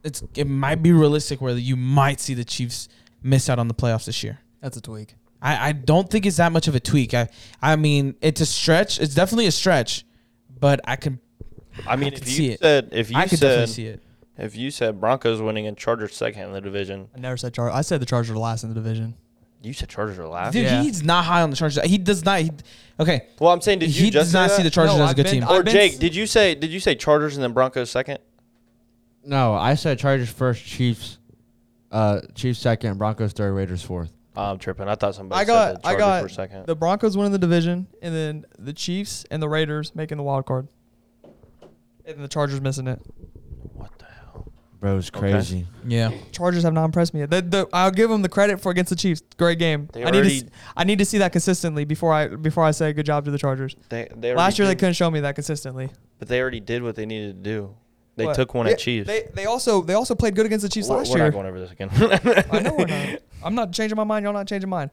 Speaker 1: it's it might be realistic where you might see the Chiefs miss out on the playoffs this year.
Speaker 5: That's a tweak.
Speaker 1: I, I don't think it's that much of a tweak. I I mean it's a stretch. It's definitely a stretch, but I can
Speaker 3: I mean,
Speaker 1: I could
Speaker 3: if
Speaker 1: see
Speaker 3: you
Speaker 1: it.
Speaker 3: said if you
Speaker 1: I could
Speaker 3: said
Speaker 1: definitely see it.
Speaker 3: if you said Broncos winning and Chargers second in the division,
Speaker 5: I never said Char. I said the Chargers are last in the division.
Speaker 3: you said Chargers are last.
Speaker 1: Dude,
Speaker 5: Yeah.
Speaker 1: he's not high on the Chargers. He does not. He, okay,
Speaker 3: Well, I'm saying, did you
Speaker 1: he
Speaker 3: just
Speaker 1: does not
Speaker 3: say
Speaker 1: see
Speaker 3: that?
Speaker 1: the Chargers
Speaker 5: No,
Speaker 1: as a
Speaker 5: I've
Speaker 1: good
Speaker 5: been-
Speaker 1: team.
Speaker 5: I've
Speaker 3: Or
Speaker 5: been
Speaker 3: Jake,
Speaker 5: s-
Speaker 3: did you say did you say Chargers and then Broncos second?
Speaker 2: No, I said Chargers first, Chiefs, uh, Chiefs second, Broncos third, Raiders fourth.
Speaker 3: Oh, I'm tripping. I thought somebody
Speaker 5: I
Speaker 3: said
Speaker 5: got.
Speaker 3: the
Speaker 5: I
Speaker 3: Chargers
Speaker 5: got
Speaker 3: were second.
Speaker 5: the Broncos winning the division, and then the Chiefs and the Raiders making the wild card, and the Chargers missing it.
Speaker 3: what the hell?
Speaker 2: Bro, it's
Speaker 3: Okay.
Speaker 2: crazy.
Speaker 1: yeah,
Speaker 5: Chargers have not impressed me yet. The, the, I'll give them the credit for against the Chiefs. Great game.
Speaker 3: They
Speaker 5: I need
Speaker 3: already-
Speaker 5: to. s- I need to see that consistently before I before I say good job to the Chargers.
Speaker 3: They, they already
Speaker 5: Last year they
Speaker 3: did-
Speaker 5: couldn't show me that consistently.
Speaker 3: but they already did what they needed to do. They
Speaker 5: What?
Speaker 3: took one
Speaker 5: Yeah,
Speaker 3: at Chiefs.
Speaker 5: They they also they also played good against the Chiefs
Speaker 3: we're,
Speaker 5: last
Speaker 3: we're
Speaker 5: year.
Speaker 3: not going over this again.
Speaker 5: I know we're not. I'm not changing my mind. Y'all not changing mine.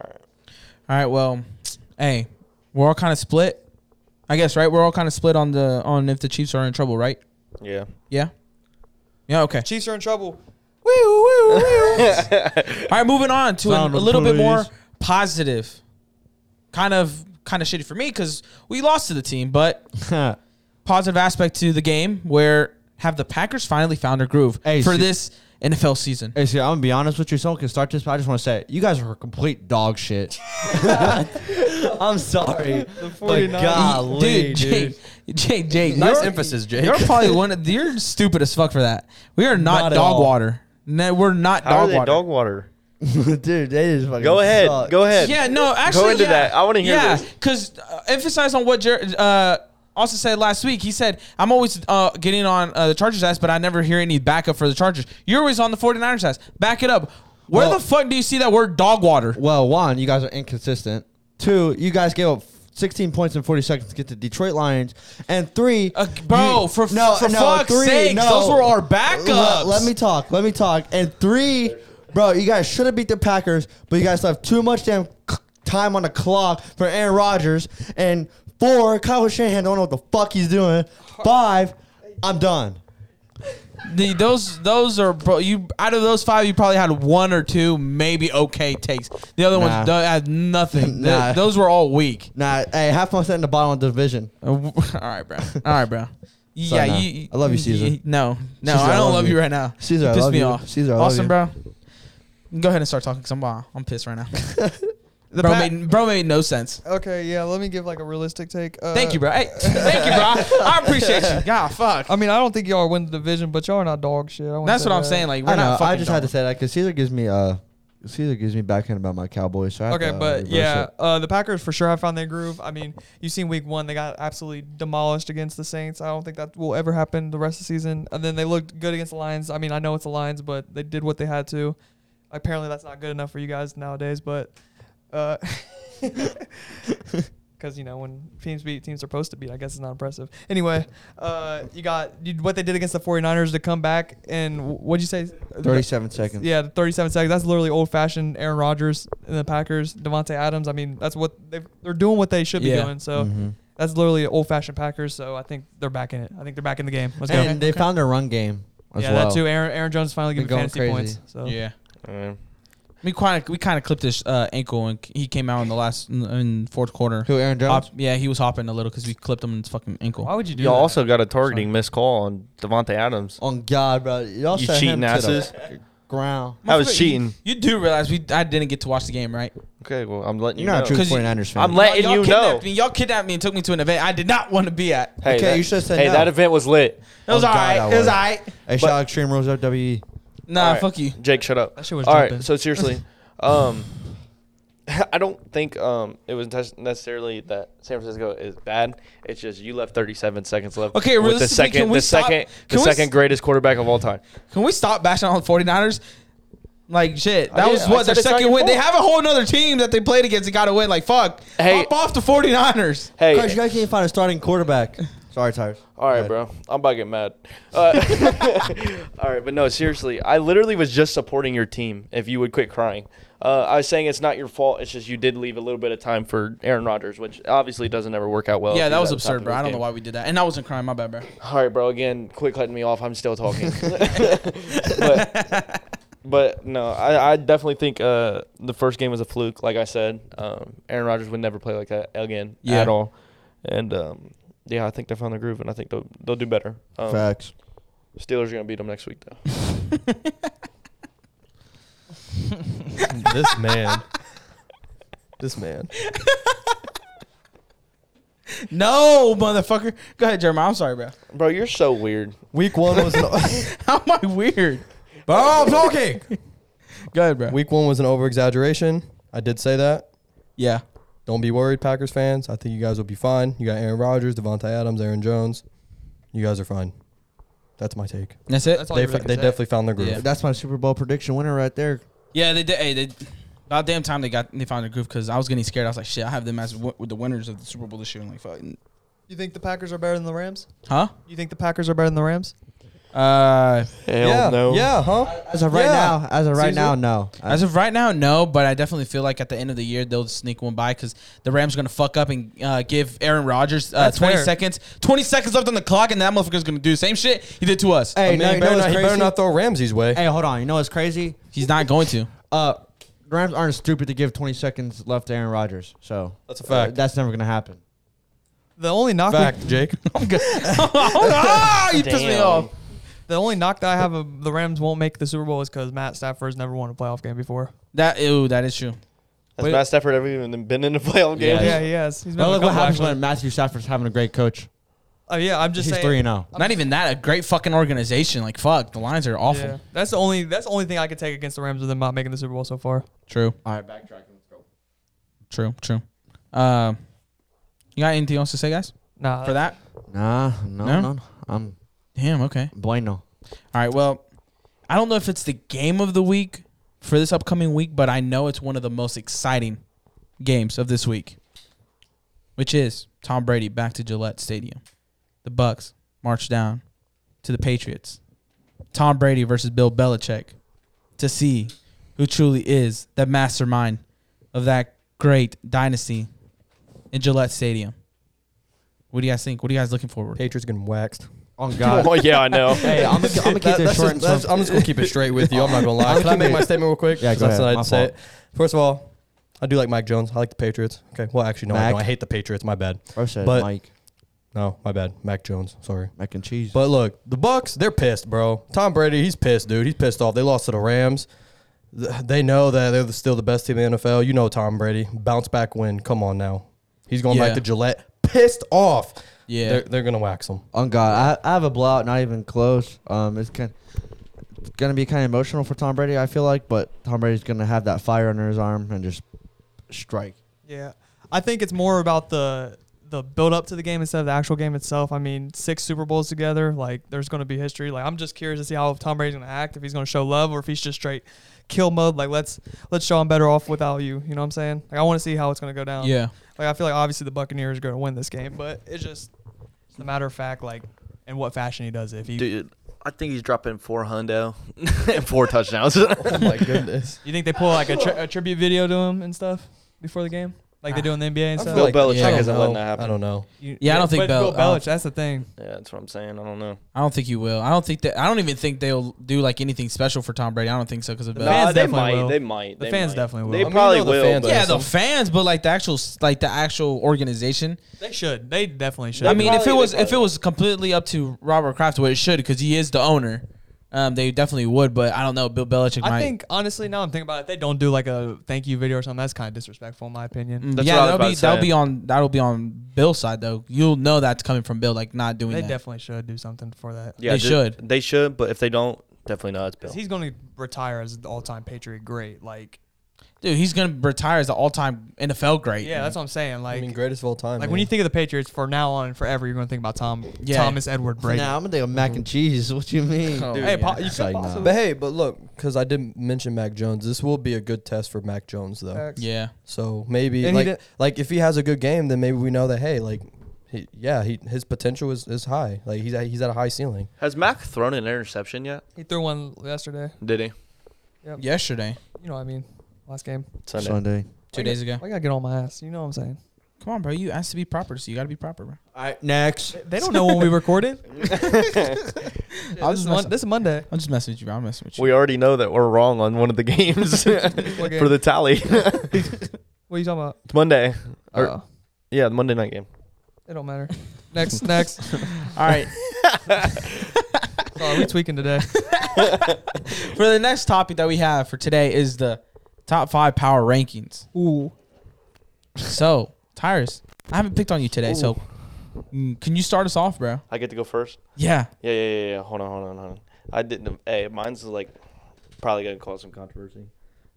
Speaker 1: All right. Well, hey, we're all kind of split. I guess right. We're all kind of split on the on if the Chiefs are in trouble, right?
Speaker 3: yeah.
Speaker 1: Yeah. Yeah. Okay.
Speaker 5: Chiefs are in trouble.
Speaker 1: All right, moving on to a, a
Speaker 2: Sound of
Speaker 1: little bit
Speaker 2: police.
Speaker 1: more positive. Kind of kind of shitty for me cuz we lost to the team, but positive aspect to the game where have the Packers finally found their groove
Speaker 2: Hey,
Speaker 1: for
Speaker 2: see-
Speaker 1: this NFL season.
Speaker 2: hey, see, I'm gonna be honest with you. Someone can start this, but I just want to say you guys are complete dog shit. I'm sorry, but
Speaker 5: 49ers.
Speaker 2: golly, dude.
Speaker 1: Jake, Jake, Jake,
Speaker 4: Nice
Speaker 1: you're-
Speaker 4: emphasis, Jake.
Speaker 1: You're probably one. Of, you're stupid as fuck for that. We are not,
Speaker 4: Not at
Speaker 1: dog
Speaker 4: all.
Speaker 1: water. No, we're not
Speaker 3: How
Speaker 1: dog
Speaker 3: are they
Speaker 1: water.
Speaker 3: dog water?
Speaker 2: dude, they just fucking
Speaker 3: Go ahead.
Speaker 2: suck.
Speaker 3: Go ahead.
Speaker 1: Yeah, no, actually,
Speaker 3: into
Speaker 1: yeah.
Speaker 3: that. I wanna hear
Speaker 1: yeah,
Speaker 3: this.
Speaker 1: because uh, emphasize on what Jer- uh, also said last week. He said, I'm always uh, getting on uh, the Chargers' ass, but I never hear any backup for the Chargers. You're always on the 49ers' ass. Back it up. Where
Speaker 2: Well-
Speaker 1: the fuck do you see that word dog water?
Speaker 2: Well, one, you guys are inconsistent. Two, you guys gave up 16 points in 40 seconds to get the Detroit Lions. And three,
Speaker 1: Uh, bro, for- for fuck's sakes, those were our backups.
Speaker 2: Let, let me talk. Let me talk. And three, bro, you guys should have beat the Packers, but you guys left too much damn c- time on the clock for Aaron Rodgers. And four, Kyle Shanahan don't know what the fuck he's doing. Five, I'm done.
Speaker 1: The, those those are bro. You out of those five, you probably had one or two maybe okay takes. The other
Speaker 2: Nah.
Speaker 1: ones don't, had nothing. Th-
Speaker 2: Nah.
Speaker 1: those were all weak.
Speaker 2: Nah, hey, half my set in the bottom of the division.
Speaker 1: Uh, w- all right, bro. All right, bro. Yeah,
Speaker 2: no.
Speaker 1: you,
Speaker 2: I love you,
Speaker 1: y-
Speaker 2: Caesar.
Speaker 1: y- No, no,
Speaker 2: Caesar,
Speaker 1: I
Speaker 2: I
Speaker 1: don't
Speaker 2: love
Speaker 1: love you.
Speaker 2: you.
Speaker 1: right now.
Speaker 2: Caesar,
Speaker 1: you
Speaker 2: I
Speaker 1: pissed
Speaker 2: love
Speaker 1: me
Speaker 2: you.
Speaker 1: off.
Speaker 2: Caesar, I love
Speaker 1: Austin,
Speaker 2: you.
Speaker 1: bro. Go ahead and start talking. Cause I'm, uh, I'm pissed right now.
Speaker 5: The
Speaker 1: bro,
Speaker 5: Pat-
Speaker 1: made, bro made no sense.
Speaker 5: okay, yeah. Let me give like a realistic take. Uh,
Speaker 1: Thank you, bro. Hey, thank you, bro. I appreciate you. God, fuck.
Speaker 5: I mean, I don't think y'all win the division, but y'all are not dog shit. I wouldn't
Speaker 1: That's
Speaker 5: say
Speaker 1: what I'm
Speaker 5: that.
Speaker 1: saying. Like, we're
Speaker 2: I know.
Speaker 1: not.
Speaker 2: I
Speaker 1: fucking
Speaker 2: just had to
Speaker 1: dumb.
Speaker 2: say that because Caesar gives me uh Caesar gives me backhand about my Cowboys. So I have
Speaker 5: Okay,
Speaker 2: to, uh,
Speaker 5: but
Speaker 2: reverse
Speaker 5: yeah,
Speaker 2: it.
Speaker 5: uh, the Packers for sure have found their groove. I mean, you seen week one, they got absolutely demolished against the Saints. I don't think that will ever happen the rest of the season. And then they looked good against the Lions. I mean, I know it's the Lions, but they did what they had to. Apparently, that's not good enough for you guys nowadays, but because, you know, when teams beat teams are supposed to beat, I guess it's not impressive. Anyway, uh, you got you, what they did against the 49ers to come back, and wh- what'd you say?
Speaker 2: 37 seconds.
Speaker 5: Yeah, the 37 seconds. That's literally old fashioned Aaron Rodgers and the Packers, Devontae Adams. I mean, that's what they've, they're doing what they should be
Speaker 1: Yeah.
Speaker 5: doing.
Speaker 2: Mm-hmm.
Speaker 5: So that's literally old fashioned Packers. So I think they're back in it. I think they're back in the game. Let's
Speaker 2: and
Speaker 5: go.
Speaker 2: they found their run game as
Speaker 5: yeah,
Speaker 2: well.
Speaker 5: that too. Aaron, Aaron Jones finally
Speaker 2: They're
Speaker 5: getting
Speaker 2: going
Speaker 5: fantasy
Speaker 2: crazy.
Speaker 5: points. So
Speaker 1: Yeah.
Speaker 3: Mm.
Speaker 1: We kind of we kind of clipped his uh, ankle and he came out in the last in, in fourth quarter.
Speaker 2: Who Aaron Jones?
Speaker 1: Hop- yeah, he was hopping a little because we clipped him in his fucking ankle.
Speaker 5: why would you do
Speaker 3: Y'all
Speaker 5: that?
Speaker 3: also got a targeting missed call on Devontae Adams.
Speaker 2: On God, bro, y'all
Speaker 3: You
Speaker 2: sent him
Speaker 3: cheating
Speaker 2: to the
Speaker 3: asses.
Speaker 2: ground.
Speaker 3: I was cheating.
Speaker 1: You do realize we I didn't get to watch the game, right?
Speaker 3: Okay, well I'm letting you
Speaker 2: You're not a
Speaker 3: know.
Speaker 2: true
Speaker 1: 'Cause you-
Speaker 2: 49ers fan.
Speaker 3: I'm letting
Speaker 1: Y'all
Speaker 3: you know.
Speaker 1: kidnapped me. Y'all kidnapped me and took me to an event I did not want to be at. It
Speaker 3: Hey,
Speaker 2: Okay,
Speaker 3: that,
Speaker 2: you should've said
Speaker 3: Hey,
Speaker 2: no.
Speaker 3: that event was lit.
Speaker 1: was
Speaker 2: Oh,
Speaker 1: all
Speaker 2: God,
Speaker 1: right.
Speaker 2: I
Speaker 1: It was
Speaker 2: was.
Speaker 1: all right.
Speaker 2: hey, shout out Extreme Rules E. WWE.
Speaker 1: Nah,
Speaker 3: All right.
Speaker 1: fuck you.
Speaker 3: Jake, shut up.
Speaker 5: That shit was
Speaker 3: All
Speaker 5: jumping.
Speaker 3: right. So seriously, um, I don't think um it was nec- necessarily that San Francisco is bad. It's just you left 37 seconds left.
Speaker 1: Okay,
Speaker 3: with the
Speaker 1: realistically,
Speaker 3: second,
Speaker 1: can we
Speaker 3: the
Speaker 1: stop-
Speaker 3: second,
Speaker 1: can we
Speaker 3: the second
Speaker 1: s-
Speaker 3: greatest quarterback of all time.
Speaker 1: Can we stop bashing on the 49ers? Like shit. That
Speaker 3: did.
Speaker 1: was
Speaker 3: I
Speaker 1: what
Speaker 3: said
Speaker 1: their
Speaker 3: it's not
Speaker 1: second
Speaker 3: your
Speaker 1: win. They
Speaker 3: fault.
Speaker 1: have a whole other team that they played against and got a win. Like fuck.
Speaker 3: Hey.
Speaker 1: Hop off the 49ers.
Speaker 3: Hey,
Speaker 2: Guys, you guys can't find a starting quarterback. Sorry, Tires.
Speaker 3: All right, bro. I'm about to get mad. Uh, all right, but no, seriously, I literally was just supporting your team. If you would quit crying, uh, I was saying it's not your fault. It's just you did leave a little bit of time for Aaron Rodgers, which obviously doesn't ever work out well.
Speaker 1: yeah,
Speaker 3: if
Speaker 1: that
Speaker 3: he's
Speaker 1: was
Speaker 3: at the top of
Speaker 1: absurd, bro.
Speaker 3: his
Speaker 1: I don't know
Speaker 3: game.
Speaker 1: why we did that. And I wasn't crying. My bad, bro.
Speaker 3: All right, bro. Again, quit cutting me off. I'm still talking. but, but no, I, I definitely think uh, the first game was a fluke. Like I said, um, Aaron Rodgers would never play like that again
Speaker 1: Yeah.
Speaker 3: at all. And um, yeah, I think they found their groove, and I think they'll they'll do better. Um,
Speaker 2: Facts.
Speaker 3: Steelers are gonna beat them next week, though.
Speaker 4: this man. This man.
Speaker 1: No, motherfucker. Go ahead, Jeremiah. I'm sorry, bro.
Speaker 3: Bro, you're so weird.
Speaker 4: Week one was an,
Speaker 1: How am I weird?
Speaker 2: Bro, I'm talking.
Speaker 1: Go ahead, bro.
Speaker 4: week one was an over exaggeration. I did say that.
Speaker 1: yeah.
Speaker 4: Don't be worried, Packers fans. I think you guys will be fine. You got Aaron Rodgers, Devontae Adams, Aaron Jones. You guys are fine. That's my take.
Speaker 1: That's it.
Speaker 5: That's all
Speaker 4: They,
Speaker 5: you
Speaker 4: f-
Speaker 5: really can
Speaker 4: they
Speaker 5: say.
Speaker 4: definitely found their groove.
Speaker 1: Yeah.
Speaker 2: That's my Super Bowl prediction winner right there.
Speaker 1: Yeah, they did. Hey, they, about damn time they got they found their groove because I was getting scared. I was like, shit, I have them as w- with the winners of the Super Bowl this year. And like, fucking,
Speaker 5: You think the Packers are better than the Rams?
Speaker 1: huh?
Speaker 5: You think the Packers are better than the Rams?
Speaker 1: Uh,
Speaker 3: Hell
Speaker 4: yeah, yeah, huh?
Speaker 2: As of right now,
Speaker 4: Yeah.
Speaker 2: as of right
Speaker 4: Caesar?
Speaker 2: now, no.
Speaker 1: as of right now, no. But I definitely feel like at the end of the year they'll sneak one by because the Rams are gonna fuck up and uh, give Aaron Rodgers uh,
Speaker 5: That's
Speaker 1: twenty
Speaker 5: fair.
Speaker 1: seconds, twenty seconds left on the clock, and that motherfucker's gonna do the same shit he did to us.
Speaker 2: hey,
Speaker 4: I mean,
Speaker 2: no,
Speaker 4: he,
Speaker 2: you know
Speaker 4: better
Speaker 2: what's
Speaker 4: not, he better
Speaker 2: crazy?
Speaker 4: not throw Ramsey's way.
Speaker 2: Hey, hold on. You know what's crazy?
Speaker 1: He's not going to.
Speaker 2: Uh, the Rams aren't stupid to give 20 seconds left to Aaron Rodgers. So
Speaker 4: That's a fact.
Speaker 2: uh, that's never gonna happen.
Speaker 5: The only knock we-
Speaker 4: Fact, Jake.
Speaker 1: oh, you pissed me
Speaker 3: Damn.
Speaker 1: off.
Speaker 5: the only knock that I have of the Rams won't make the Super Bowl is because Matt Stafford's never won a playoff game before.
Speaker 1: That ew, that is true.
Speaker 3: Has
Speaker 1: Wait.
Speaker 3: Matt Stafford ever even been in a playoff game?
Speaker 2: Yeah.
Speaker 5: Yeah, he has. He's been
Speaker 2: Well,
Speaker 5: on a
Speaker 2: look what
Speaker 5: couple,
Speaker 2: happens
Speaker 5: actually.
Speaker 2: when Matthew Stafford's having a great coach.
Speaker 5: Oh yeah, I'm just
Speaker 2: He's
Speaker 5: saying.
Speaker 2: three and oh. zero.
Speaker 1: Not even that. A great fucking organization. Like fuck, the lines are awful.
Speaker 5: Yeah. That's the only that's the only thing I could take against the Rams with them not making the Super Bowl so far.
Speaker 1: True.
Speaker 2: All right, backtracking. Let's go.
Speaker 1: True, true. Um, you got Uh, anything else to say, guys?
Speaker 5: Nah,
Speaker 1: for that?
Speaker 2: Nah, no,
Speaker 1: No?
Speaker 2: no, no. I'm
Speaker 1: Damn. Okay.
Speaker 2: bueno.
Speaker 1: All right. Well, I don't know if it's the game of the week for this upcoming week, but I know it's one of the most exciting games of this week, which is Tom Brady back to Gillette Stadium. The Bucks march down to the Patriots. Tom Brady versus Bill Belichick to see who truly is the mastermind of that great dynasty in Gillette Stadium. What do you guys think? What are you guys looking forward?
Speaker 4: Patriots getting waxed.
Speaker 2: On God.
Speaker 3: Oh yeah, I know.
Speaker 2: hey, I'm, gonna- I'm gonna keep
Speaker 4: That-
Speaker 2: this
Speaker 4: that's
Speaker 2: short
Speaker 4: just-
Speaker 2: and
Speaker 4: that's-
Speaker 2: sweet.
Speaker 4: I'm just gonna keep it straight with you. I'm not gonna lie. Can I make my statement real quick?
Speaker 2: Yeah,
Speaker 4: 'Cause
Speaker 2: go
Speaker 4: that's
Speaker 2: ahead.
Speaker 4: what I'd
Speaker 2: My
Speaker 4: say.
Speaker 2: fault.
Speaker 4: First of all, I do like Mike Jones. I like the Patriots. Okay. Well, actually, no, I
Speaker 2: Mac.
Speaker 4: don't. I hate the Patriots. My bad.
Speaker 2: Bro said
Speaker 4: But-
Speaker 2: Mike,
Speaker 4: No, my bad. Mac Jones. Sorry.
Speaker 2: mac and cheese.
Speaker 4: But look, the Bucks, they're pissed, bro. Tom Brady, he's pissed, dude. He's pissed off. They lost to the Rams. Th- They know that they're the- still the best team in the NFL. You know Tom Brady. Bounce back win. Come on now. He's going
Speaker 1: Yeah.
Speaker 4: back to Gillette. Pissed off.
Speaker 1: Yeah.
Speaker 4: They're, they're going to wax him.
Speaker 2: on God, I, I have a blowout, not even close. Um, it's kind, it's gonna be kind of emotional for Tom Brady. I feel like, but Tom Brady's gonna have that fire under his arm and just strike.
Speaker 5: Yeah, I think it's more about the the build up to the game instead of the actual game itself. I mean, six Super Bowls together, like there's going to be history. Like I'm just curious to see how Tom Brady's going to act, if he's going to show love or if he's just straight kill mode. Like let's let's show I'm better off without you. You know what I'm saying? Like I want to see how it's going to go down.
Speaker 1: Yeah.
Speaker 5: Like I feel like obviously the Buccaneers are going to win this game, but it's just it's a matter of fact, like in what fashion he does it. If he,
Speaker 3: Dude, I think he's dropping four hundo and four touchdowns.
Speaker 4: Oh, my goodness.
Speaker 5: you think they pull like a, tri- a tribute video to him and stuff before the game, like they do in the NBA and
Speaker 4: I
Speaker 5: stuff.
Speaker 3: Bill
Speaker 4: feel like-
Speaker 3: Belichick
Speaker 4: I don't
Speaker 3: isn't
Speaker 4: know.
Speaker 3: letting that happen.
Speaker 4: I don't know.
Speaker 5: You-
Speaker 1: Yeah, I don't think
Speaker 5: but Bill,
Speaker 1: Bel- uh,
Speaker 5: Belich. That's the thing.
Speaker 3: yeah, that's what I'm saying. I don't know.
Speaker 1: I don't think you will. I don't think that. I don't even think they'll do like anything special for Tom Brady. I don't think so because of
Speaker 5: The
Speaker 1: Belichick.
Speaker 5: fans
Speaker 3: they
Speaker 5: definitely
Speaker 3: might.
Speaker 5: will.
Speaker 3: They might.
Speaker 5: The
Speaker 3: they
Speaker 5: fans
Speaker 3: might.
Speaker 5: definitely
Speaker 3: They
Speaker 4: I
Speaker 5: will.
Speaker 4: mean,
Speaker 3: probably
Speaker 4: you know the
Speaker 3: will.
Speaker 4: fans
Speaker 3: but-
Speaker 4: are
Speaker 1: yeah, the
Speaker 4: some-
Speaker 1: fans, but like the actual s- like the actual organization.
Speaker 5: They should. They definitely should.
Speaker 1: I
Speaker 3: They
Speaker 1: mean, if it
Speaker 3: probably-
Speaker 1: was
Speaker 3: they
Speaker 1: if it was completely up to Robert Kraft, well, it should because he is the owner. Um, they definitely would, but I don't know. Bill Belichick
Speaker 5: I
Speaker 1: might.
Speaker 5: think honestly, now I'm thinking about it. If they don't do like a thank you video or something, that's kind of disrespectful in my opinion.
Speaker 1: Mm,
Speaker 3: That's
Speaker 1: yeah,
Speaker 3: what I was
Speaker 1: that'll
Speaker 3: about
Speaker 1: be
Speaker 3: to
Speaker 1: that'll
Speaker 3: say.
Speaker 1: be on that'll be on Bill's side though. You'll know that's coming from Bill, like not doing
Speaker 5: They
Speaker 1: that.
Speaker 5: definitely should do something for that.
Speaker 3: Yeah,
Speaker 1: They
Speaker 3: ju-
Speaker 1: should.
Speaker 3: They should. But if they don't, definitely not. It's Bill.
Speaker 5: Because he's going to retire as the all-time Patriot great. Like,
Speaker 1: Dude, he's gonna retire as an all time NFL great.
Speaker 5: yeah, that's what I'm saying. Like,
Speaker 4: I mean, greatest of all time.
Speaker 5: like when
Speaker 4: man.
Speaker 5: you think of the Patriots for now on and forever, you're going to think about Tom
Speaker 1: Yeah.
Speaker 5: Thomas Edward Brady.
Speaker 2: Now I'm gonna think of mac and cheese. What you mean?
Speaker 1: Oh,
Speaker 5: hey,
Speaker 1: yeah.
Speaker 5: po- you
Speaker 2: It's
Speaker 5: could
Speaker 2: like, nah.
Speaker 5: possibly.
Speaker 4: But hey, but look, because I didn't mention Mac Jones, this will be a good test for Mac Jones, though.
Speaker 1: yeah.
Speaker 4: So maybe
Speaker 5: And he
Speaker 4: like
Speaker 5: did-
Speaker 4: like if he has a good game, then maybe we know that hey, like he, yeah, he his potential is, is high. Like he's at, he's at a high ceiling.
Speaker 3: Has Mac thrown an interception yet?
Speaker 5: He threw one yesterday.
Speaker 3: Did he?
Speaker 1: Yesterday,
Speaker 5: You know what I mean? Last game.
Speaker 3: Sunday.
Speaker 2: Sunday.
Speaker 1: two days ago.
Speaker 5: I got to get on my ass. You know what I'm saying?
Speaker 1: Come on, bro. You asked to be proper, so you gotta be proper, bro.
Speaker 2: All right, next.
Speaker 5: They don't know when we recorded.
Speaker 1: I'll
Speaker 5: this,
Speaker 1: just
Speaker 5: is
Speaker 1: mess
Speaker 5: mon-
Speaker 1: up.
Speaker 5: this is Monday.
Speaker 1: I'm just messing with you, bro. I'm messing with you.
Speaker 3: We already know that we're wrong on one of the games
Speaker 5: What game?
Speaker 3: for the tally. it's
Speaker 5: What are you talking about?
Speaker 3: Monday. Or-
Speaker 5: Uh,
Speaker 3: Yeah, the Monday night game.
Speaker 5: it don't matter. Next, next.
Speaker 1: All right.
Speaker 5: Sorry, we tweaking today.
Speaker 1: for the next topic that we have for today is the top five power rankings.
Speaker 5: Ooh.
Speaker 1: So, Tyrus, I haven't picked on you today, so mm, can you start us off, bro?
Speaker 3: I get to go first.
Speaker 1: Yeah.
Speaker 3: Yeah, yeah, yeah, yeah. Hold on, hold on, hold on. I didn't. Hey, mine's like probably gonna cause some controversy.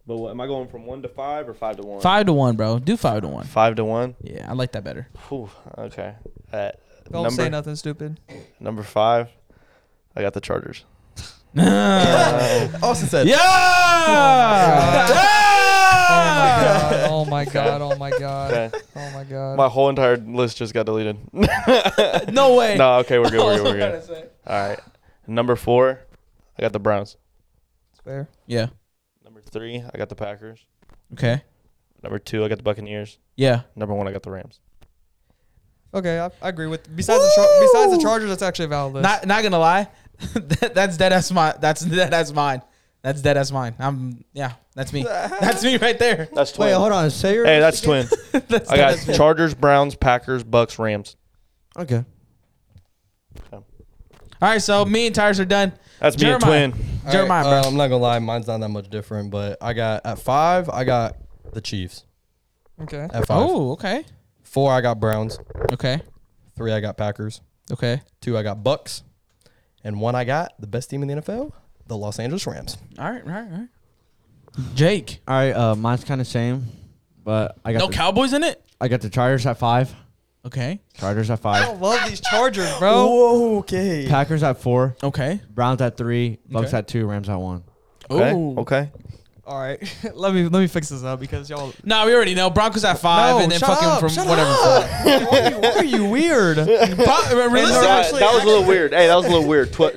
Speaker 3: But what, am I going from one to five or five to one?
Speaker 1: Five to one, bro. Do five to one.
Speaker 3: Five to one.
Speaker 1: Yeah, I like that better.
Speaker 3: Whew, okay. At
Speaker 5: Don't
Speaker 3: number
Speaker 5: say nothing stupid.
Speaker 3: number five, I got the Chargers.
Speaker 4: Austin said,
Speaker 1: yeah! Yeah!
Speaker 5: Oh my god! Oh my god!
Speaker 3: Okay.
Speaker 5: Oh my god!
Speaker 3: My whole entire list just got deleted.
Speaker 1: No way.
Speaker 3: no, okay, we're good. We're good. We're
Speaker 1: I was
Speaker 3: good. All right. Number four, I got the Browns.
Speaker 5: It's fair.
Speaker 1: Yeah.
Speaker 3: Number three, I got the Packers.
Speaker 1: Okay.
Speaker 3: Number two, I got the Buccaneers.
Speaker 1: Yeah.
Speaker 3: Number one, I got the Rams.
Speaker 5: Okay, I, I agree with. Besides the char- besides the
Speaker 1: Woo!
Speaker 5: Chargers, that's actually a valid list.
Speaker 1: Not not gonna lie. that, that's dead ass mine. That's dead ass mine. That's dead ass mine. I'm yeah, that's me. That's me right there.
Speaker 3: That's
Speaker 2: Wait, hold on. Say your.
Speaker 3: Hey, that's twin.
Speaker 1: That's
Speaker 3: I
Speaker 1: dead
Speaker 3: got
Speaker 1: ass me.
Speaker 3: Chargers, Browns, Packers, Bucks, Rams.
Speaker 2: Okay.
Speaker 1: All right, so me and Tyrus are done.
Speaker 3: That's me and
Speaker 1: Jeremiah.
Speaker 3: twin.
Speaker 4: All
Speaker 1: Jeremiah, bro.
Speaker 4: uh, I'm not gonna lie, mine's not that much different. But I got at five, I got the Chiefs.
Speaker 5: okay.
Speaker 4: At five,
Speaker 1: oh, okay.
Speaker 4: four, I got Browns.
Speaker 1: Okay.
Speaker 4: Three, I got Packers.
Speaker 1: Okay.
Speaker 4: Two, I got Bucks, and one, I got the best team in the NFL, the Los Angeles Rams.
Speaker 1: All right, all right, all right. Jake.
Speaker 2: All right. Uh, mine's kind of same, but I got
Speaker 1: No
Speaker 2: the,
Speaker 1: Cowboys in it?
Speaker 2: I got the Chargers at five.
Speaker 1: Okay.
Speaker 2: Chargers at
Speaker 5: I
Speaker 2: five.
Speaker 5: don't love these Chargers, bro.
Speaker 4: okay.
Speaker 2: Packers at four.
Speaker 1: Okay.
Speaker 2: Browns at three. Bucks
Speaker 1: Okay.
Speaker 2: at two. Rams at one.
Speaker 3: Okay.
Speaker 1: Ooh.
Speaker 3: Okay.
Speaker 5: All right, let me let me fix this up because y'all.
Speaker 1: No, we already know. Broncos at five,
Speaker 5: No,
Speaker 1: and then
Speaker 5: shut
Speaker 1: fucking
Speaker 5: up,
Speaker 1: from
Speaker 5: shut
Speaker 1: whatever.
Speaker 5: Why are you, why are you weird?
Speaker 1: Bro-
Speaker 5: Listen,
Speaker 1: realistic-
Speaker 3: that,
Speaker 5: actually-
Speaker 3: that was a little weird. Hey, that was a little weird. Twi-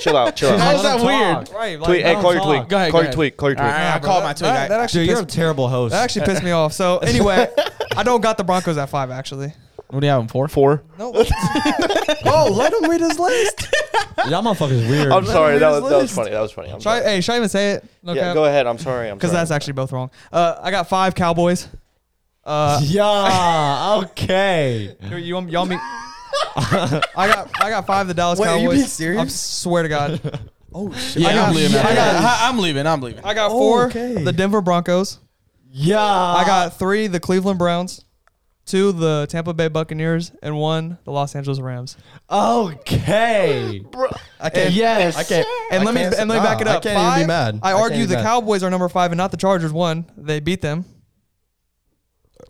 Speaker 3: chill out. Chill out.
Speaker 1: How is that weird?
Speaker 5: Right. like,
Speaker 3: Tweet. Hey,
Speaker 5: don't
Speaker 3: call your
Speaker 5: talk.
Speaker 3: tweet.
Speaker 1: Go ahead, go
Speaker 3: Call your
Speaker 1: ahead.
Speaker 3: tweet. Call your tweet.
Speaker 1: All right, I called my tweet.
Speaker 5: That, that actually
Speaker 2: Dude, you're a
Speaker 5: pissed,
Speaker 2: terrible host.
Speaker 5: that actually pissed me off. So anyway, I don't got the Broncos at five actually.
Speaker 1: what do you have him for?
Speaker 3: Four.
Speaker 5: No. oh, let him read his list.
Speaker 2: Y'all motherfuckers weird.
Speaker 3: I'm sorry.
Speaker 5: read
Speaker 3: That
Speaker 5: his
Speaker 3: was, that was
Speaker 5: list.
Speaker 3: funny. That was funny. I'm
Speaker 5: Should I,
Speaker 3: sorry.
Speaker 5: hey, should I even say it? No
Speaker 3: yeah, go ahead. I'm sorry. I'm
Speaker 5: Because
Speaker 3: sorry.
Speaker 5: that's actually both wrong. Uh, I got five Cowboys. Uh,
Speaker 2: yeah. Okay.
Speaker 5: you, you, want- y'all me. I got I got five of the Dallas
Speaker 4: Wait, are
Speaker 5: Cowboys.
Speaker 4: you being
Speaker 5: I
Speaker 4: serious?
Speaker 5: swear to God.
Speaker 1: Yeah,
Speaker 5: I got-
Speaker 1: I'm leaving.
Speaker 5: yeah,
Speaker 1: I
Speaker 5: I got-
Speaker 1: got, I'm leaving. I'm leaving.
Speaker 5: I got
Speaker 4: Oh,
Speaker 5: four
Speaker 4: okay. Uh,
Speaker 5: the Denver Broncos.
Speaker 2: Yeah.
Speaker 5: I got three the Cleveland Browns, two the Tampa Bay Buccaneers, and one the Los Angeles Rams.
Speaker 2: Okay.
Speaker 4: I can't.
Speaker 2: yes.
Speaker 4: I can't.
Speaker 5: And
Speaker 4: I
Speaker 5: let me
Speaker 4: can't-
Speaker 5: and let me back
Speaker 4: nah,
Speaker 5: it up.
Speaker 4: I can't
Speaker 5: Five,
Speaker 4: even be mad.
Speaker 5: I
Speaker 4: can't
Speaker 5: argue
Speaker 4: be
Speaker 5: the
Speaker 4: mad.
Speaker 5: Cowboys are number five and not the Chargers. One, they beat them.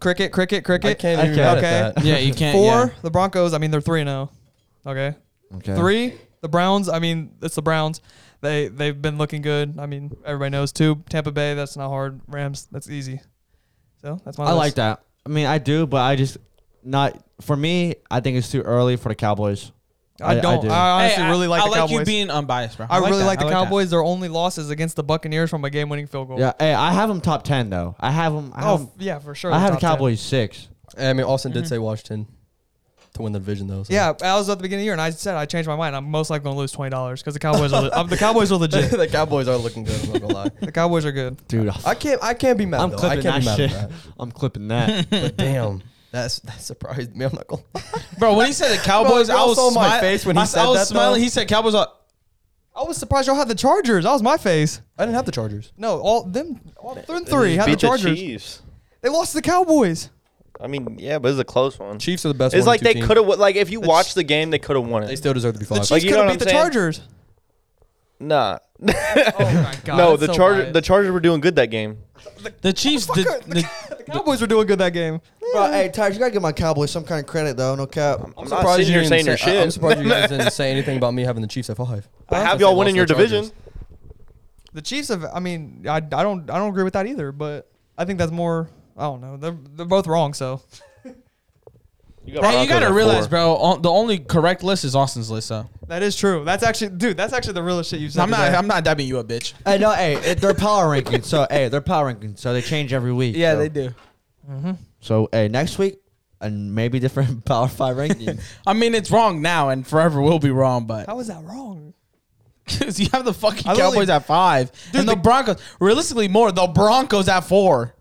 Speaker 5: Cricket, cricket, cricket.
Speaker 4: I can't even
Speaker 2: Okay.
Speaker 4: be mad
Speaker 5: Okay.
Speaker 4: at that.
Speaker 1: Yeah, you can't.
Speaker 5: Four,
Speaker 1: yeah.
Speaker 5: the Broncos. I mean, they're three and zero. Okay.
Speaker 2: Okay.
Speaker 5: Three, the Browns. I mean, it's the Browns. They they've been looking good. I mean, everybody knows. Two, Tampa Bay. That's not hard. Rams. That's easy. So that's my.
Speaker 2: I
Speaker 5: list.
Speaker 2: like that. I mean, I do, but I just not for me. I think it's too early for the Cowboys.
Speaker 5: I
Speaker 2: I- I
Speaker 5: don't.
Speaker 2: do.
Speaker 5: I, honestly
Speaker 1: Hey, I-
Speaker 5: really like
Speaker 1: I
Speaker 5: the Cowboys.
Speaker 1: you being unbiased, bro.
Speaker 5: I, really
Speaker 1: that.
Speaker 5: like the
Speaker 1: I that.
Speaker 5: Cowboys. Their only losses against the Buccaneers from a game-winning field goal.
Speaker 2: Yeah. Hey, I have them top ten though. I have them. I
Speaker 5: Oh
Speaker 2: have,
Speaker 5: f-
Speaker 2: 'em-
Speaker 5: yeah, for sure.
Speaker 2: I
Speaker 5: the
Speaker 2: have the
Speaker 5: top 10.
Speaker 2: Cowboys six.
Speaker 4: I mean, Austin did say Washington to win the division, though. So.
Speaker 5: Yeah, I was at the beginning of the year, and I said I changed my mind. I'm most likely gonna lose twenty dollars because the Cowboys are le- um, the Cowboys are legit.
Speaker 4: the Cowboys are looking good. I'm not gonna lie.
Speaker 5: The Cowboys are good.
Speaker 2: Dude,
Speaker 4: I can't. I can't be mad.
Speaker 2: I'm
Speaker 4: though.
Speaker 2: clipping
Speaker 4: I can't
Speaker 2: that
Speaker 4: be
Speaker 2: shit.
Speaker 4: mad at
Speaker 2: I'm clipping that.
Speaker 4: that. But damn, that's that surprised me. I'm not gonna. Lie.
Speaker 1: Bro, when he said the Cowboys,
Speaker 4: Bro,
Speaker 1: I
Speaker 4: y'all
Speaker 1: was
Speaker 4: saw my
Speaker 1: smiling.
Speaker 4: face when he
Speaker 1: I,
Speaker 4: said
Speaker 1: I was
Speaker 4: that,
Speaker 1: smiling.
Speaker 4: though?
Speaker 1: He said Cowboys. Are,
Speaker 5: I was surprised y'all had the Chargers. That was my face.
Speaker 4: I didn't have the Chargers.
Speaker 5: No, all them, all three and
Speaker 3: They
Speaker 5: three
Speaker 3: just
Speaker 5: had the
Speaker 3: beat the
Speaker 5: Chargers.
Speaker 3: Chiefs.
Speaker 5: they lost to the Cowboys.
Speaker 3: I mean, yeah, but it was a close one.
Speaker 4: Chiefs are the best.
Speaker 3: It's like they could
Speaker 4: have.
Speaker 3: have. Like if you watched the game, they could have won
Speaker 4: They
Speaker 3: it.
Speaker 4: still deserve to be
Speaker 5: The
Speaker 4: five.
Speaker 5: Chiefs
Speaker 3: Like, you
Speaker 5: could
Speaker 3: know
Speaker 5: have
Speaker 3: what
Speaker 5: beat
Speaker 3: I'm
Speaker 5: the
Speaker 3: saying?
Speaker 5: Chargers.
Speaker 3: Nah.
Speaker 5: Oh my god.
Speaker 3: no, the Charger. The Chargers were doing good that game.
Speaker 1: the Chiefs. The, the,
Speaker 5: Cowboys were doing good that game.
Speaker 7: Bro, hey, Tyrese, you gotta give my Cowboys some kind of credit though. No cap.
Speaker 3: I'm not sitting here saying your
Speaker 4: I, am
Speaker 3: shit.
Speaker 4: uh, surprised you guys didn't say anything about me having the Chiefs at five.
Speaker 3: I have
Speaker 4: Since
Speaker 3: y'all
Speaker 4: they
Speaker 3: winning your
Speaker 4: lost to the
Speaker 3: division.
Speaker 4: Chargers.
Speaker 5: The Chiefs have. I mean, I, I don't I don't agree with that either. But I think that's more. I don't know. They're they're both wrong. So
Speaker 3: You got
Speaker 1: hey, you
Speaker 3: Broncos at
Speaker 1: gotta
Speaker 3: four.
Speaker 1: realize, bro. all- The only correct list is Austin's list. So
Speaker 5: that is true. That's actually, dude. That's actually the realest shit you've said.
Speaker 1: I'm not.
Speaker 5: today.
Speaker 1: I'm not dabbing you up, bitch.
Speaker 2: hey, no, hey, it, they're power rankings. So, hey, they're power rankings. So they change every week. so.
Speaker 1: do.
Speaker 2: So, hey, next week and maybe different power five rankings.
Speaker 1: I mean, it's wrong now and forever will be wrong, but
Speaker 5: How is that wrong?
Speaker 1: Because you have the fucking
Speaker 5: I literally-
Speaker 1: Cowboys at five and the, Broncos, realistically more, the Broncos at four.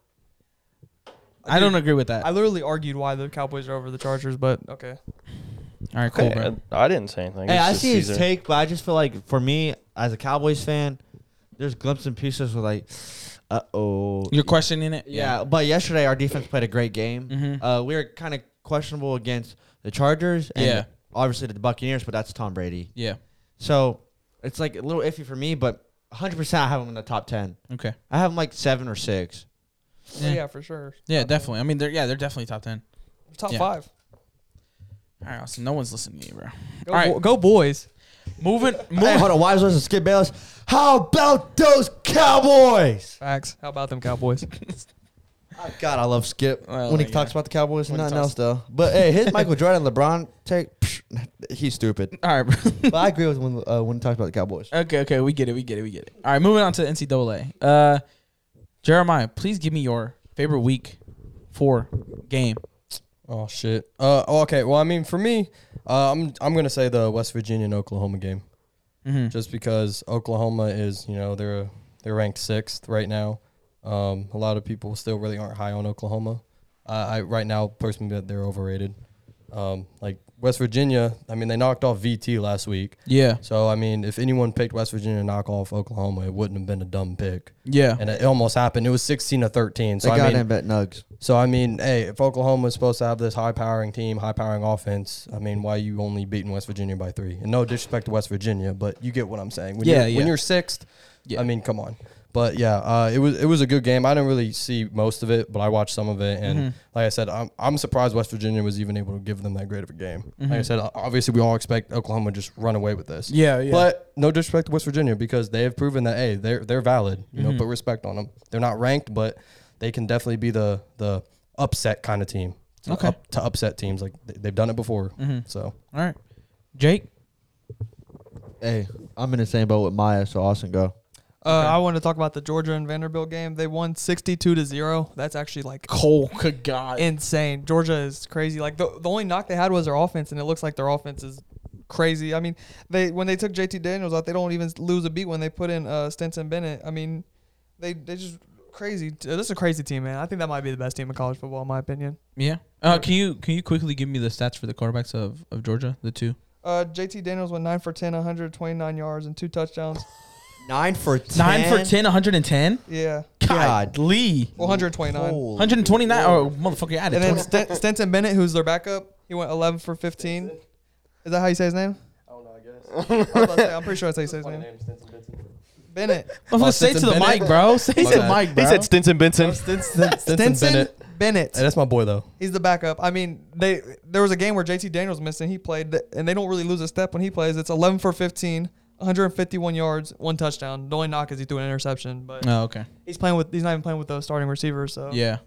Speaker 1: I don't agree with that.
Speaker 5: I literally argued why the Cowboys are over the Chargers, but okay.
Speaker 1: All right, cool,
Speaker 3: Okay,
Speaker 1: bro.
Speaker 3: I I didn't say anything.
Speaker 2: hey,
Speaker 3: It's
Speaker 2: I
Speaker 3: just
Speaker 2: see
Speaker 3: Caesar.
Speaker 2: his take, but I just feel like for me as a Cowboys fan, there's glimpses and pieces with like, uh oh.
Speaker 1: You're questioning it?
Speaker 2: Yeah, but yesterday our defense played a great game.
Speaker 1: Mm-hmm.
Speaker 2: Uh, we were kind of questionable against the Chargers and
Speaker 1: Yeah.
Speaker 2: obviously the Buccaneers, but that's Tom Brady.
Speaker 1: Yeah.
Speaker 2: So it's like a little iffy for me, but 100% I have him in the top 10.
Speaker 1: Okay.
Speaker 2: I have him like seven or six.
Speaker 5: Yeah,
Speaker 1: Yeah.
Speaker 5: for sure.
Speaker 1: Yeah, definitely. I mean, they're yeah, they're definitely top ten.
Speaker 5: Top
Speaker 1: Yeah.
Speaker 5: five.
Speaker 1: All right, Austin. No one's listening to you, bro.
Speaker 5: Go,
Speaker 1: All right.
Speaker 5: bo- go boys.
Speaker 1: Moving,
Speaker 2: Hey,
Speaker 1: moving.
Speaker 2: hold on. Why was it Skip Bayless? How about those Cowboys?
Speaker 5: Facts. How about them Cowboys?
Speaker 2: Oh, God, I love Skip
Speaker 1: Well,
Speaker 2: when he
Speaker 1: yeah.
Speaker 2: talks about the Cowboys.
Speaker 1: When he
Speaker 2: nothing
Speaker 1: talks-
Speaker 2: else though. But hey, his Michael Jordan, LeBron take. psh, he's stupid.
Speaker 1: All right, bro.
Speaker 2: But I agree with when uh, when he talks about the Cowboys.
Speaker 1: Okay, okay, we get it, we get it, we get it. All right, moving on to the NCAA. Uh, Jeremiah, please give me your favorite week four game.
Speaker 4: Oh shit. Uh. oh, okay. Well, I mean, for me, uh, I'm I'm gonna say the West Virginia and Oklahoma game,
Speaker 1: Mm-hmm.
Speaker 4: just because Oklahoma is you know they're they're ranked sixth right now. Um. A lot of people still really aren't high on Oklahoma. Uh, I right now personally that they're overrated. Um. Like West Virginia. I mean, they knocked off VT last week.
Speaker 1: Yeah,
Speaker 4: So I mean, if anyone picked West Virginia to knock off Oklahoma, it wouldn't have been a dumb pick.
Speaker 1: yeah,
Speaker 4: And it almost happened. It was sixteen to thirteen. So
Speaker 2: they
Speaker 4: I
Speaker 2: got
Speaker 4: mean,
Speaker 2: in bet Nugs.
Speaker 4: so I mean, hey, if Oklahoma is supposed to have this high-powering team, high-powering offense, I mean, why you only beating West Virginia by three? And no disrespect to West Virginia, but you get what I'm saying. When
Speaker 1: Yeah,
Speaker 4: you're,
Speaker 1: yeah.
Speaker 4: When you're sixth,
Speaker 1: Yeah.
Speaker 4: I mean, come on. But yeah, uh, it was it was a good game. I didn't really see most of it, but I watched some of it, and
Speaker 1: Mhm.
Speaker 4: like I said, I'm, I'm surprised West Virginia was even able to give them that great of a game. Like I
Speaker 1: Mhm.
Speaker 4: said, o- obviously we all expect Oklahoma just run away with this.
Speaker 1: Yeah, yeah.
Speaker 4: But no disrespect to West Virginia because they have proven that hey, they're they're valid. You
Speaker 1: Mhm.
Speaker 4: know, put respect on them. They're not ranked, but they can definitely be the the upset kind of team. To
Speaker 1: Okay.
Speaker 4: up- to upset teams like they- they've done it before.
Speaker 1: hmm
Speaker 4: So
Speaker 1: All right, Jake.
Speaker 2: Hey, I'm in the same boat with Maya, so Austin go.
Speaker 5: Uh, I wanted to talk about the Georgia and Vanderbilt game. They won 62 to 0. That's actually like
Speaker 1: Cole, good God.
Speaker 5: insane. Georgia is crazy. Like the, the only knock they had was their offense, and it looks like their offense is crazy. I mean, they when they took JT Daniels out, they don't even lose a beat when they put in uh, Stenson Bennett. I mean, they they just crazy. Uh, This is a crazy team, man. I think that might be the best team in college football, in my opinion.
Speaker 1: yeah. Uh, can you can you quickly give me the stats for the quarterbacks of, of Georgia, the two?
Speaker 5: Uh, JT Daniels went nine for 10, 129 yards and two touchdowns.
Speaker 2: Nine for ten.
Speaker 1: Nine for 10, 110?
Speaker 5: Yeah,
Speaker 1: God,
Speaker 2: God.
Speaker 1: Lee.
Speaker 5: well, 129.
Speaker 1: 129. Oh, motherfucker, I
Speaker 5: And then
Speaker 1: added
Speaker 5: Sten- Stenson Bennett, who's their backup, he went 11 for 15. Is that how you say his name? I don't know. I guess. I was about to say, I'm pretty sure that's how you say his name. Bennett.
Speaker 1: 20. Say to the
Speaker 4: Bennett.
Speaker 1: mic, bro. Say to
Speaker 4: My
Speaker 1: the mic,
Speaker 4: bad.
Speaker 1: bro.
Speaker 3: Stinson Benson.
Speaker 4: Stinson Bennett.
Speaker 5: Bennett.
Speaker 4: Hey, that's my boy though.
Speaker 5: He's the backup. I mean, they there was a game where JT Daniels missed and he played, th- and they don't really lose a step when he plays. It's 11 for 15, 151 yards, one touchdown. The only knock is he threw an interception, but
Speaker 1: Oh, okay.
Speaker 5: he's playing with he's not even playing with those starting receivers. So
Speaker 1: Yeah.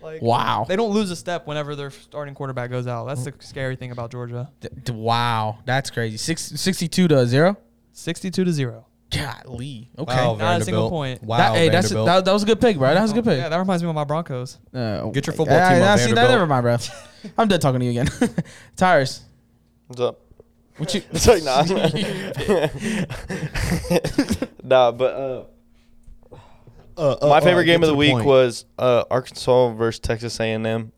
Speaker 5: like,
Speaker 1: Wow.
Speaker 5: they don't lose a step whenever their starting quarterback goes out. That's the scary thing about Georgia.
Speaker 1: D- d- wow. That's crazy. Six, 62 to 0.
Speaker 5: 62 to zero.
Speaker 1: God, Lee. Okay.
Speaker 4: Wow,
Speaker 5: Not a
Speaker 4: Vanderbilt.
Speaker 5: single point.
Speaker 4: Oh, Wow,
Speaker 1: that, hey, that's
Speaker 4: Vanderbilt.
Speaker 1: that, that was a good pick, bro. That was a good pick.
Speaker 5: Oh, Yeah, that reminds me of my Broncos.
Speaker 1: Uh,
Speaker 4: Get your
Speaker 1: my
Speaker 4: football
Speaker 1: God.
Speaker 4: team
Speaker 1: Ah,
Speaker 4: on
Speaker 1: see, that-
Speaker 4: Vanderbilt.
Speaker 1: never mind, bro. I'm done talking to you again. Tyrus,
Speaker 3: What's up?
Speaker 1: what you?
Speaker 3: It's like nah. nah, but uh,
Speaker 1: uh,
Speaker 4: uh,
Speaker 3: my favorite game of the week was uh, Arkansas versus Texas A&M,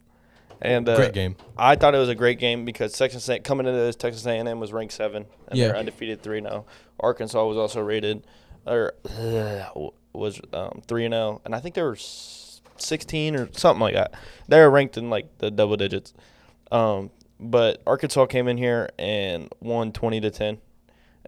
Speaker 3: and uh,
Speaker 4: Great game.
Speaker 3: I thought it was a great game because Texas A- coming into this Texas A&M was ranked seven and
Speaker 1: Yeah.
Speaker 3: they're undefeated three now. Arkansas was also rated or was um, three and zero, and I think they were s- sixteen or something like that. They were ranked in like the double digits. Um, but Arkansas came in here and won twenty to ten,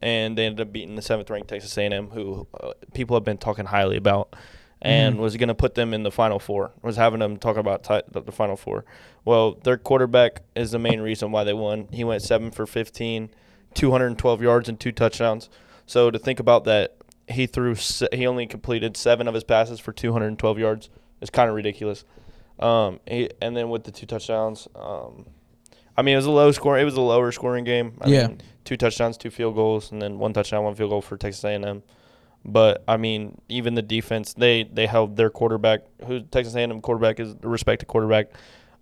Speaker 3: and they ended up beating the seventh ranked Texas A&M, who uh, people have been talking highly about, and was going to put them in the Final Four. Was having them talk about ti- the the Final Four. Well, their quarterback is the main reason why they won. He went seven for 15, 212 yards and two touchdowns. So to think about that, he threw se- he only completed seven of his passes for 212 yards. It's kind of ridiculous. Um, he, and then with the two touchdowns, um, I mean it was a low score. It was a lower scoring game. I
Speaker 1: Yeah.
Speaker 3: mean, two touchdowns, two field goals, and then one touchdown, one field goal for Texas A&M. But I mean, even the defense, they they held their quarterback, who Texas A&M quarterback is a respected quarterback.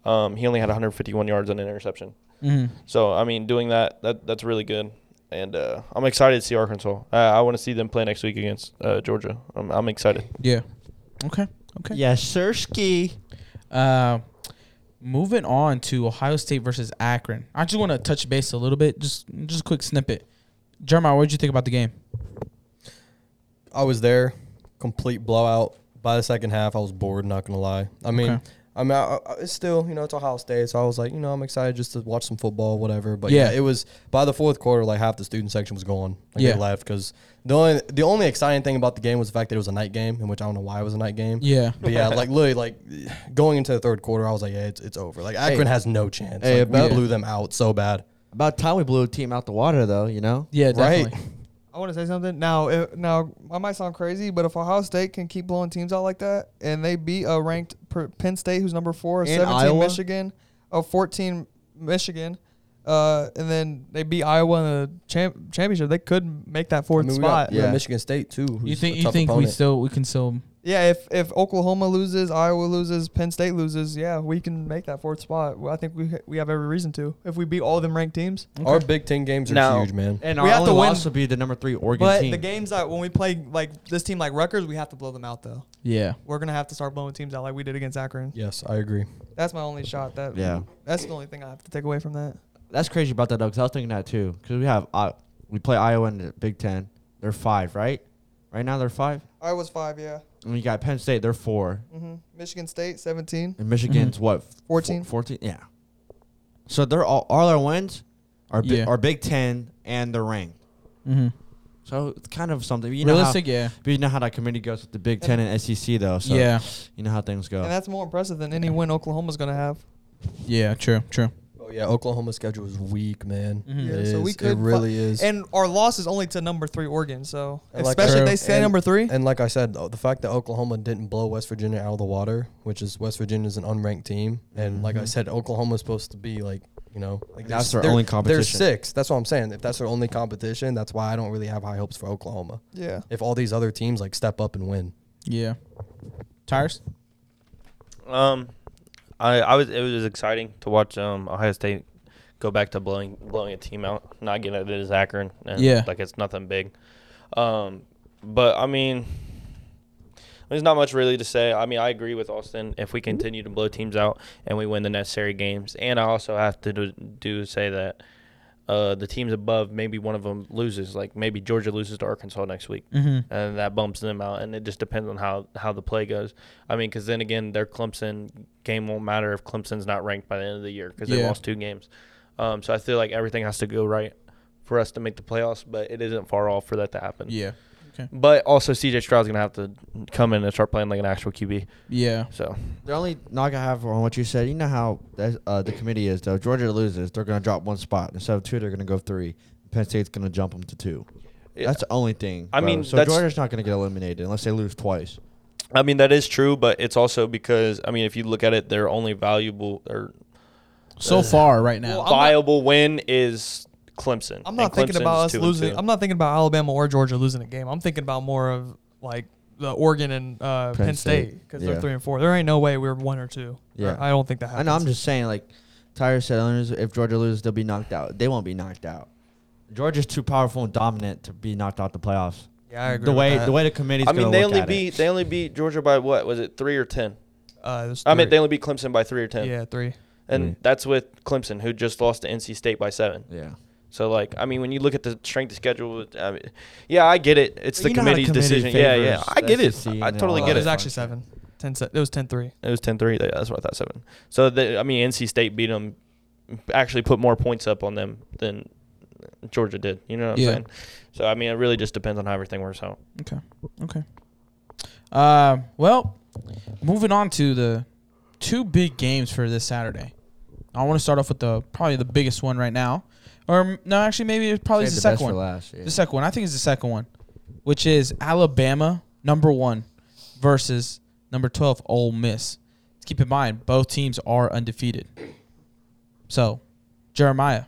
Speaker 3: Um, he only had 151 yards on an interception.
Speaker 1: Mhm.
Speaker 3: So I mean, doing that, that that's really good, and uh, I'm excited to see Arkansas. Uh, I want to see them play next week against uh, Georgia. I'm, I'm excited.
Speaker 1: Yeah. Okay. Okay.
Speaker 2: Yes, Sirski.
Speaker 1: Uh, moving on to Ohio State versus Akron. I just want to touch base a little bit. Just just a quick snippet. Jeremiah, what did you think about the game?
Speaker 4: I was there, complete blowout. By the second half, I was bored. Not gonna lie. I mean,
Speaker 1: Okay.
Speaker 4: I mean, I, I, it's still you know it's Ohio State, so I was like, you know, I'm excited just to watch some football, whatever. But yeah,
Speaker 1: Yeah.
Speaker 4: it was by the fourth quarter, like half the student section was gone. Like,
Speaker 1: Yeah.
Speaker 4: they left because the only the only exciting thing about the game was the fact that it was a night game, in which I don't know why it was a night game.
Speaker 1: Yeah.
Speaker 4: But yeah, like literally, like going into the third quarter, I was like, yeah, it's, it's over. Like Akron has no chance.
Speaker 2: Hey,
Speaker 4: like, we
Speaker 2: about-
Speaker 4: blew them out so bad.
Speaker 2: About time we blew a team out the water, though. You know.
Speaker 1: Yeah,
Speaker 4: Right.
Speaker 1: definitely.
Speaker 5: I want to say something now. If, now I might sound crazy, but if Ohio State can keep blowing teams out like that, and they beat a ranked per- Penn State, who's number four,
Speaker 2: And
Speaker 5: seventeen
Speaker 2: Iowa?
Speaker 5: Michigan, a fourteen Michigan, uh, and then they beat Iowa in the champ- championship, they could make that
Speaker 4: I
Speaker 5: fourth
Speaker 4: mean, we
Speaker 5: spot.
Speaker 4: got, we got
Speaker 2: Yeah.
Speaker 4: Michigan State too. who's
Speaker 1: You think
Speaker 4: a
Speaker 1: you
Speaker 4: tough
Speaker 1: think we
Speaker 4: opponent.
Speaker 1: still we can still
Speaker 5: yeah, if if Oklahoma loses, Iowa loses, Penn State loses, yeah, we can make that fourth spot. Well, I think we ha- we have every reason to if we beat all them ranked teams.
Speaker 4: our Big Ten games are
Speaker 3: Now-
Speaker 4: huge, man.
Speaker 2: And
Speaker 5: We
Speaker 2: our
Speaker 5: have
Speaker 2: only
Speaker 5: to win.
Speaker 2: loss would be the number three Oregon
Speaker 5: But
Speaker 2: team.
Speaker 5: the games that when we play like this team like Rutgers, we have to blow them out though.
Speaker 1: Yeah.
Speaker 5: We're gonna have to start blowing teams out like we did against Akron.
Speaker 4: Yes, I agree.
Speaker 5: That's my only shot. That
Speaker 2: Yeah.
Speaker 5: That's the only thing I have to take away from that.
Speaker 2: That's crazy about that though, because I was thinking that too. Because we have uh, we play Iowa in the Big Ten. They're five, right? Right now they're five.
Speaker 5: I was five, yeah.
Speaker 2: And we got Penn State. They're four.
Speaker 5: Mm-hmm. Michigan State, seventeen.
Speaker 2: And Michigan's what? f-
Speaker 5: 14?
Speaker 2: four- 14? Yeah. So they're all all our wins are bi-
Speaker 1: Yeah.
Speaker 2: are Big Ten and they're ranked.
Speaker 1: Mhm.
Speaker 2: So it's kind of something. You know, how,
Speaker 1: Realistic, yeah,
Speaker 2: but you know how that committee goes with the Big Ten and SEC though. So
Speaker 1: yeah,
Speaker 2: you know how things go.
Speaker 5: And that's more impressive than any win Oklahoma's going to have.
Speaker 1: yeah. True, true.
Speaker 4: Oh yeah, Oklahoma's schedule is weak, man.
Speaker 1: Mhm.
Speaker 4: It
Speaker 5: Mm-hmm. Yeah, so we
Speaker 4: is.
Speaker 5: could
Speaker 4: it
Speaker 5: fi-
Speaker 4: really is.
Speaker 5: And our loss is only to number three Oregon. So
Speaker 4: And like-
Speaker 5: especially if
Speaker 1: True.
Speaker 5: they stay
Speaker 4: And-
Speaker 5: number three.
Speaker 4: And like I said, though, the fact that Oklahoma didn't blow West Virginia out of the water, which is West Virginia's an unranked team, and like I said, Oklahoma's supposed to be like you know like
Speaker 2: That's
Speaker 4: they're-
Speaker 2: their only
Speaker 4: they're-
Speaker 2: competition.
Speaker 4: They're six. That's what I'm saying. If that's their only competition, that's why I don't really have high hopes for Oklahoma.
Speaker 5: Yeah.
Speaker 4: If all these other teams like step up and win,
Speaker 1: Yeah. Tires?
Speaker 3: Um, I I was it was exciting to watch um Ohio State go back to blowing blowing a team out, not getting it as Akron. And
Speaker 1: Yeah.
Speaker 3: like it's nothing big. Um, but I mean, there's not much really to say. I mean, I agree with Austin. If we continue to blow teams out and we win the necessary games, and I also have to do, do say that. Uh, the teams above, maybe one of them loses. Like maybe Georgia loses to Arkansas next week
Speaker 1: Mm-hmm.
Speaker 3: and that bumps them out. And it just depends on how how the play goes. I mean, because then again, their Clemson game won't matter if Clemson's not ranked by the end of the year because they
Speaker 1: Yeah.
Speaker 3: lost two games. Um, so I feel like everything has to go right for us to make the playoffs, but it isn't far off for that to happen.
Speaker 1: Yeah.
Speaker 3: But also, CJ Stroud's gonna have to come in and start playing like an actual QB.
Speaker 1: Yeah.
Speaker 3: So
Speaker 2: The only knock I have on what you said, you know how that, uh, the committee is though. Georgia loses, they're going to drop one spot instead of two, they're going to go three. Penn State's going to jump them to two.
Speaker 3: Yeah.
Speaker 2: That's the only thing.
Speaker 3: I
Speaker 2: bro.
Speaker 3: mean,
Speaker 2: so
Speaker 3: that's-
Speaker 2: Georgia's not going to get eliminated unless they lose twice.
Speaker 3: I mean, that is true, but it's also because I mean, if you look at it, their only valuable or
Speaker 2: Uh,
Speaker 1: So far right now.
Speaker 5: Well, I'm not-
Speaker 3: viable win is Clemson.
Speaker 5: I'm
Speaker 3: and
Speaker 5: not thinking about
Speaker 3: Clemson's
Speaker 5: us
Speaker 3: two and
Speaker 5: losing.
Speaker 3: two.
Speaker 5: I'm not thinking about Alabama or Georgia losing a game. I'm thinking about more of like the Oregon and uh,
Speaker 2: Penn
Speaker 5: Penn State because
Speaker 2: Yeah.
Speaker 5: they're three and four. There ain't no way we're one or two.
Speaker 2: Yeah.
Speaker 5: I don't think
Speaker 2: I
Speaker 5: that happens.
Speaker 2: know. I'm just saying, like Tyra said, owners, if Georgia loses, they'll be knocked out. They won't be knocked out. Georgia's too powerful and dominant to be knocked out the playoffs.
Speaker 5: yeah, I agree.
Speaker 2: The
Speaker 5: with
Speaker 2: way
Speaker 5: that.
Speaker 2: the way the committee's.
Speaker 3: I mean,
Speaker 2: gonna
Speaker 3: they
Speaker 2: look
Speaker 3: only
Speaker 2: at it.
Speaker 3: beat they only beat Georgia by what was it three or ten?
Speaker 5: uh, there's
Speaker 3: I mean,
Speaker 5: three.
Speaker 3: they only beat Clemson by three or ten,
Speaker 5: yeah three.
Speaker 3: and
Speaker 2: Three.
Speaker 3: that's with Clemson, who just lost to NC State by seven.
Speaker 2: Yeah.
Speaker 3: So, like, I mean, when you look at the strength of schedule, I mean, yeah, I get it. It's
Speaker 2: But
Speaker 3: the
Speaker 2: you know how the
Speaker 3: committee's
Speaker 2: committee
Speaker 3: decision. Yeah, yeah,
Speaker 2: favors
Speaker 3: I get it.
Speaker 2: SEC
Speaker 3: I I
Speaker 2: and
Speaker 3: totally
Speaker 2: all
Speaker 5: Uh,
Speaker 3: get
Speaker 5: it
Speaker 3: it.
Speaker 5: was actually seven. Ten. Se- it was ten three.
Speaker 3: It was 10-3. yeah, That's what I thought. Seven. So they, I mean, NC State beat them. Actually, put more points up on them than Georgia did. You know what I'm
Speaker 1: Yeah.
Speaker 3: saying? So I mean, it really just depends on how everything works out.
Speaker 1: Okay. Okay. Uh, well, moving on to the two big games for this Saturday. I want to start off with the probably the biggest one right now, or m- no, actually maybe it
Speaker 5: Oh,
Speaker 1: probably
Speaker 2: Save
Speaker 1: is the,
Speaker 2: the best
Speaker 1: second
Speaker 2: for
Speaker 1: one.
Speaker 2: last, yeah.
Speaker 1: The second one, I think, is the second one, which is Alabama number one versus number twelve Ole Miss. Keep in mind both teams are undefeated. So, Jeremiah,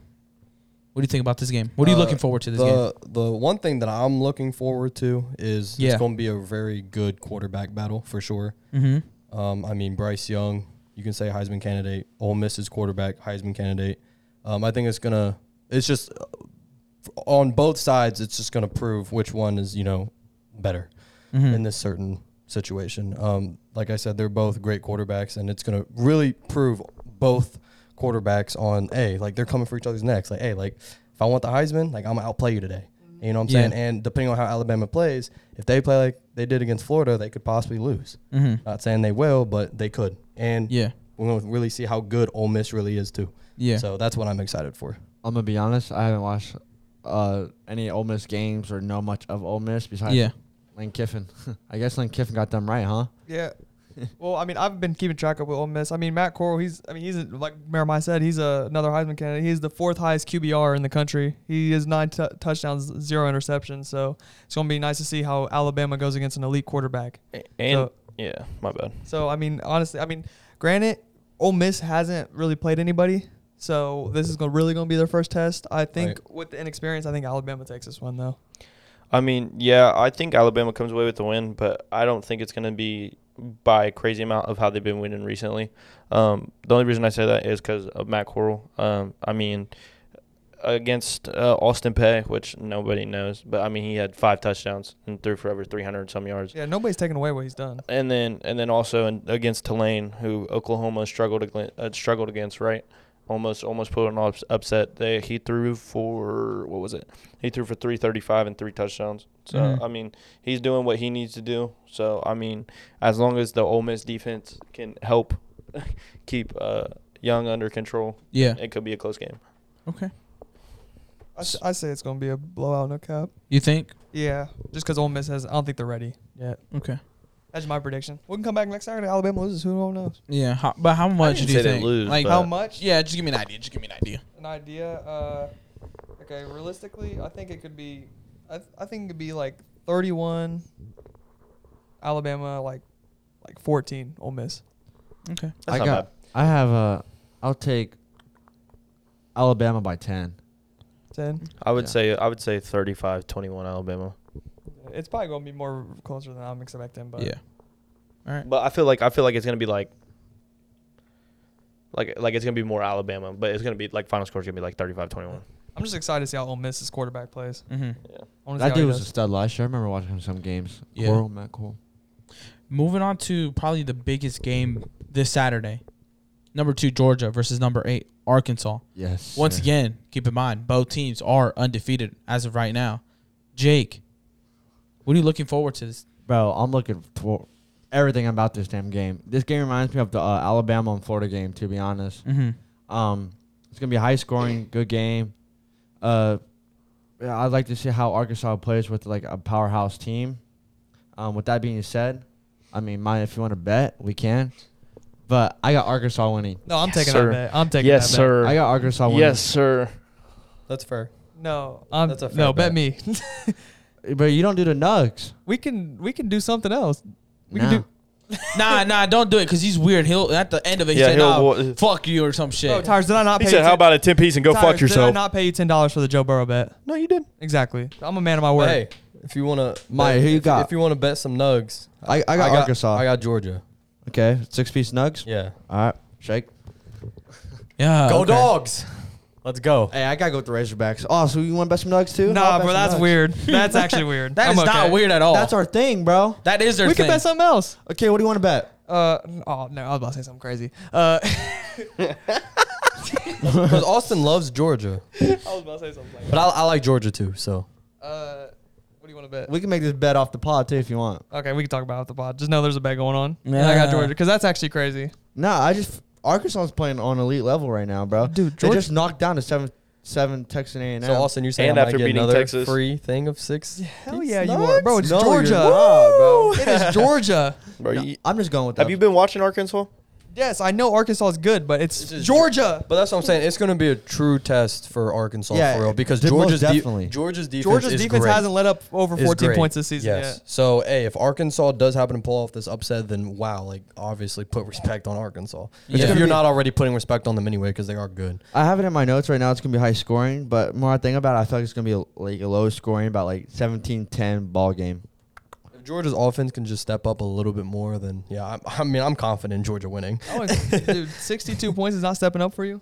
Speaker 1: what do you think about this game? What are you
Speaker 4: Uh,
Speaker 1: looking forward to this game?
Speaker 4: the the one thing that I'm looking forward to is
Speaker 1: Yeah.
Speaker 4: it's going to be a very good quarterback battle for sure.
Speaker 1: Mm-hmm.
Speaker 4: Um, I mean, Bryce Young, you can say Heisman candidate. Ole Miss is quarterback, Heisman candidate. Um, I think it's gonna. It's just uh, on both sides. It's just gonna prove which one is you know better
Speaker 1: Mm-hmm. Hmm.
Speaker 4: in this certain situation. Um, like I said, they're both great quarterbacks, and it's gonna really prove both quarterbacks on a like they're coming for each other's necks. Like hey, like if I want the Heisman, like I'm gonna outplay you today. You know what I'm saying?
Speaker 1: Yeah.
Speaker 4: And depending on how Alabama plays, if they play like they did against Florida, they could possibly lose.
Speaker 1: Mhm.
Speaker 4: Not saying they will, but they could. And
Speaker 1: Yeah.
Speaker 4: we're gonna really see how good Ole Miss really is too.
Speaker 1: Yeah.
Speaker 4: So that's what I'm excited for.
Speaker 2: I'm gonna be honest. I haven't watched uh, any Ole Miss games or know much of Ole Miss besides
Speaker 1: Yeah.
Speaker 2: Lane Kiffin. I guess Lane Kiffin got them right, huh?
Speaker 5: Yeah. well, I mean, I've been keeping track of Ole Miss. I mean, Matt Corral. He's. I mean, he's a, like Miramai said. He's a, another Heisman candidate. He's the fourth highest QBR in the country. He has nine t- touchdowns, zero interceptions. So it's gonna be nice to see how Alabama goes against an elite quarterback.
Speaker 3: And
Speaker 5: So-
Speaker 3: yeah, my bad.
Speaker 5: So I mean, honestly, I mean, granted, Ole Miss hasn't really played anybody. So this is gonna really gonna be their first test. I think with the inexperience, I think Alabama takes this one though.
Speaker 3: I mean, yeah, I think Alabama comes away with the win, but I don't think it's going to be by a crazy amount of how they've been winning recently. Um, the only reason I say that is because of Matt Corral. Um, I mean, against uh, Austin Pay, which nobody knows, but I mean, he had five touchdowns and threw for over 300 and some yards.
Speaker 5: Yeah, nobody's taking away what he's done.
Speaker 3: And then, and then also in, against Tulane, who Oklahoma struggled against, uh, struggled against, right? Almost, almost put an ups- upset. They he threw for what was it? He threw for three thirty five and three touchdowns. So
Speaker 1: Mhm.
Speaker 3: I mean, he's doing what he needs to do. So I mean, as long as the Ole Miss defense can help keep uh, Young under control,
Speaker 1: Yeah.
Speaker 3: it could be a close game.
Speaker 1: Okay.
Speaker 5: I, s- I say it's going to be a blowout, no cap.
Speaker 1: You think?
Speaker 5: Yeah, just because Ole Miss has, I don't think they're ready yet.
Speaker 1: Okay.
Speaker 5: That's my prediction. We can come back next Saturday. Alabama loses. Who knows?
Speaker 1: Yeah. How, but how much
Speaker 3: didn't
Speaker 1: do you
Speaker 3: say they
Speaker 1: think?
Speaker 3: lose,
Speaker 1: like
Speaker 3: but-
Speaker 5: How
Speaker 3: Uh,
Speaker 5: much?
Speaker 1: Yeah, just give me an idea. Just give me an idea.
Speaker 5: An idea. Uh, okay, realistically, I think it could be. I, th- I think it could be like 31. Alabama like, like 14. Ole Miss.
Speaker 1: Okay.
Speaker 3: That's
Speaker 2: I
Speaker 3: not
Speaker 2: got. I have a. I'll take Alabama by ten.
Speaker 5: 10.
Speaker 3: I would
Speaker 2: Yeah.
Speaker 3: say I would say 35-21 Alabama.
Speaker 5: It's probably going to be more closer than I'm expecting. But
Speaker 1: yeah. All right.
Speaker 3: But I feel like I feel like it's gonna be like like like it's gonna be more Alabama, but it's gonna be like final score's gonna be like 35-21.
Speaker 5: I'm just excited to see how Ole Miss's quarterback plays.
Speaker 1: Mm-hmm.
Speaker 5: I wanna see
Speaker 2: That
Speaker 5: how he
Speaker 2: dude was a
Speaker 5: does.
Speaker 2: stud last year. I remember watching some games.
Speaker 1: Yeah.
Speaker 2: Coral, Matt Cole.
Speaker 1: Moving on to probably the biggest game this Saturday. Number two, Georgia versus number eight, Arkansas.
Speaker 2: Yes.
Speaker 1: Once
Speaker 2: sir.
Speaker 1: again, keep in mind, both teams are undefeated as of right now. Jake, what are you looking forward to this?
Speaker 2: bro, I'm looking for everything about this damn game. This game reminds me of the uh, Alabama and Florida game. To be honest,
Speaker 1: Mm-hmm.
Speaker 2: um, it's gonna be high scoring, good game. Uh, yeah, I'd like to see how Arkansas plays with like a powerhouse team. Um, with that being said, I mean, mine if you want to bet, we can. But I got Arkansas winning.
Speaker 5: No, I'm
Speaker 3: Yes,
Speaker 5: taking
Speaker 3: sir.
Speaker 5: that bet. I'm taking that bet.
Speaker 2: I got Arkansas winning.
Speaker 3: Yes, sir.
Speaker 4: That's fair.
Speaker 5: No, I'm,
Speaker 4: That's a fair
Speaker 5: no
Speaker 4: bet.
Speaker 5: bet, me.
Speaker 2: but you don't do the Nugs.
Speaker 5: we can we can do something else. We
Speaker 2: Nah.
Speaker 5: can do
Speaker 1: nah, nah, don't do it because he's weird. He'll at the end of it, he
Speaker 3: Yeah,
Speaker 1: said,
Speaker 3: he'll
Speaker 1: nah,
Speaker 3: wa-
Speaker 1: fuck you or some shit.
Speaker 5: Bro, Tires, did I not
Speaker 3: He
Speaker 5: pay
Speaker 3: said,
Speaker 5: you
Speaker 3: "How
Speaker 5: ten-
Speaker 3: about a ten piece and go
Speaker 5: Tires,
Speaker 3: fuck yourself?"
Speaker 5: Did I not pay you ten dollars for the Joe Burrow bet?
Speaker 3: no, you did.
Speaker 5: Exactly. I'm a man of my
Speaker 4: But
Speaker 5: word.
Speaker 4: hey, if you wanna,
Speaker 2: Maya, who you
Speaker 4: if,
Speaker 2: got?
Speaker 4: If you wanna bet some nugs,
Speaker 2: I, I got Arkansas.
Speaker 4: I got Georgia.
Speaker 2: okay, six piece Nugs.
Speaker 4: Yeah.
Speaker 2: All right, shake.
Speaker 1: yeah,
Speaker 4: Go
Speaker 1: Oh, okay.
Speaker 4: dogs. Let's go.
Speaker 2: Hey, I gotta go with the Razorbacks. Oh, so you want to bet some Nugs too? I'll
Speaker 5: nah,
Speaker 2: bet
Speaker 5: bro,
Speaker 2: some
Speaker 5: that's
Speaker 2: Nugs.
Speaker 5: weird. That's actually weird.
Speaker 1: That
Speaker 5: I'm
Speaker 1: is not
Speaker 5: okay.
Speaker 1: weird at all.
Speaker 2: That's our thing, bro.
Speaker 1: that is their
Speaker 5: We
Speaker 1: thing.
Speaker 5: can bet something else.
Speaker 2: Okay, what do you want to bet?
Speaker 5: Uh, n- oh no, I was about to say something crazy. Uh,
Speaker 4: Because Austin loves Georgia,
Speaker 5: I was about to say something. Like,
Speaker 4: but I, I like Georgia too. So
Speaker 5: uh, what do you want to bet?
Speaker 2: We can make this bet off the pod too if you want.
Speaker 5: Okay, we can talk about it off the pod. Just know there's a bet going on. Yeah. I
Speaker 1: Yeah.
Speaker 5: got Georgia because that's actually crazy.
Speaker 2: Nah, I just Arkansas is playing on elite level right now, bro.
Speaker 5: Dude,
Speaker 2: they
Speaker 5: Georgia-
Speaker 2: just knocked down to seven seven Texan A and
Speaker 4: So Austin, you're saying
Speaker 3: And
Speaker 4: I might
Speaker 3: after
Speaker 4: get
Speaker 3: beating
Speaker 4: another
Speaker 3: Texas.
Speaker 4: free thing of six?
Speaker 5: Hell yeah, you are, bro. It's
Speaker 2: No, you're
Speaker 5: Georgia.
Speaker 2: not, bro.
Speaker 5: It is Georgia.
Speaker 3: Bro, you,
Speaker 2: I'm just going with that.
Speaker 3: have you been watching Arkansas?
Speaker 5: Yes, I know Arkansas is good, but it's
Speaker 4: This is
Speaker 5: Georgia.
Speaker 4: But that's what I'm saying. It's going to be a true test for Arkansas
Speaker 2: Yeah,
Speaker 4: for real because
Speaker 2: the most
Speaker 4: Georgia's de-
Speaker 2: definitely.
Speaker 4: Georgia's defense
Speaker 5: Georgia's
Speaker 4: is
Speaker 5: defense
Speaker 4: great.
Speaker 5: hasn't let up over
Speaker 4: Is
Speaker 5: 14
Speaker 4: great.
Speaker 5: points this season
Speaker 4: Yes. So hey, if Arkansas does happen to pull off this upset, then wow, like obviously put respect on Arkansas.
Speaker 1: It's
Speaker 4: If
Speaker 1: gonna
Speaker 4: you're
Speaker 2: be-
Speaker 4: not already putting respect on them anyway, because they are good.
Speaker 2: I have it in my notes right now. It's gonna be high scoring, but more I think about it, I feel like it's gonna be a, like a low scoring, about like 17-10 ball game.
Speaker 4: If Georgia's offense can just step up a little bit more, then yeah, I, I mean I'm confident in Georgia winning.
Speaker 5: yeah. That one- Oh, dude, 62 points is not stepping up for you.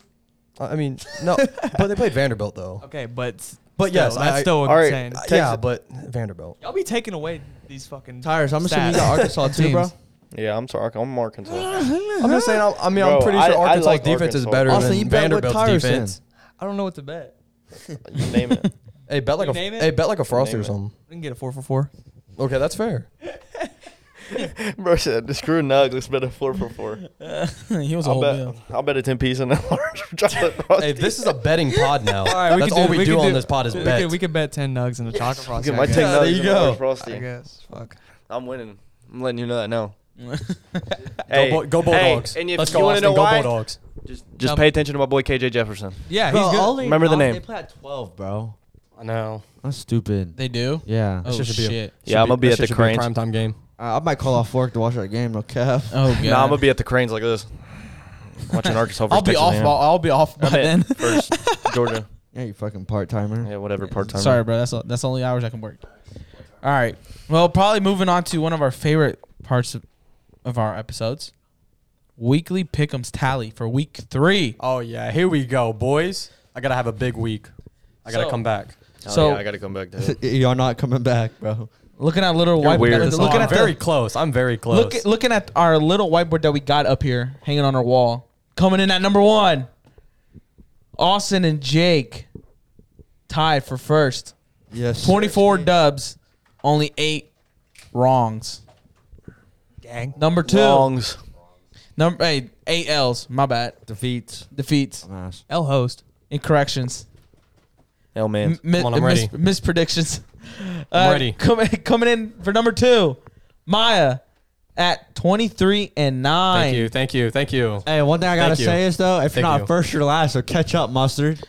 Speaker 4: I I mean no, but they played Vanderbilt though.
Speaker 5: Okay, but
Speaker 4: But yes,
Speaker 5: that's
Speaker 4: I-
Speaker 5: still
Speaker 3: all right.
Speaker 5: insane.
Speaker 4: Uh,
Speaker 3: Texas-
Speaker 4: Yeah, but Vanderbilt.
Speaker 5: Y'all be taking away these fucking
Speaker 2: Tires. I'm assuming you
Speaker 5: Stats.
Speaker 2: got Arkansas too, bro.
Speaker 5: Teams.
Speaker 3: Yeah, I'm sorry. I'm Arkansas.
Speaker 4: I'm just saying. I'm, I mean,
Speaker 3: Bro,
Speaker 4: I'm pretty
Speaker 3: I-
Speaker 4: sure
Speaker 3: I
Speaker 4: Arkansas's
Speaker 3: like
Speaker 4: defense is
Speaker 3: Arkansas.
Speaker 4: better
Speaker 2: Austin, you
Speaker 4: than
Speaker 2: bet with
Speaker 4: Vanderbilt's
Speaker 2: Tires in.
Speaker 4: defense.
Speaker 5: I don't know what to bet.
Speaker 3: you name it.
Speaker 4: Hey, bet like
Speaker 5: You
Speaker 4: a
Speaker 5: name it?
Speaker 4: hey, bet like a Frosty
Speaker 3: Name
Speaker 4: or
Speaker 3: it.
Speaker 4: something.
Speaker 5: We can get a four for four.
Speaker 4: Okay, that's fair.
Speaker 3: Bro said, "Screw Nugs. Let's bet a four for four.
Speaker 1: he was a
Speaker 3: I'll
Speaker 1: whole
Speaker 3: bet.
Speaker 1: meal.
Speaker 3: I'll bet a ten piece and a large chocolate frosty.
Speaker 4: hey, this is a betting pod now.
Speaker 5: All right, we
Speaker 4: that's
Speaker 5: can
Speaker 4: all
Speaker 5: do,
Speaker 4: we, do, on this pod is
Speaker 5: we
Speaker 4: bet.
Speaker 5: Could, we could bet 10 nugs and a chocolate frosty.
Speaker 3: Get
Speaker 5: I
Speaker 3: my
Speaker 5: guess.
Speaker 3: ten
Speaker 4: Yeah, there
Speaker 3: Nugs
Speaker 4: you
Speaker 3: and a large
Speaker 4: go.
Speaker 3: frosty.
Speaker 5: I guess. Fuck.
Speaker 3: I'm winning. I'm letting you know that now.
Speaker 4: go, Bull- go Bulldogs.
Speaker 3: Hey, and if
Speaker 4: Let's
Speaker 3: you
Speaker 4: go,
Speaker 3: want to
Speaker 4: Austin.
Speaker 3: know
Speaker 4: go
Speaker 3: why,
Speaker 4: Bulldogs.
Speaker 3: just
Speaker 5: Tell
Speaker 3: just
Speaker 5: me.
Speaker 3: pay attention to my boy KJ Jefferson.
Speaker 5: Yeah,
Speaker 2: Bro,
Speaker 5: he's good.
Speaker 2: only-
Speaker 3: Remember the
Speaker 2: no,
Speaker 3: name.
Speaker 2: They play at 12, bro.
Speaker 4: I know.
Speaker 2: That's stupid.
Speaker 1: They do?
Speaker 2: Yeah.
Speaker 1: Oh,
Speaker 4: should be a-
Speaker 1: shit.
Speaker 3: Yeah, I'm gonna be at the cranes.
Speaker 4: prime time game.
Speaker 2: I I might call off work to watch that game, no cap.
Speaker 1: Oh, God.
Speaker 3: Nah, I'm gonna be at the cranes like this, watching Arkansas.
Speaker 1: I'll be
Speaker 3: versus
Speaker 1: off.
Speaker 3: Texas A&M.
Speaker 1: Ball, I'll be off by
Speaker 3: I'm at
Speaker 1: then.
Speaker 3: first Georgia.
Speaker 2: Yeah, you fucking part timer.
Speaker 3: Yeah, whatever part time.
Speaker 1: Sorry, bro. That's all, that's the only hours I can work. All right. Well, probably moving on to one of our favorite parts of, of our episodes, weekly pick'ems tally for week three.
Speaker 4: Oh yeah, here we go, boys. I gotta have a big week. I gotta
Speaker 1: So-
Speaker 4: come back.
Speaker 1: so
Speaker 3: so Oh, I gotta come back to it.
Speaker 2: You're not coming back, bro.
Speaker 1: looking at little
Speaker 3: You're
Speaker 1: whiteboard,
Speaker 3: weird.
Speaker 1: uh,
Speaker 3: This
Speaker 1: looking
Speaker 4: Oh, I'm
Speaker 1: at
Speaker 4: very
Speaker 1: the,
Speaker 4: close. I'm very close.
Speaker 1: look, looking at our little whiteboard that we got up here, hanging on our wall, coming in at number one. Austin and Jake tied for first.
Speaker 2: Yes.
Speaker 1: 24 dubs, only eight wrongs.
Speaker 5: Gang.
Speaker 1: Number two,
Speaker 3: Longs.
Speaker 1: number eight, eight L's. My bad.
Speaker 2: defeats.
Speaker 1: Defeats
Speaker 2: Nice.
Speaker 5: L host.
Speaker 1: and corrections.
Speaker 3: L man.
Speaker 1: Mi-
Speaker 4: Come on, I'm
Speaker 1: mis-
Speaker 4: ready.
Speaker 1: mispredictions.
Speaker 4: I'm
Speaker 1: Uh,
Speaker 4: ready.
Speaker 1: Coming coming in for number two, Maya at twenty three and nine.
Speaker 4: Thank you, thank you, thank you.
Speaker 2: Hey, one thing I gotta
Speaker 4: Thank you.
Speaker 2: say is though, if
Speaker 4: Thank
Speaker 2: you're not
Speaker 4: you.
Speaker 2: first, you're last. So catch up, mustard.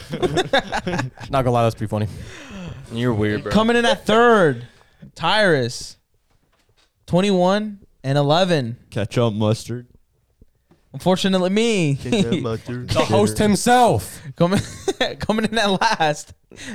Speaker 4: Not gonna lie, that's pretty funny.
Speaker 3: You're weird, bro.
Speaker 1: Coming in at third, Tyrus, twenty one and eleven.
Speaker 2: Catch up, mustard.
Speaker 1: Unfortunately, me
Speaker 4: The host himself.
Speaker 1: coming coming in at last,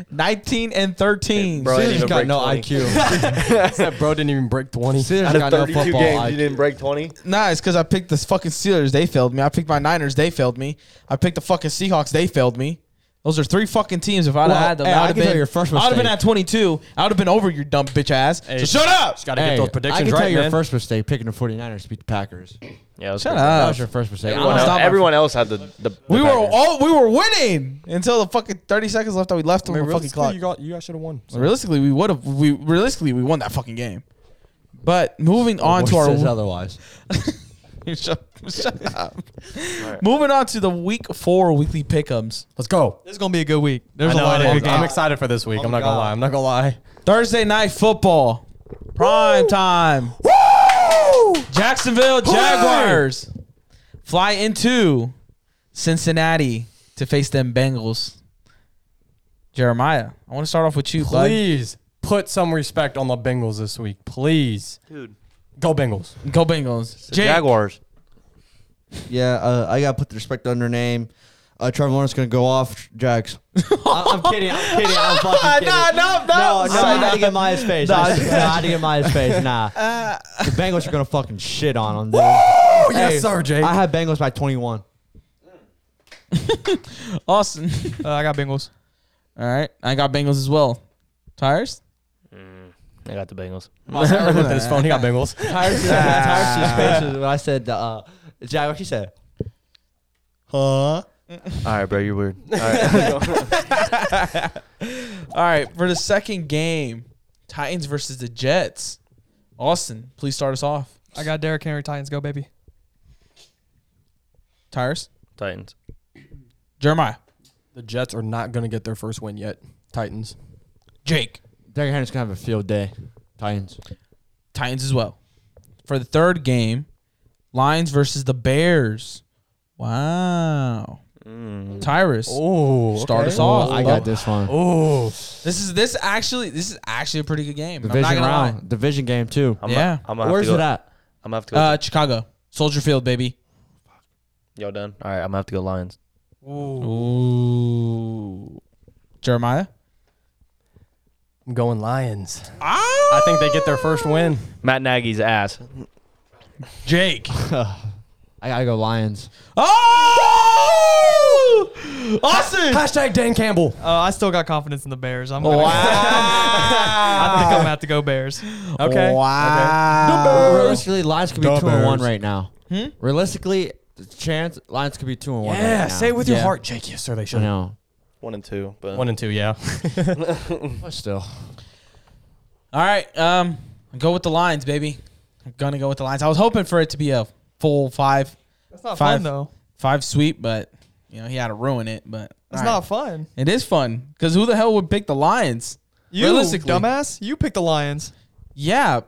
Speaker 1: nineteen and thirteen.
Speaker 3: Bro, I didn't
Speaker 2: Caesar's
Speaker 3: even
Speaker 2: got
Speaker 3: break
Speaker 2: no
Speaker 3: 20.
Speaker 2: IQ.
Speaker 4: that bro didn't even break twenty.
Speaker 2: Caesar's
Speaker 3: Out of
Speaker 2: got no
Speaker 3: 32
Speaker 2: football
Speaker 3: games,
Speaker 2: IQ.
Speaker 3: you didn't break 20?
Speaker 1: Nah, it's because I picked the fucking Steelers. They failed me. I picked my Niners. They failed me. I picked the fucking Seahawks. They failed me. Those are three fucking teams. If I'd
Speaker 2: Well,
Speaker 1: have had them,
Speaker 2: hey,
Speaker 1: I
Speaker 2: I
Speaker 1: would have
Speaker 2: can tell
Speaker 1: been.
Speaker 2: your first
Speaker 1: I would have been
Speaker 2: mistake.
Speaker 1: at 22. I would have been over your dumb bitch ass.
Speaker 4: Hey,
Speaker 1: so shut up.
Speaker 4: Just gotta get those predictions
Speaker 2: I can
Speaker 4: right,
Speaker 2: tell your
Speaker 4: man.
Speaker 2: first mistake picking the 49ers to beat the Packers.
Speaker 3: Yeah,
Speaker 1: Shut
Speaker 2: that
Speaker 1: up.
Speaker 2: was your first mistake.
Speaker 1: I'm
Speaker 3: Everyone
Speaker 1: gonna
Speaker 3: else,
Speaker 1: stop my-
Speaker 3: everyone else had the. the, the
Speaker 1: we were
Speaker 3: Packers.
Speaker 1: all we were winning until the fucking 30 seconds left that we left
Speaker 4: I
Speaker 1: on
Speaker 4: mean,
Speaker 1: the fucking
Speaker 4: realistically,
Speaker 1: clock.
Speaker 4: you, got, you guys should have won. So.
Speaker 1: realistically, we would have. We realistically we won that fucking game. But moving on to
Speaker 2: Voice
Speaker 1: our
Speaker 2: says otherwise.
Speaker 1: shut, shut up. Moving on to the week four weekly pickups.
Speaker 4: Let's go.
Speaker 5: This is gonna be a good week. There's
Speaker 4: I
Speaker 5: a
Speaker 4: know
Speaker 5: lot
Speaker 4: it
Speaker 5: of
Speaker 4: is.
Speaker 5: good
Speaker 4: I'm
Speaker 5: games.
Speaker 4: excited for this week. I'm not gonna lie. I'm not gonna lie.
Speaker 1: Thursday night football. Prime time. Jacksonville Jaguars fly into Cincinnati to face them Bengals. Jeremiah, I want to start off with you,
Speaker 4: Please put some respect on the Bengals this week. Please.
Speaker 3: Dude.
Speaker 4: Go Bengals.
Speaker 1: bud. Go Bengals.
Speaker 3: The
Speaker 1: Jake,
Speaker 3: Jaguars.
Speaker 2: Yeah, uh, I gotta put the respect on their name. Uh, Trevor Lawrence gonna go off Jags. I- I'm kidding. I'm kidding. I'm fucking kidding.
Speaker 1: Nah, no, no.
Speaker 2: No, no, I had to get Maya's face. I swear, I had to get Maya's face. Nah, the Bengals are gonna fucking shit on them. Dude.
Speaker 4: Oh
Speaker 2: Hey, I had Bengals by 21.
Speaker 1: Austin.
Speaker 5: Uh, I got Bengals.
Speaker 1: All right. I got Bengals as well. Tires?
Speaker 3: I got the Bengals.
Speaker 4: I looked at his phone. He got Bengals.
Speaker 2: Tyrus'
Speaker 3: Ah.
Speaker 2: Tyrus' face was when I said the uh, Jaguars. He said, "Huh."
Speaker 3: All right, bro, you're weird. All right.
Speaker 1: All right. For the second game, Titans versus the Jets. Austin, please start us off.
Speaker 5: I got Derrick Henry Titans. Go baby.
Speaker 1: Tires?
Speaker 3: Titans.
Speaker 1: Jeremiah.
Speaker 4: The Jets are not gonna get their first win yet. Titans.
Speaker 1: Jake.
Speaker 2: Derrick Henry's gonna have a field day. Titans.
Speaker 1: Titans as well. For the third game, Lions versus the Bears. Wow. Tyrus.
Speaker 4: Oh,
Speaker 1: Start us off.
Speaker 2: I got this one.
Speaker 4: Oh,
Speaker 1: This is this actually this is actually a pretty good game. I'm
Speaker 2: Division
Speaker 1: not gonna
Speaker 2: round, division game too.
Speaker 3: I'm
Speaker 1: Yeah.
Speaker 3: I'm gonna have
Speaker 2: Where's
Speaker 3: to
Speaker 2: it
Speaker 3: go.
Speaker 2: at?
Speaker 3: I'm gonna have to go.
Speaker 1: lie. Uh Chicago. Soldier Field, baby.
Speaker 3: Y'all done? All right, I'm gonna have to go Lions.
Speaker 1: Ooh. Jeremiah.
Speaker 4: I'm going Lions. I think they get their first win.
Speaker 3: Matt Nagy's ass.
Speaker 1: Jake.
Speaker 2: I gotta go Lions.
Speaker 1: Oh Austin.
Speaker 4: Hashtag Dan Campbell.
Speaker 5: Uh, I still got confidence in the Bears. I'm gonna, I think I'm
Speaker 1: Wow.
Speaker 5: gonna have to go Bears.
Speaker 4: Okay.
Speaker 1: Wow.
Speaker 2: Realistically, Lions could be
Speaker 4: The
Speaker 2: two and one
Speaker 4: Bears.
Speaker 2: right now. Realistically, the chance Lions could be two and one.
Speaker 4: Yeah,
Speaker 2: right now.
Speaker 4: say it with your
Speaker 1: Yeah.
Speaker 4: heart, Jake. Yes, sir. They
Speaker 2: I
Speaker 4: should.
Speaker 2: know.
Speaker 3: One and two, but
Speaker 4: One and two. Yeah.
Speaker 2: But still,
Speaker 1: All right, um, go with the lines, baby. I'm gonna go with the lines. I was hoping for it to be a full five,
Speaker 5: That's not
Speaker 1: Five.
Speaker 5: fun though.
Speaker 1: five sweep, but you know he had to ruin it. But
Speaker 5: That's
Speaker 1: all
Speaker 5: not
Speaker 1: right.
Speaker 5: fun.
Speaker 1: It is fun because who the hell would pick the Lions?
Speaker 5: You
Speaker 1: Realistically.
Speaker 5: dumbass. You picked the Lions.
Speaker 1: Yeah,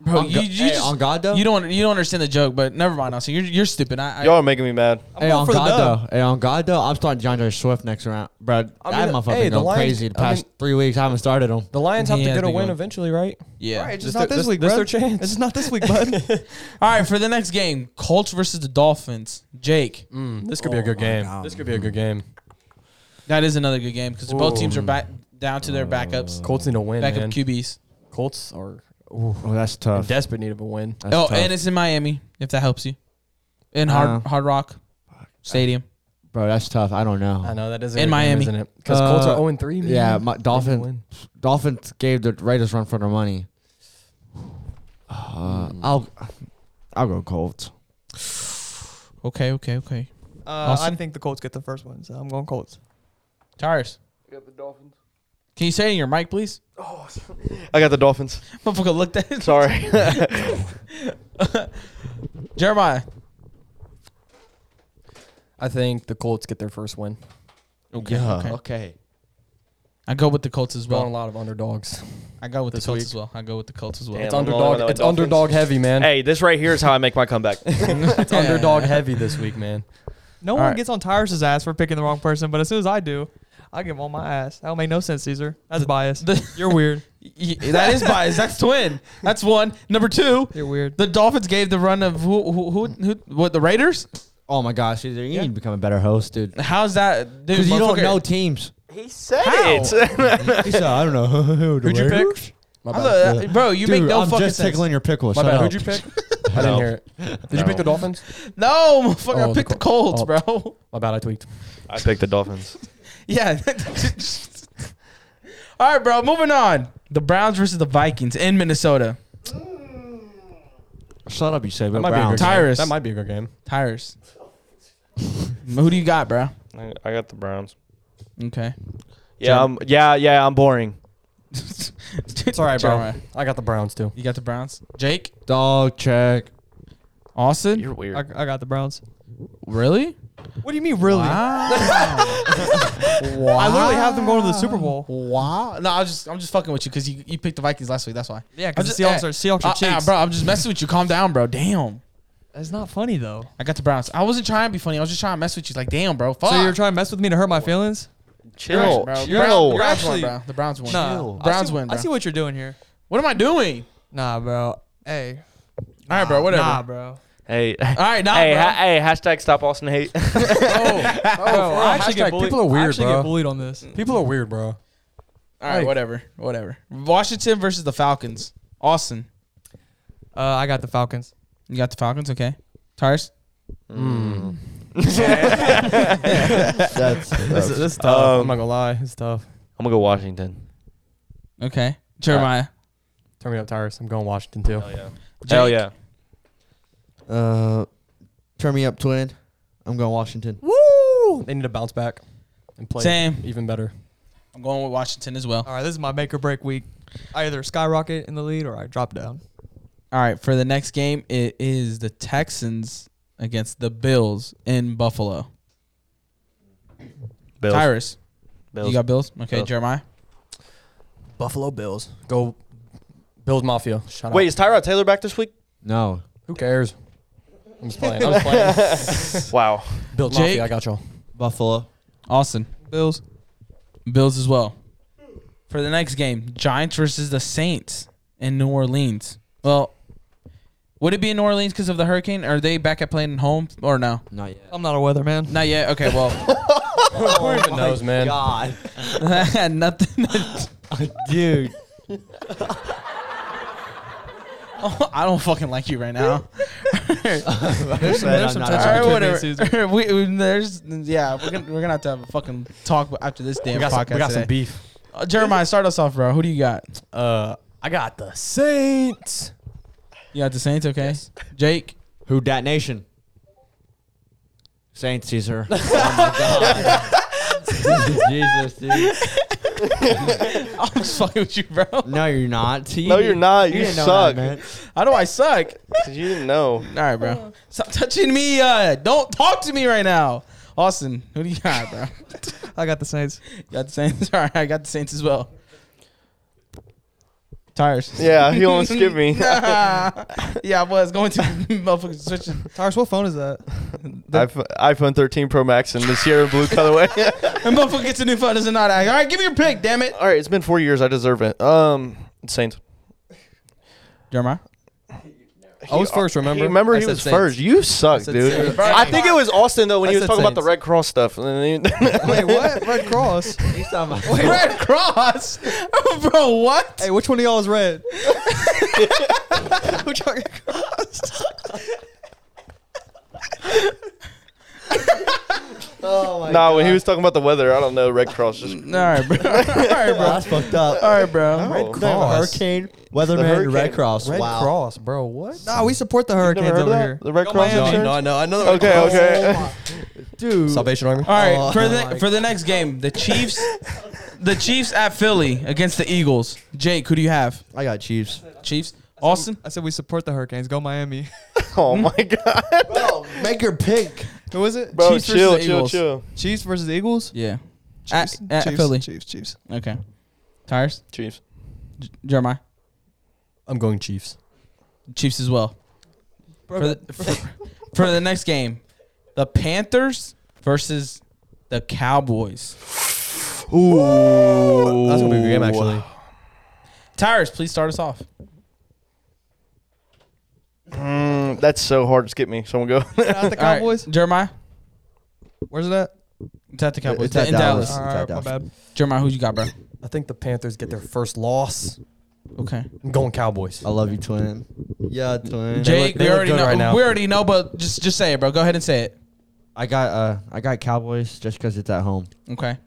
Speaker 1: bro.
Speaker 2: On
Speaker 1: you
Speaker 2: go-
Speaker 1: you,
Speaker 2: hey,
Speaker 1: just-
Speaker 2: on God though.
Speaker 1: you don't you don't understand the joke, but never mind. Austin, you're you're stupid. I, I
Speaker 3: y'all are making me mad.
Speaker 5: I'm
Speaker 2: Hey,
Speaker 5: going
Speaker 2: on
Speaker 5: for the dub.
Speaker 2: God though. Hey, on God though. I'm starting DeAndre Swift next round, bro. I
Speaker 4: mean,
Speaker 2: am a
Speaker 4: hey,
Speaker 2: fucking
Speaker 4: the
Speaker 2: going
Speaker 4: Lions-
Speaker 2: crazy the
Speaker 4: I mean-
Speaker 2: past three weeks. I haven't started him.
Speaker 4: The Lions have
Speaker 1: He
Speaker 4: to
Speaker 1: has
Speaker 4: get a
Speaker 1: been
Speaker 4: win
Speaker 1: going-
Speaker 4: eventually, right?
Speaker 1: yeah.
Speaker 5: Right, it's
Speaker 4: This their-
Speaker 5: just not this,
Speaker 4: this-
Speaker 5: week,
Speaker 4: this
Speaker 5: bro.
Speaker 4: their chance.
Speaker 5: It's just not this week, bud. Uh,
Speaker 1: All right, for the next game, Colts versus the Dolphins. Jake,
Speaker 4: Mm, this could be a good game. This could be a good game.
Speaker 1: that is another good game because both teams are back down to their backups,
Speaker 4: Colts need a win,
Speaker 1: backup
Speaker 4: man.
Speaker 1: QBs.
Speaker 4: Colts are
Speaker 2: Oh, that's
Speaker 4: in
Speaker 2: tough.
Speaker 4: desperate need of a win.
Speaker 2: That's
Speaker 1: oh,
Speaker 2: tough.
Speaker 1: and it's in Miami, if that helps you. In Hard
Speaker 2: Uh,
Speaker 1: Hard Rock Stadium.
Speaker 2: bro, that's tough. I don't know.
Speaker 4: I know that is a
Speaker 1: In
Speaker 4: good game,
Speaker 1: Miami.
Speaker 4: isn't it? Because Colts
Speaker 2: Uh,
Speaker 4: are 0 3. Man.
Speaker 2: Yeah, my,
Speaker 4: Dolphins
Speaker 2: Dolphin,
Speaker 4: win.
Speaker 2: Dolphins gave the Raiders run for their money. Uh, I'll, I'll go Colts.
Speaker 1: Okay, okay, okay.
Speaker 5: Uh, I
Speaker 1: Austin?
Speaker 5: think the Colts get the first one, so I'm going Colts.
Speaker 1: Tires. Can you say it in your mic, please?
Speaker 3: I got the Dolphins.
Speaker 1: Motherfucker looked at it.
Speaker 3: Sorry.
Speaker 1: Jeremiah.
Speaker 4: I think the Colts get their first win.
Speaker 1: Okay.
Speaker 2: Yeah,
Speaker 1: okay.
Speaker 2: okay.
Speaker 1: I go with the Colts as
Speaker 4: Going a
Speaker 1: well.
Speaker 4: lot of underdogs.
Speaker 1: I go with the
Speaker 4: This
Speaker 1: Colts
Speaker 4: week.
Speaker 1: as well. I go with the Colts as well.
Speaker 3: Damn,
Speaker 4: it's
Speaker 3: I'm going with
Speaker 4: underdog.
Speaker 3: the
Speaker 4: It's
Speaker 3: Dolphins.
Speaker 4: underdog heavy, man.
Speaker 3: Hey, this right here is how I make my comeback.
Speaker 4: It's underdog heavy this week, man.
Speaker 5: No
Speaker 1: All
Speaker 5: one
Speaker 1: right.
Speaker 5: gets on Tyrus's ass for picking the wrong person, but as soon as I do, I get him on my ass. That don't make no sense, Caesar. That's bias. You're weird.
Speaker 1: Y- y- that is biased. That's twin. That's one. Number two,
Speaker 5: You're weird.
Speaker 1: the Dolphins gave the run of who? Who? Who? who what? The Raiders?
Speaker 2: Oh my gosh, Caesar, you
Speaker 1: Yeah.
Speaker 2: need to become a better host, dude.
Speaker 1: How's that? dude,
Speaker 2: Because you don't
Speaker 1: motherfucker-
Speaker 2: know teams.
Speaker 3: he said
Speaker 1: How?
Speaker 2: He said, I don't know. Who'd
Speaker 5: Who'd you pick?
Speaker 4: My
Speaker 1: I'm
Speaker 4: bad.
Speaker 1: the- uh, bro, you make
Speaker 2: Dude,
Speaker 1: no
Speaker 2: I'm
Speaker 1: fucking
Speaker 2: just
Speaker 1: sense.
Speaker 2: tickling your pickle.
Speaker 4: My
Speaker 2: Shut
Speaker 4: bad.
Speaker 2: up.
Speaker 4: Who'd you pick? I didn't
Speaker 3: No.
Speaker 4: hear it. Did you
Speaker 3: No.
Speaker 4: pick the Dolphins?
Speaker 1: No, motherfucker,
Speaker 4: Oh,
Speaker 1: I
Speaker 4: the
Speaker 1: picked the
Speaker 4: Col-
Speaker 1: Colts, bro.
Speaker 4: My bad. I tweaked.
Speaker 3: I picked the Dolphins.
Speaker 1: yeah. All right, bro. Moving on. The Browns versus the Vikings in Minnesota.
Speaker 2: Shut up, you say.
Speaker 4: That might be a good
Speaker 2: Browns.
Speaker 1: Ty-
Speaker 4: game.
Speaker 1: Tyrus.
Speaker 4: That might be a good game.
Speaker 1: Tires. Who do you got, bro?
Speaker 3: I I got the Browns.
Speaker 1: Okay.
Speaker 3: Yeah, I'm, yeah, yeah. I'm boring.
Speaker 4: It's all right, bro.
Speaker 1: Alright.
Speaker 4: I got the Browns too.
Speaker 1: You got the Browns. Jake,
Speaker 2: Dog check.
Speaker 1: Austin.
Speaker 3: You're weird.
Speaker 5: I, I got the Browns.
Speaker 1: really?
Speaker 5: What do you mean, really?
Speaker 1: Ah, Wow.
Speaker 5: I literally have them going to the Super Bowl.
Speaker 1: wow. ah. No, I was just I'm just fucking with you because you, you picked the Vikings last week. That's why.
Speaker 5: Yeah,
Speaker 1: I'm
Speaker 5: because
Speaker 1: just-
Speaker 5: the Seahawks
Speaker 1: eh,
Speaker 5: are Seahawks are
Speaker 1: Uh, yeah,
Speaker 5: cheeks.
Speaker 1: bro. I'm just messing with you. Calm down, bro. Damn.
Speaker 5: It's not funny though.
Speaker 1: I got the Browns. I wasn't trying to be funny. I was just trying to mess with you. Like, damn, bro. Fuck.
Speaker 5: So you're trying to mess with me to hurt my feelings?
Speaker 3: chill,
Speaker 1: bro.
Speaker 3: chill.
Speaker 1: You're,
Speaker 5: Chill.
Speaker 1: you're actually,
Speaker 5: Actually-
Speaker 1: bro. The Browns won.
Speaker 5: Nah. I
Speaker 1: Browns
Speaker 5: see-
Speaker 1: win, bro.
Speaker 5: I see what you're doing here.
Speaker 1: What am I doing?
Speaker 5: Nah, bro. Hey.
Speaker 1: All right, bro. Whatever.
Speaker 5: Nah, bro.
Speaker 3: Hey,
Speaker 1: All right, nah,
Speaker 3: hey,
Speaker 1: bro.
Speaker 3: ha- hey, hashtag stop Austin hate.
Speaker 1: Oh,
Speaker 5: Bro, I actually
Speaker 4: Hashtag
Speaker 5: get bullied.
Speaker 4: people are weird,
Speaker 5: I actually
Speaker 4: bro.
Speaker 5: get bullied on this.
Speaker 4: People are weird, bro.
Speaker 1: All right,
Speaker 4: Like-
Speaker 1: whatever, whatever. Washington versus the Falcons. Austin,
Speaker 5: Uh, I got the Falcons.
Speaker 1: you got the Falcons, okay? Tyrus,
Speaker 4: Hmm.
Speaker 2: That's,
Speaker 4: This is,
Speaker 2: that's
Speaker 4: this is tough.
Speaker 3: Um,
Speaker 4: I'm not gonna lie, it's tough.
Speaker 3: I'm gonna go Washington.
Speaker 1: okay. Jeremiah,
Speaker 4: Turn me up, Tyrus. I'm going Washington too.
Speaker 3: yeah.
Speaker 1: Jake.
Speaker 3: Hell yeah.
Speaker 2: uh, turn me up, twin. I'm going Washington.
Speaker 4: Woo! They need to bounce back and play
Speaker 1: Same.
Speaker 4: even better.
Speaker 1: I'm going with Washington as well.
Speaker 5: All right, this is my make or break week. I either skyrocket in the lead or I drop down.
Speaker 1: All right, for the next game, it is the Texans against the Bills in Buffalo.
Speaker 3: Bills.
Speaker 1: Tyrus,
Speaker 3: Bills.
Speaker 1: you got Bills, okay?
Speaker 3: Bills.
Speaker 1: Jeremiah,
Speaker 4: Buffalo Bills. Go Bills Mafia. Shut
Speaker 3: Wait,
Speaker 4: up.
Speaker 3: is Tyrod Taylor back this week?
Speaker 2: No.
Speaker 4: Who cares? I'm just playing. I'm just playing.
Speaker 3: Wow.
Speaker 4: Bills
Speaker 1: Jake?
Speaker 4: Mafia, I got y'all.
Speaker 2: Buffalo.
Speaker 1: Austin,
Speaker 5: Bills.
Speaker 1: Bills as well. For the next game, Giants versus the Saints in New Orleans. Well, would it be in New Orleans because of the hurricane? Are they back at playing at home or no?
Speaker 2: Not yet.
Speaker 5: I'm not a weatherman.
Speaker 1: Not yet. Okay, well,
Speaker 4: Who even knows, man?
Speaker 2: God.
Speaker 1: nothing.
Speaker 2: Dude.
Speaker 1: I don't fucking like you right now.
Speaker 2: There's
Speaker 5: some
Speaker 1: All
Speaker 5: That's
Speaker 1: right,
Speaker 5: what you mean,
Speaker 1: whatever. we, we- there's, yeah, we're gonna, we're gonna have to have a fucking talk after this damn
Speaker 4: We got, some,
Speaker 1: podcast.
Speaker 4: we got some
Speaker 1: today.
Speaker 4: beef.
Speaker 1: Uh, Jeremiah, start us off, bro. Who do you got?
Speaker 4: Uh, I got the Saints.
Speaker 1: You got the Saints, okay? Jake,
Speaker 2: Who dat nation? Saint Caesar. Jesus, dude.
Speaker 1: I'm just fucking with you, bro.
Speaker 2: No, you're not. See,
Speaker 3: No, you're not. You
Speaker 2: didn't know
Speaker 3: suck.
Speaker 2: man.
Speaker 1: How do I suck?
Speaker 3: you didn't know.
Speaker 1: All right, bro. Stop touching me. Uh, don't talk to me right now. Austin, who do you got, bro?
Speaker 5: I got the Saints.
Speaker 1: You got the Saints. All right, I got the Saints as well. Tires.
Speaker 3: Yeah, he almost skipped me.
Speaker 1: yeah, I was going to motherfucking switching.
Speaker 5: Tyrus, what phone is that?
Speaker 3: iPhone, iPhone 13 Pro Max and the Sierra Blue colorway.
Speaker 1: And motherfucker gets a new phone, doesn't not act. All right, give me your pick, damn it.
Speaker 3: All right, it's been four years. I deserve it. Um, Saints.
Speaker 1: Jeremiah.
Speaker 4: I was first, remember?
Speaker 3: remember,
Speaker 4: I
Speaker 3: he
Speaker 4: said
Speaker 3: was
Speaker 4: Saints.
Speaker 3: first. You suck, dude.
Speaker 1: Saints.
Speaker 3: I think it was Austin though when
Speaker 4: I
Speaker 3: he was
Speaker 4: said
Speaker 3: talking about the
Speaker 4: Saints.
Speaker 3: Red Cross stuff. And then he-
Speaker 5: Wait, what? Red Cross.
Speaker 2: He's talking about-
Speaker 1: Red Cross, bro. What?
Speaker 5: hey, which one of y'all is red? Which y'all-
Speaker 2: Oh my
Speaker 3: nah, when he was talking about the weather, I don't know. Red Cross just
Speaker 4: Mm.
Speaker 1: All right, bro. All right,
Speaker 2: God,
Speaker 1: bro.
Speaker 2: that's fucked up.
Speaker 1: All right, bro.
Speaker 3: Oh.
Speaker 2: They have a
Speaker 4: Cross.
Speaker 2: Hurricane, Weatherman, Red
Speaker 3: Hurricane.
Speaker 2: Cross.
Speaker 4: Red
Speaker 2: wow.
Speaker 4: Cross, bro. What?
Speaker 5: nah, we support the
Speaker 3: You've
Speaker 5: Hurricanes
Speaker 3: never heard of
Speaker 5: over
Speaker 3: that?
Speaker 5: here.
Speaker 3: The Red
Speaker 5: Go
Speaker 3: Cross.
Speaker 5: Miami.
Speaker 3: insurance?
Speaker 4: I know. I know.
Speaker 3: Okay, okay.
Speaker 2: Dude.
Speaker 4: Salvation Army.
Speaker 1: All right,
Speaker 2: Oh,
Speaker 1: for the
Speaker 2: my
Speaker 1: for the next game, the Chiefs, the Chiefs at Philly against the Eagles. Jake, who do you have?
Speaker 2: I got Chiefs.
Speaker 1: Chiefs. Austin.
Speaker 5: I said we support the Hurricanes. Go Miami.
Speaker 3: oh my god,
Speaker 2: Bro, make your pick.
Speaker 5: Who is it?
Speaker 3: bro,
Speaker 1: Chiefs versus
Speaker 3: chill,
Speaker 1: the
Speaker 3: chill,
Speaker 1: Eagles.
Speaker 3: chill.
Speaker 5: Chiefs versus Eagles.
Speaker 1: Yeah.
Speaker 5: Chiefs,
Speaker 1: at
Speaker 5: Chiefs,
Speaker 1: Philly.
Speaker 5: Chiefs, Chiefs.
Speaker 1: Okay. Tires?
Speaker 3: Chiefs.
Speaker 1: J- Jeremiah?
Speaker 4: I'm going Chiefs.
Speaker 1: Chiefs as well.
Speaker 5: Bro,
Speaker 1: for, the, for, for the next game, the Panthers versus the Cowboys.
Speaker 3: Ooh,
Speaker 4: That's gonna be a good game actually.
Speaker 1: Tires, please start us off.
Speaker 3: Mm, that's so hard. Skip me. Someone go.
Speaker 5: Is it at the
Speaker 1: All right,
Speaker 5: Cowboys?
Speaker 1: Jeremiah,
Speaker 5: Where's it at?
Speaker 1: it's at the Cowboys.
Speaker 2: It's at
Speaker 1: in Dallas.
Speaker 2: Dallas.
Speaker 5: All
Speaker 2: at
Speaker 5: right, my
Speaker 2: Dallas.
Speaker 5: bad.
Speaker 1: Jeremiah, who you got, bro?
Speaker 4: I think the Panthers get their first loss.
Speaker 1: Okay.
Speaker 4: I'm going Cowboys.
Speaker 2: I love you, twin. Yeah, twin.
Speaker 4: Jay-
Speaker 1: Jake,
Speaker 4: they
Speaker 1: we
Speaker 4: look
Speaker 1: already
Speaker 4: good
Speaker 1: know.
Speaker 4: right now.
Speaker 1: We already know, but just just say it, bro. Go ahead and say it.
Speaker 2: I got uh, I got Cowboys just because it's at home.
Speaker 1: Okay.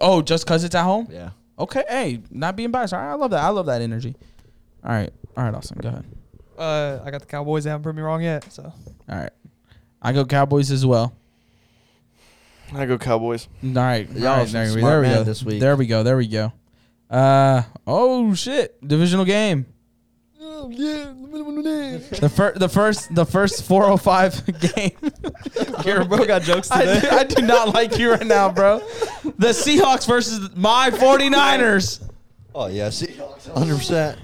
Speaker 1: Oh, just cause it's at home.
Speaker 2: Yeah.
Speaker 1: Okay. Hey, not being biased. All right, I love that. I love that energy. All right. All right, Austin. Go ahead.
Speaker 5: Uh, I got the Cowboys. They haven't proved me wrong yet. So
Speaker 1: All right. I go Cowboys as well.
Speaker 3: I go Cowboys.
Speaker 1: All right.
Speaker 2: Y'all
Speaker 1: All right,
Speaker 2: some
Speaker 1: there, we-
Speaker 2: smart
Speaker 1: there we
Speaker 2: men
Speaker 1: go.
Speaker 2: this week.
Speaker 1: There we go. There we go. Uh oh shit. Divisional game.
Speaker 4: Oh,
Speaker 1: The first the first the first 405 game. Garrett, bro got jokes today. I do, I do not like you right now, bro. The Seahawks versus my 49ers.
Speaker 2: Oh yeah, see, hundred percent.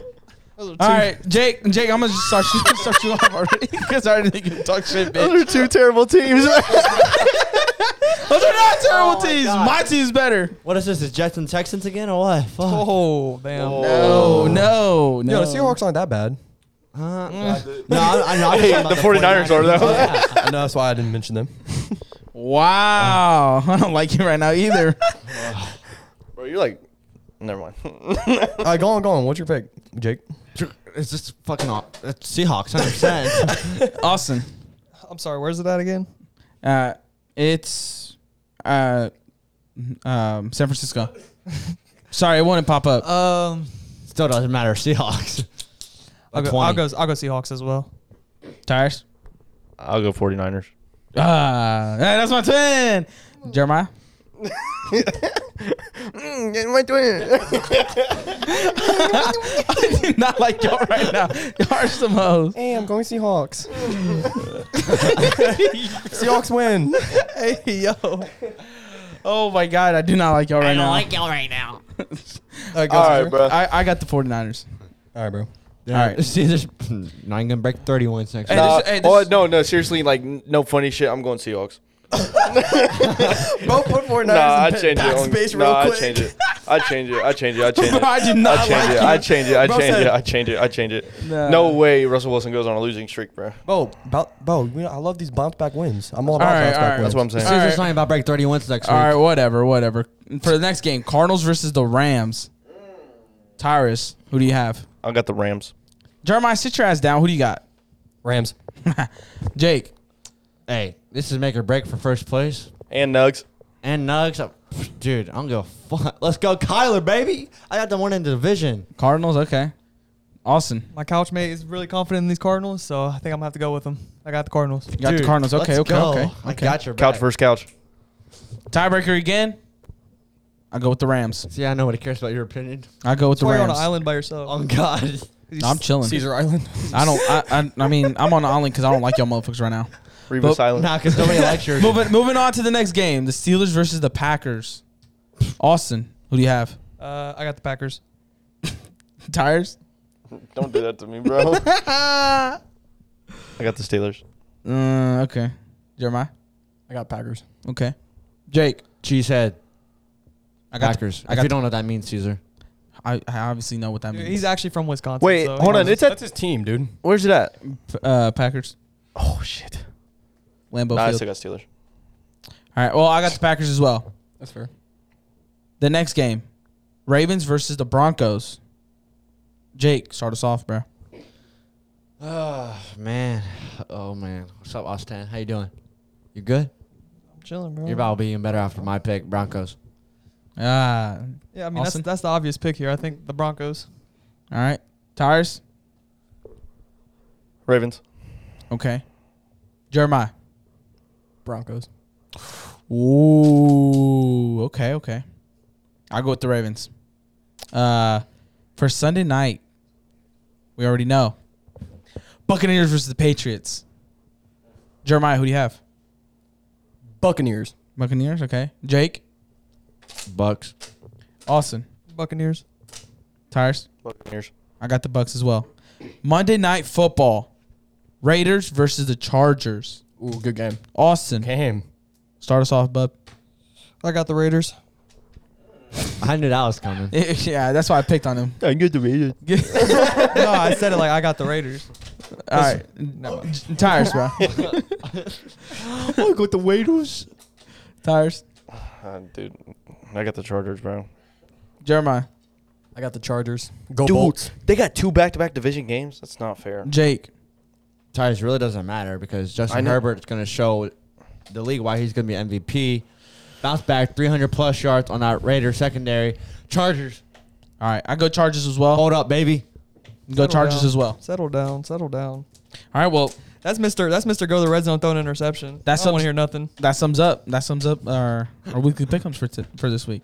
Speaker 1: All right, Jake, Jake, I'm gonna just start you, start you off already because I already think you can talk shit, bitch.
Speaker 3: Those are two terrible teams.
Speaker 1: Those are not
Speaker 4: Oh
Speaker 1: terrible
Speaker 2: my
Speaker 1: teams.
Speaker 2: God.
Speaker 1: My team's better.
Speaker 2: What is this? Is Jets and Texans again or what? Fuck.
Speaker 5: oh damn.
Speaker 1: No, Oh, no, no.
Speaker 4: Yo, the Seahawks aren't that bad.
Speaker 2: Huh? no, I, I, know, I was talking about
Speaker 3: the 49ers are, though.
Speaker 2: Yeah.
Speaker 4: I know that's why I didn't mention them.
Speaker 1: Wow, I don't like you right now either.
Speaker 3: Bro, you're like, never mind.
Speaker 4: All right, go on, go on. What's your pick, Jake?
Speaker 2: It's just fucking up. It's Seahawks, hundred percent.
Speaker 1: Austin,
Speaker 5: I'm sorry. Where's it at again?
Speaker 1: uh, it's uh, um, San Francisco. Sorry, it wouldn't pop up.
Speaker 5: Um,
Speaker 2: Still doesn't matter. Seahawks.
Speaker 5: I'll go,
Speaker 2: 20.
Speaker 5: I'll go. I'll go Seahawks as well.
Speaker 1: Tires.
Speaker 3: I'll go 49ers.
Speaker 1: Ah, hey, that's my twin, Jeremiah.
Speaker 3: Mm, my twin.
Speaker 1: I do not like y'all right now. Y'all are some hoes.
Speaker 4: Hey, I'm going Seahawks. Seahawks win.
Speaker 1: Hey yo. Oh my god, I do not like y'all right now.
Speaker 8: y'all right now.
Speaker 4: All right,
Speaker 3: All right, bro.
Speaker 1: I, I got the 49ers.
Speaker 4: All right, bro.
Speaker 2: All
Speaker 1: right.
Speaker 2: right. See, there's not gonna break thirty-one next.
Speaker 1: Hey,
Speaker 2: week.
Speaker 1: this
Speaker 3: Nah,
Speaker 1: is- hey, this
Speaker 3: oh
Speaker 1: is-
Speaker 3: no, no, seriously, like n- no funny shit. I'm going Seahawks.
Speaker 4: Both put four
Speaker 3: Nah, I change it. on- Nah, I change it. I change it. I change it. I change
Speaker 1: Bro,
Speaker 3: it.
Speaker 1: I do
Speaker 3: I
Speaker 1: not
Speaker 3: change
Speaker 1: like
Speaker 3: it.
Speaker 1: you.
Speaker 3: I change it. I
Speaker 1: Bro
Speaker 3: change
Speaker 1: said-
Speaker 3: it. I change it. I change it.
Speaker 1: Nah.
Speaker 3: No way Russell Wilson goes on a losing streak, bro.
Speaker 4: Bro, about, bro, you know, I love these bounce back wins. I'm all about
Speaker 1: right,
Speaker 4: bounce
Speaker 1: all
Speaker 4: back
Speaker 1: right.
Speaker 4: wins.
Speaker 3: That's what I'm saying.
Speaker 1: All right.
Speaker 2: Caesar's not about break thirty-one next
Speaker 1: All right,
Speaker 2: week.
Speaker 1: whatever, whatever. For the next game, Cardinals versus the Rams. Tyrus, who do you have?
Speaker 3: I got the Rams.
Speaker 1: Jeremiah, sit your ass down. Who do you got?
Speaker 4: Rams.
Speaker 1: Jake.
Speaker 2: Hey, this is make or break for first place.
Speaker 3: And Nugs.
Speaker 2: And Nugs, uh, pff, dude, I don't give a fuck. Let's go, Kyler, baby. I got the one in the division.
Speaker 1: Cardinals, okay. Austin.
Speaker 5: My couch mate is really confident in these Cardinals, so I think I'm gonna have to go with them. I got the Cardinals.
Speaker 1: You got the Cardinals. Okay,
Speaker 2: let's
Speaker 1: okay,
Speaker 2: go.
Speaker 1: okay.
Speaker 2: I got your
Speaker 3: Couch
Speaker 2: back.
Speaker 3: versus couch.
Speaker 1: Tiebreaker again. I go with the Rams.
Speaker 2: See, I nobody cares about your opinion.
Speaker 1: I go with the
Speaker 5: That's why you're on
Speaker 1: Rams.
Speaker 5: an island by yourself.
Speaker 2: Oh God.
Speaker 1: No, I'm chilling.
Speaker 4: Caesar Island.
Speaker 1: I don't. I, I. I mean, I'm on the island because I don't like y'all motherfuckers right now.
Speaker 3: Reba
Speaker 1: Nope.
Speaker 3: Silent.
Speaker 2: Nah, because nobody likes your.
Speaker 1: Moving. Moving on to the next game, the Steelers versus the Packers. Austin, who do you have?
Speaker 5: Uh, I got the Packers.
Speaker 1: Tires.
Speaker 3: Don't do that to me, bro. I got the Steelers.
Speaker 1: Uh, okay. Jeremiah.
Speaker 4: I got Packers.
Speaker 1: Okay. Jake.
Speaker 2: Cheesehead.
Speaker 1: I got. the-
Speaker 2: Packers.
Speaker 1: I
Speaker 2: if
Speaker 1: got
Speaker 2: you don't know what that means, Caesar.
Speaker 1: I, I obviously know what that
Speaker 5: Dude,
Speaker 1: means.
Speaker 5: he's actually from Wisconsin.
Speaker 3: Wait,
Speaker 5: so
Speaker 3: hold on. It's at
Speaker 4: That's his team, dude.
Speaker 3: where's it at?
Speaker 1: uh, Packers.
Speaker 3: Oh shit.
Speaker 1: Lambeau
Speaker 3: Nah, I
Speaker 1: Field.
Speaker 3: still got Steelers.
Speaker 1: All right. Well, I got the Packers as well.
Speaker 4: That's fair.
Speaker 1: The next game, Ravens versus the Broncos. Jake, start us off, bro.
Speaker 2: Oh man. Oh man. What's up, Austin? How you doing? You good?
Speaker 5: I'm chilling, bro.
Speaker 2: You're about being better after my pick, Broncos.
Speaker 1: Ah.
Speaker 5: yeah, I mean
Speaker 1: Austin?
Speaker 5: that's that's the obvious pick here. I think the Broncos.
Speaker 1: all right. Tires.
Speaker 3: Ravens.
Speaker 1: Okay. Jeremiah.
Speaker 4: Broncos.
Speaker 1: Ooh, okay, okay. I'll go with the Ravens. Uh, for Sunday night, we already know Buccaneers versus the Patriots. Jeremiah, who do you have?
Speaker 4: Buccaneers.
Speaker 1: Buccaneers, okay. Jake,
Speaker 2: Bucks.
Speaker 1: Austin,
Speaker 5: Buccaneers.
Speaker 1: Tires.
Speaker 3: Buccaneers.
Speaker 1: I got the Bucks as well. Monday Night Football, Raiders versus the Chargers.
Speaker 4: Ooh, good game.
Speaker 1: Austin,
Speaker 4: Game.
Speaker 1: start us off, bub.
Speaker 5: I got the Raiders.
Speaker 2: I knew that was coming.
Speaker 1: yeah, that's why I picked on him.
Speaker 3: I get the Raiders.
Speaker 5: no, I said it like I got the Raiders.
Speaker 1: All right, Tires, bro.
Speaker 2: I got the waiters.
Speaker 1: Tires.
Speaker 3: Uh, dude, I got the Chargers, bro.
Speaker 1: Jeremiah,
Speaker 4: I got the Chargers. Go
Speaker 3: Dude.
Speaker 4: Bolts.
Speaker 3: They got two back-to-back division games. That's not fair.
Speaker 1: Jake,
Speaker 2: Tires really doesn't matter because
Speaker 3: I
Speaker 2: Justin
Speaker 3: know.
Speaker 2: Herbert's going to show the league why he's going to be MVP. Bounce back 300 plus yards on that Raiders secondary. Chargers,
Speaker 1: All right, I go Chargers as well.
Speaker 2: hold up, baby.
Speaker 1: Go
Speaker 5: Settle
Speaker 1: Chargers
Speaker 5: down.
Speaker 1: as well.
Speaker 5: Settle down. Settle down.
Speaker 1: All right, well
Speaker 5: That's Mister. That's Mister. Go to the red zone, throw an interception.
Speaker 1: That's
Speaker 5: I don't want
Speaker 1: some-
Speaker 5: to hear nothing.
Speaker 1: that sums up that sums up our, our weekly pickups for t- for this week.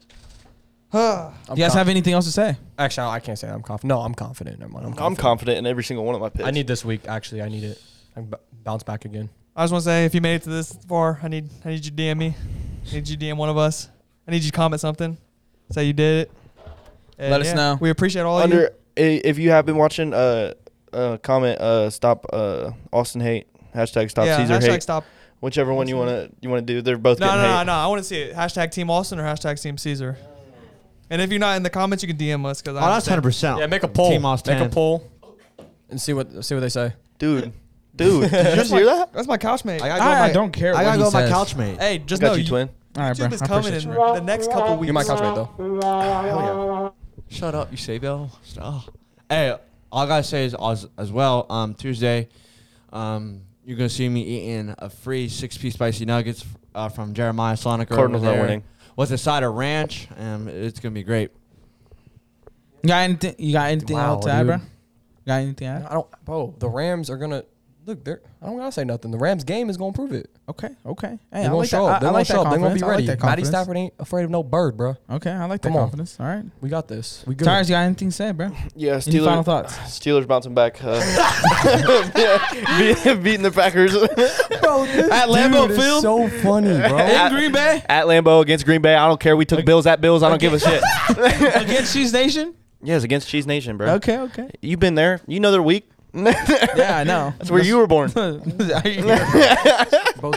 Speaker 5: I
Speaker 1: you guys have anything else to say?
Speaker 4: Actually, I can't say I'm confident. No, I'm confident. Never mind. I'm
Speaker 3: I'm
Speaker 4: confident.
Speaker 3: confident in every single one of my picks.
Speaker 4: I need this week. Actually, I need it. I can b- bounce back again.
Speaker 5: just want to say, if you made it to this far, I need I need you to DM me. I need you to DM one of us. I need you to comment something. Say you did it. And
Speaker 1: Let us know.
Speaker 5: We appreciate all of you.
Speaker 3: under i- if you have been watching uh uh comment uh stop uh Austin hate hashtag stop
Speaker 5: yeah,
Speaker 3: Caesar
Speaker 5: hashtag
Speaker 3: hate
Speaker 5: stop.
Speaker 3: whichever one you want to you want to do they're both
Speaker 5: No,
Speaker 3: getting
Speaker 5: no, no,
Speaker 3: hate.
Speaker 5: no. I want to see it. Hashtag Team Austin or hashtag Team Caesar. And if you're not in the comments, you can DM us because
Speaker 2: Oh, that's 100%.
Speaker 4: Yeah, make a poll.
Speaker 2: Team lost
Speaker 4: make a
Speaker 2: 10.
Speaker 4: poll, and see what see what they say.
Speaker 3: dude dude did you just hear that
Speaker 5: That's my couch mate.
Speaker 2: gotta
Speaker 1: I, I don't care.
Speaker 2: I
Speaker 1: what
Speaker 2: gotta
Speaker 1: he
Speaker 2: go with my
Speaker 1: says.
Speaker 2: couch mate.
Speaker 5: hey, just know
Speaker 3: got you,
Speaker 5: you,
Speaker 3: twin
Speaker 1: All right, bro.
Speaker 5: YouTube is
Speaker 1: I
Speaker 5: coming
Speaker 1: appreciate
Speaker 5: in
Speaker 1: you.
Speaker 5: the next couple weeks.
Speaker 4: You're my couch mate though.
Speaker 3: Hell
Speaker 2: Shut up, you Sabo. Stop. Hey, all I gotta say is as, as well. Um, Tuesday, um, you're gonna see me eating a free six-piece spicy nuggets uh, from Jeremiah Sonic.
Speaker 3: yeah Cardinals
Speaker 2: over
Speaker 3: not
Speaker 2: there
Speaker 3: winning
Speaker 2: With a side of ranch, um, it's gonna be great.
Speaker 1: You got anything? You got anything
Speaker 4: Wow,
Speaker 1: else to add,
Speaker 4: dude.
Speaker 1: bro? You got anything to add?
Speaker 4: I don't, bro. The Rams are gonna look. They're I don't gotta say nothing. The Rams game is gonna prove it.
Speaker 1: Okay, okay. Hey,
Speaker 4: They
Speaker 1: I
Speaker 4: gonna
Speaker 1: like that.
Speaker 4: show
Speaker 1: I,
Speaker 4: up. They
Speaker 1: I
Speaker 4: gonna
Speaker 1: like
Speaker 4: show
Speaker 1: that
Speaker 4: up. They gonna
Speaker 1: confidence.
Speaker 4: be
Speaker 1: I like
Speaker 4: ready.
Speaker 1: that
Speaker 4: Matty
Speaker 1: confidence.
Speaker 4: Stafford ain't afraid of no bird, bro.
Speaker 1: Okay, I like that
Speaker 4: Come on.
Speaker 1: confidence. All right.
Speaker 4: We got this. We good.
Speaker 1: Tires, you got anything to say, bro?
Speaker 3: yeah
Speaker 1: Any final
Speaker 3: Steelers
Speaker 1: thoughts?
Speaker 3: Steelers bouncing back uh, beat- beating the Packers
Speaker 1: At Lambeau Field
Speaker 4: so funny, bro.
Speaker 1: in Green Bay
Speaker 3: at Lambeau against Green Bay I don't care we took Bills at Bills I don't give a shit
Speaker 1: against Cheese Nation.
Speaker 3: yes against Cheese Nation bro
Speaker 1: Okay, okay.
Speaker 3: you've been there you know they're weak
Speaker 1: Yeah, I know.
Speaker 3: that's where you were born
Speaker 4: Both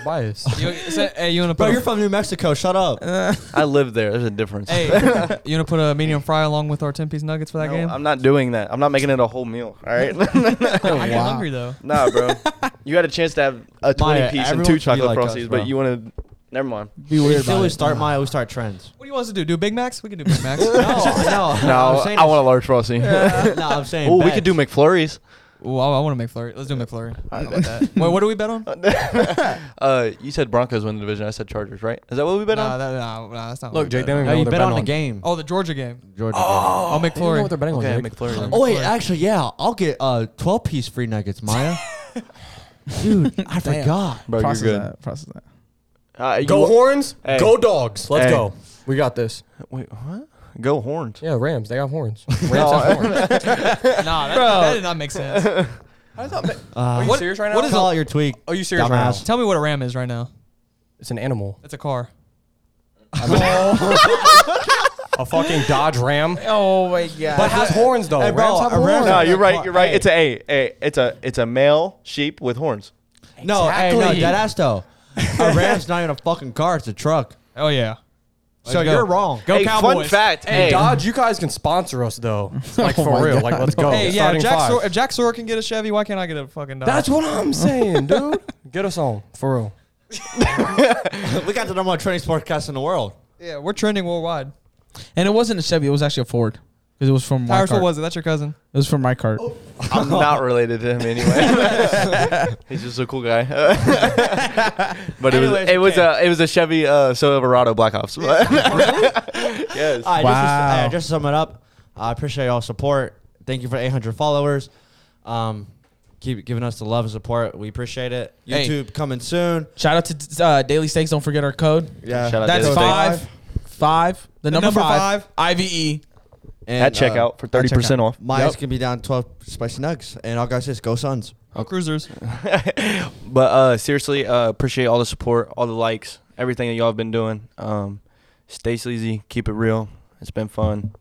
Speaker 4: biased.
Speaker 5: You, say, hey, you wanna put
Speaker 2: Bro,
Speaker 5: a-
Speaker 2: you're from New Mexico. Shut up.
Speaker 3: I live there there's a difference
Speaker 5: Hey, you wanna put a medium fry along with our ten piece nuggets for that
Speaker 3: No,
Speaker 5: game?
Speaker 3: I'm not doing that. I'm not making it a whole meal. All right,
Speaker 5: I get hungry though.
Speaker 3: nah, bro. You had a chance to have a 20
Speaker 2: Maya,
Speaker 3: piece and
Speaker 2: everyone
Speaker 3: two
Speaker 2: should be
Speaker 3: chocolate
Speaker 2: like us,
Speaker 3: frosties,
Speaker 2: bro.
Speaker 3: but you want to. Never mind.
Speaker 1: Be
Speaker 2: We
Speaker 1: weird
Speaker 2: still
Speaker 1: about
Speaker 2: always
Speaker 1: it.
Speaker 2: start my. We start trends.
Speaker 5: What do you want us to do? Do Big Macs? We can do Big Macs.
Speaker 2: No, no,
Speaker 3: No, I want a large frosty.
Speaker 2: to. no, I'm saying.
Speaker 3: Oh, we could do
Speaker 2: bets.
Speaker 3: McFlurries.
Speaker 5: Ooh, I, want to McFlurry. Let's do McFlurry.
Speaker 3: I don't know about that.
Speaker 5: Wait, what do we bet on?
Speaker 3: Uh, you said Broncos win the division. I said Chargers, right? Is that what we bet
Speaker 5: nah,
Speaker 3: on?
Speaker 5: that, nah, nah, that's not. what
Speaker 4: Look,
Speaker 5: we
Speaker 4: Jake,
Speaker 5: bet
Speaker 4: they
Speaker 5: on.
Speaker 2: No,
Speaker 4: don't even know
Speaker 2: you
Speaker 4: what they're
Speaker 2: bet on
Speaker 4: betting
Speaker 2: the game.
Speaker 5: Oh, the Georgia game.
Speaker 2: Georgia. Oh.
Speaker 5: Oh,
Speaker 4: They don't know what they're
Speaker 5: McFlurry.
Speaker 4: betting
Speaker 3: Okay,
Speaker 4: on. Jake.
Speaker 3: McFlurry.
Speaker 2: Oh wait, actually, yeah, I'll get uh twelve piece free nuggets, Maya. Dude, I
Speaker 1: Damn.
Speaker 2: forgot.
Speaker 3: Bro,
Speaker 1: Process
Speaker 3: you're good.
Speaker 1: that. Process that.
Speaker 3: Uh, you
Speaker 4: Go
Speaker 3: wa-
Speaker 4: horns.
Speaker 3: Hey.
Speaker 4: Go dogs. Let's
Speaker 3: Hey.
Speaker 4: go. We got this.
Speaker 3: Wait, what? Go horns.
Speaker 4: Yeah, Rams. They got horns. Rams have horns.
Speaker 5: Nah, that, that did not make sense.
Speaker 2: Uh,
Speaker 5: What-
Speaker 4: serious right
Speaker 5: what is
Speaker 2: call
Speaker 5: a-
Speaker 2: out your tweak?
Speaker 4: Are you serious right
Speaker 2: Dumbass.
Speaker 4: now?
Speaker 5: Tell me what a Ram is right now.
Speaker 4: It's an animal.
Speaker 5: It's a car.
Speaker 4: A fucking Dodge Ram.
Speaker 1: Oh my god.
Speaker 4: But it has horns though.
Speaker 2: Hey, bro,
Speaker 4: Rams have
Speaker 2: a Ram-
Speaker 4: horns.
Speaker 3: No,
Speaker 2: Hey,
Speaker 3: you're right.
Speaker 2: come-
Speaker 3: You're right.
Speaker 2: hey.
Speaker 3: It's a, a, a it's a it's a male sheep with horns.
Speaker 2: No, hey, no,
Speaker 4: Exactly.
Speaker 2: deadass though. A Ram's not even a fucking car; it's a truck.
Speaker 5: Oh yeah.
Speaker 2: so you're wrong.
Speaker 5: Go
Speaker 3: hey, fun
Speaker 5: Cowboys.
Speaker 3: fact. Hey,
Speaker 4: Dodge, you guys can sponsor us though. Like for real. Like let's go.
Speaker 5: Hey, yeah.
Speaker 4: Starting
Speaker 5: If Jack,
Speaker 4: five.
Speaker 5: Sor- if Jack Sor can get a Chevy, why can't I get a fucking Dodge?
Speaker 4: That's what I'm saying, dude. Get us on for real.
Speaker 2: we got the number one training podcast in the world.
Speaker 5: yeah. We're trending worldwide.
Speaker 1: and it wasn't a Chevy. It was actually a Ford because it was Oh. from my
Speaker 5: Tyrus,
Speaker 1: cart.
Speaker 5: what was it? That's your cousin.
Speaker 1: It was from my cart.
Speaker 3: I'm not related to him anyway. He's just a cool guy. but it was
Speaker 2: Anyways,
Speaker 3: it was
Speaker 2: okay.
Speaker 3: a it was a Chevy uh, Silverado Black Ops. yes.
Speaker 2: All right,
Speaker 1: Wow.
Speaker 2: just, to, uh, just to sum it up, I appreciate y'all support. Thank you for 800 followers. Um, keep giving us the love and support. We appreciate it.
Speaker 1: Hey.
Speaker 2: YouTube coming soon.
Speaker 1: Shout out to uh, Daily Stakes. Don't forget our code.
Speaker 2: Yeah,
Speaker 3: Shout out
Speaker 1: That's
Speaker 3: Daily
Speaker 1: five, five. The, number,
Speaker 5: number
Speaker 1: five, E. IVE.
Speaker 2: And,
Speaker 3: At checkout for thirty percent off.
Speaker 2: Maya's
Speaker 1: Yep.
Speaker 2: gonna be down 12 spicy nugs. And all guys says go Suns.
Speaker 5: Oh, Cruisers.
Speaker 3: But uh, seriously, uh, appreciate all the support, all the likes, everything that y'all have been doing. Um, Stay sleazy. Keep it real. It's been fun.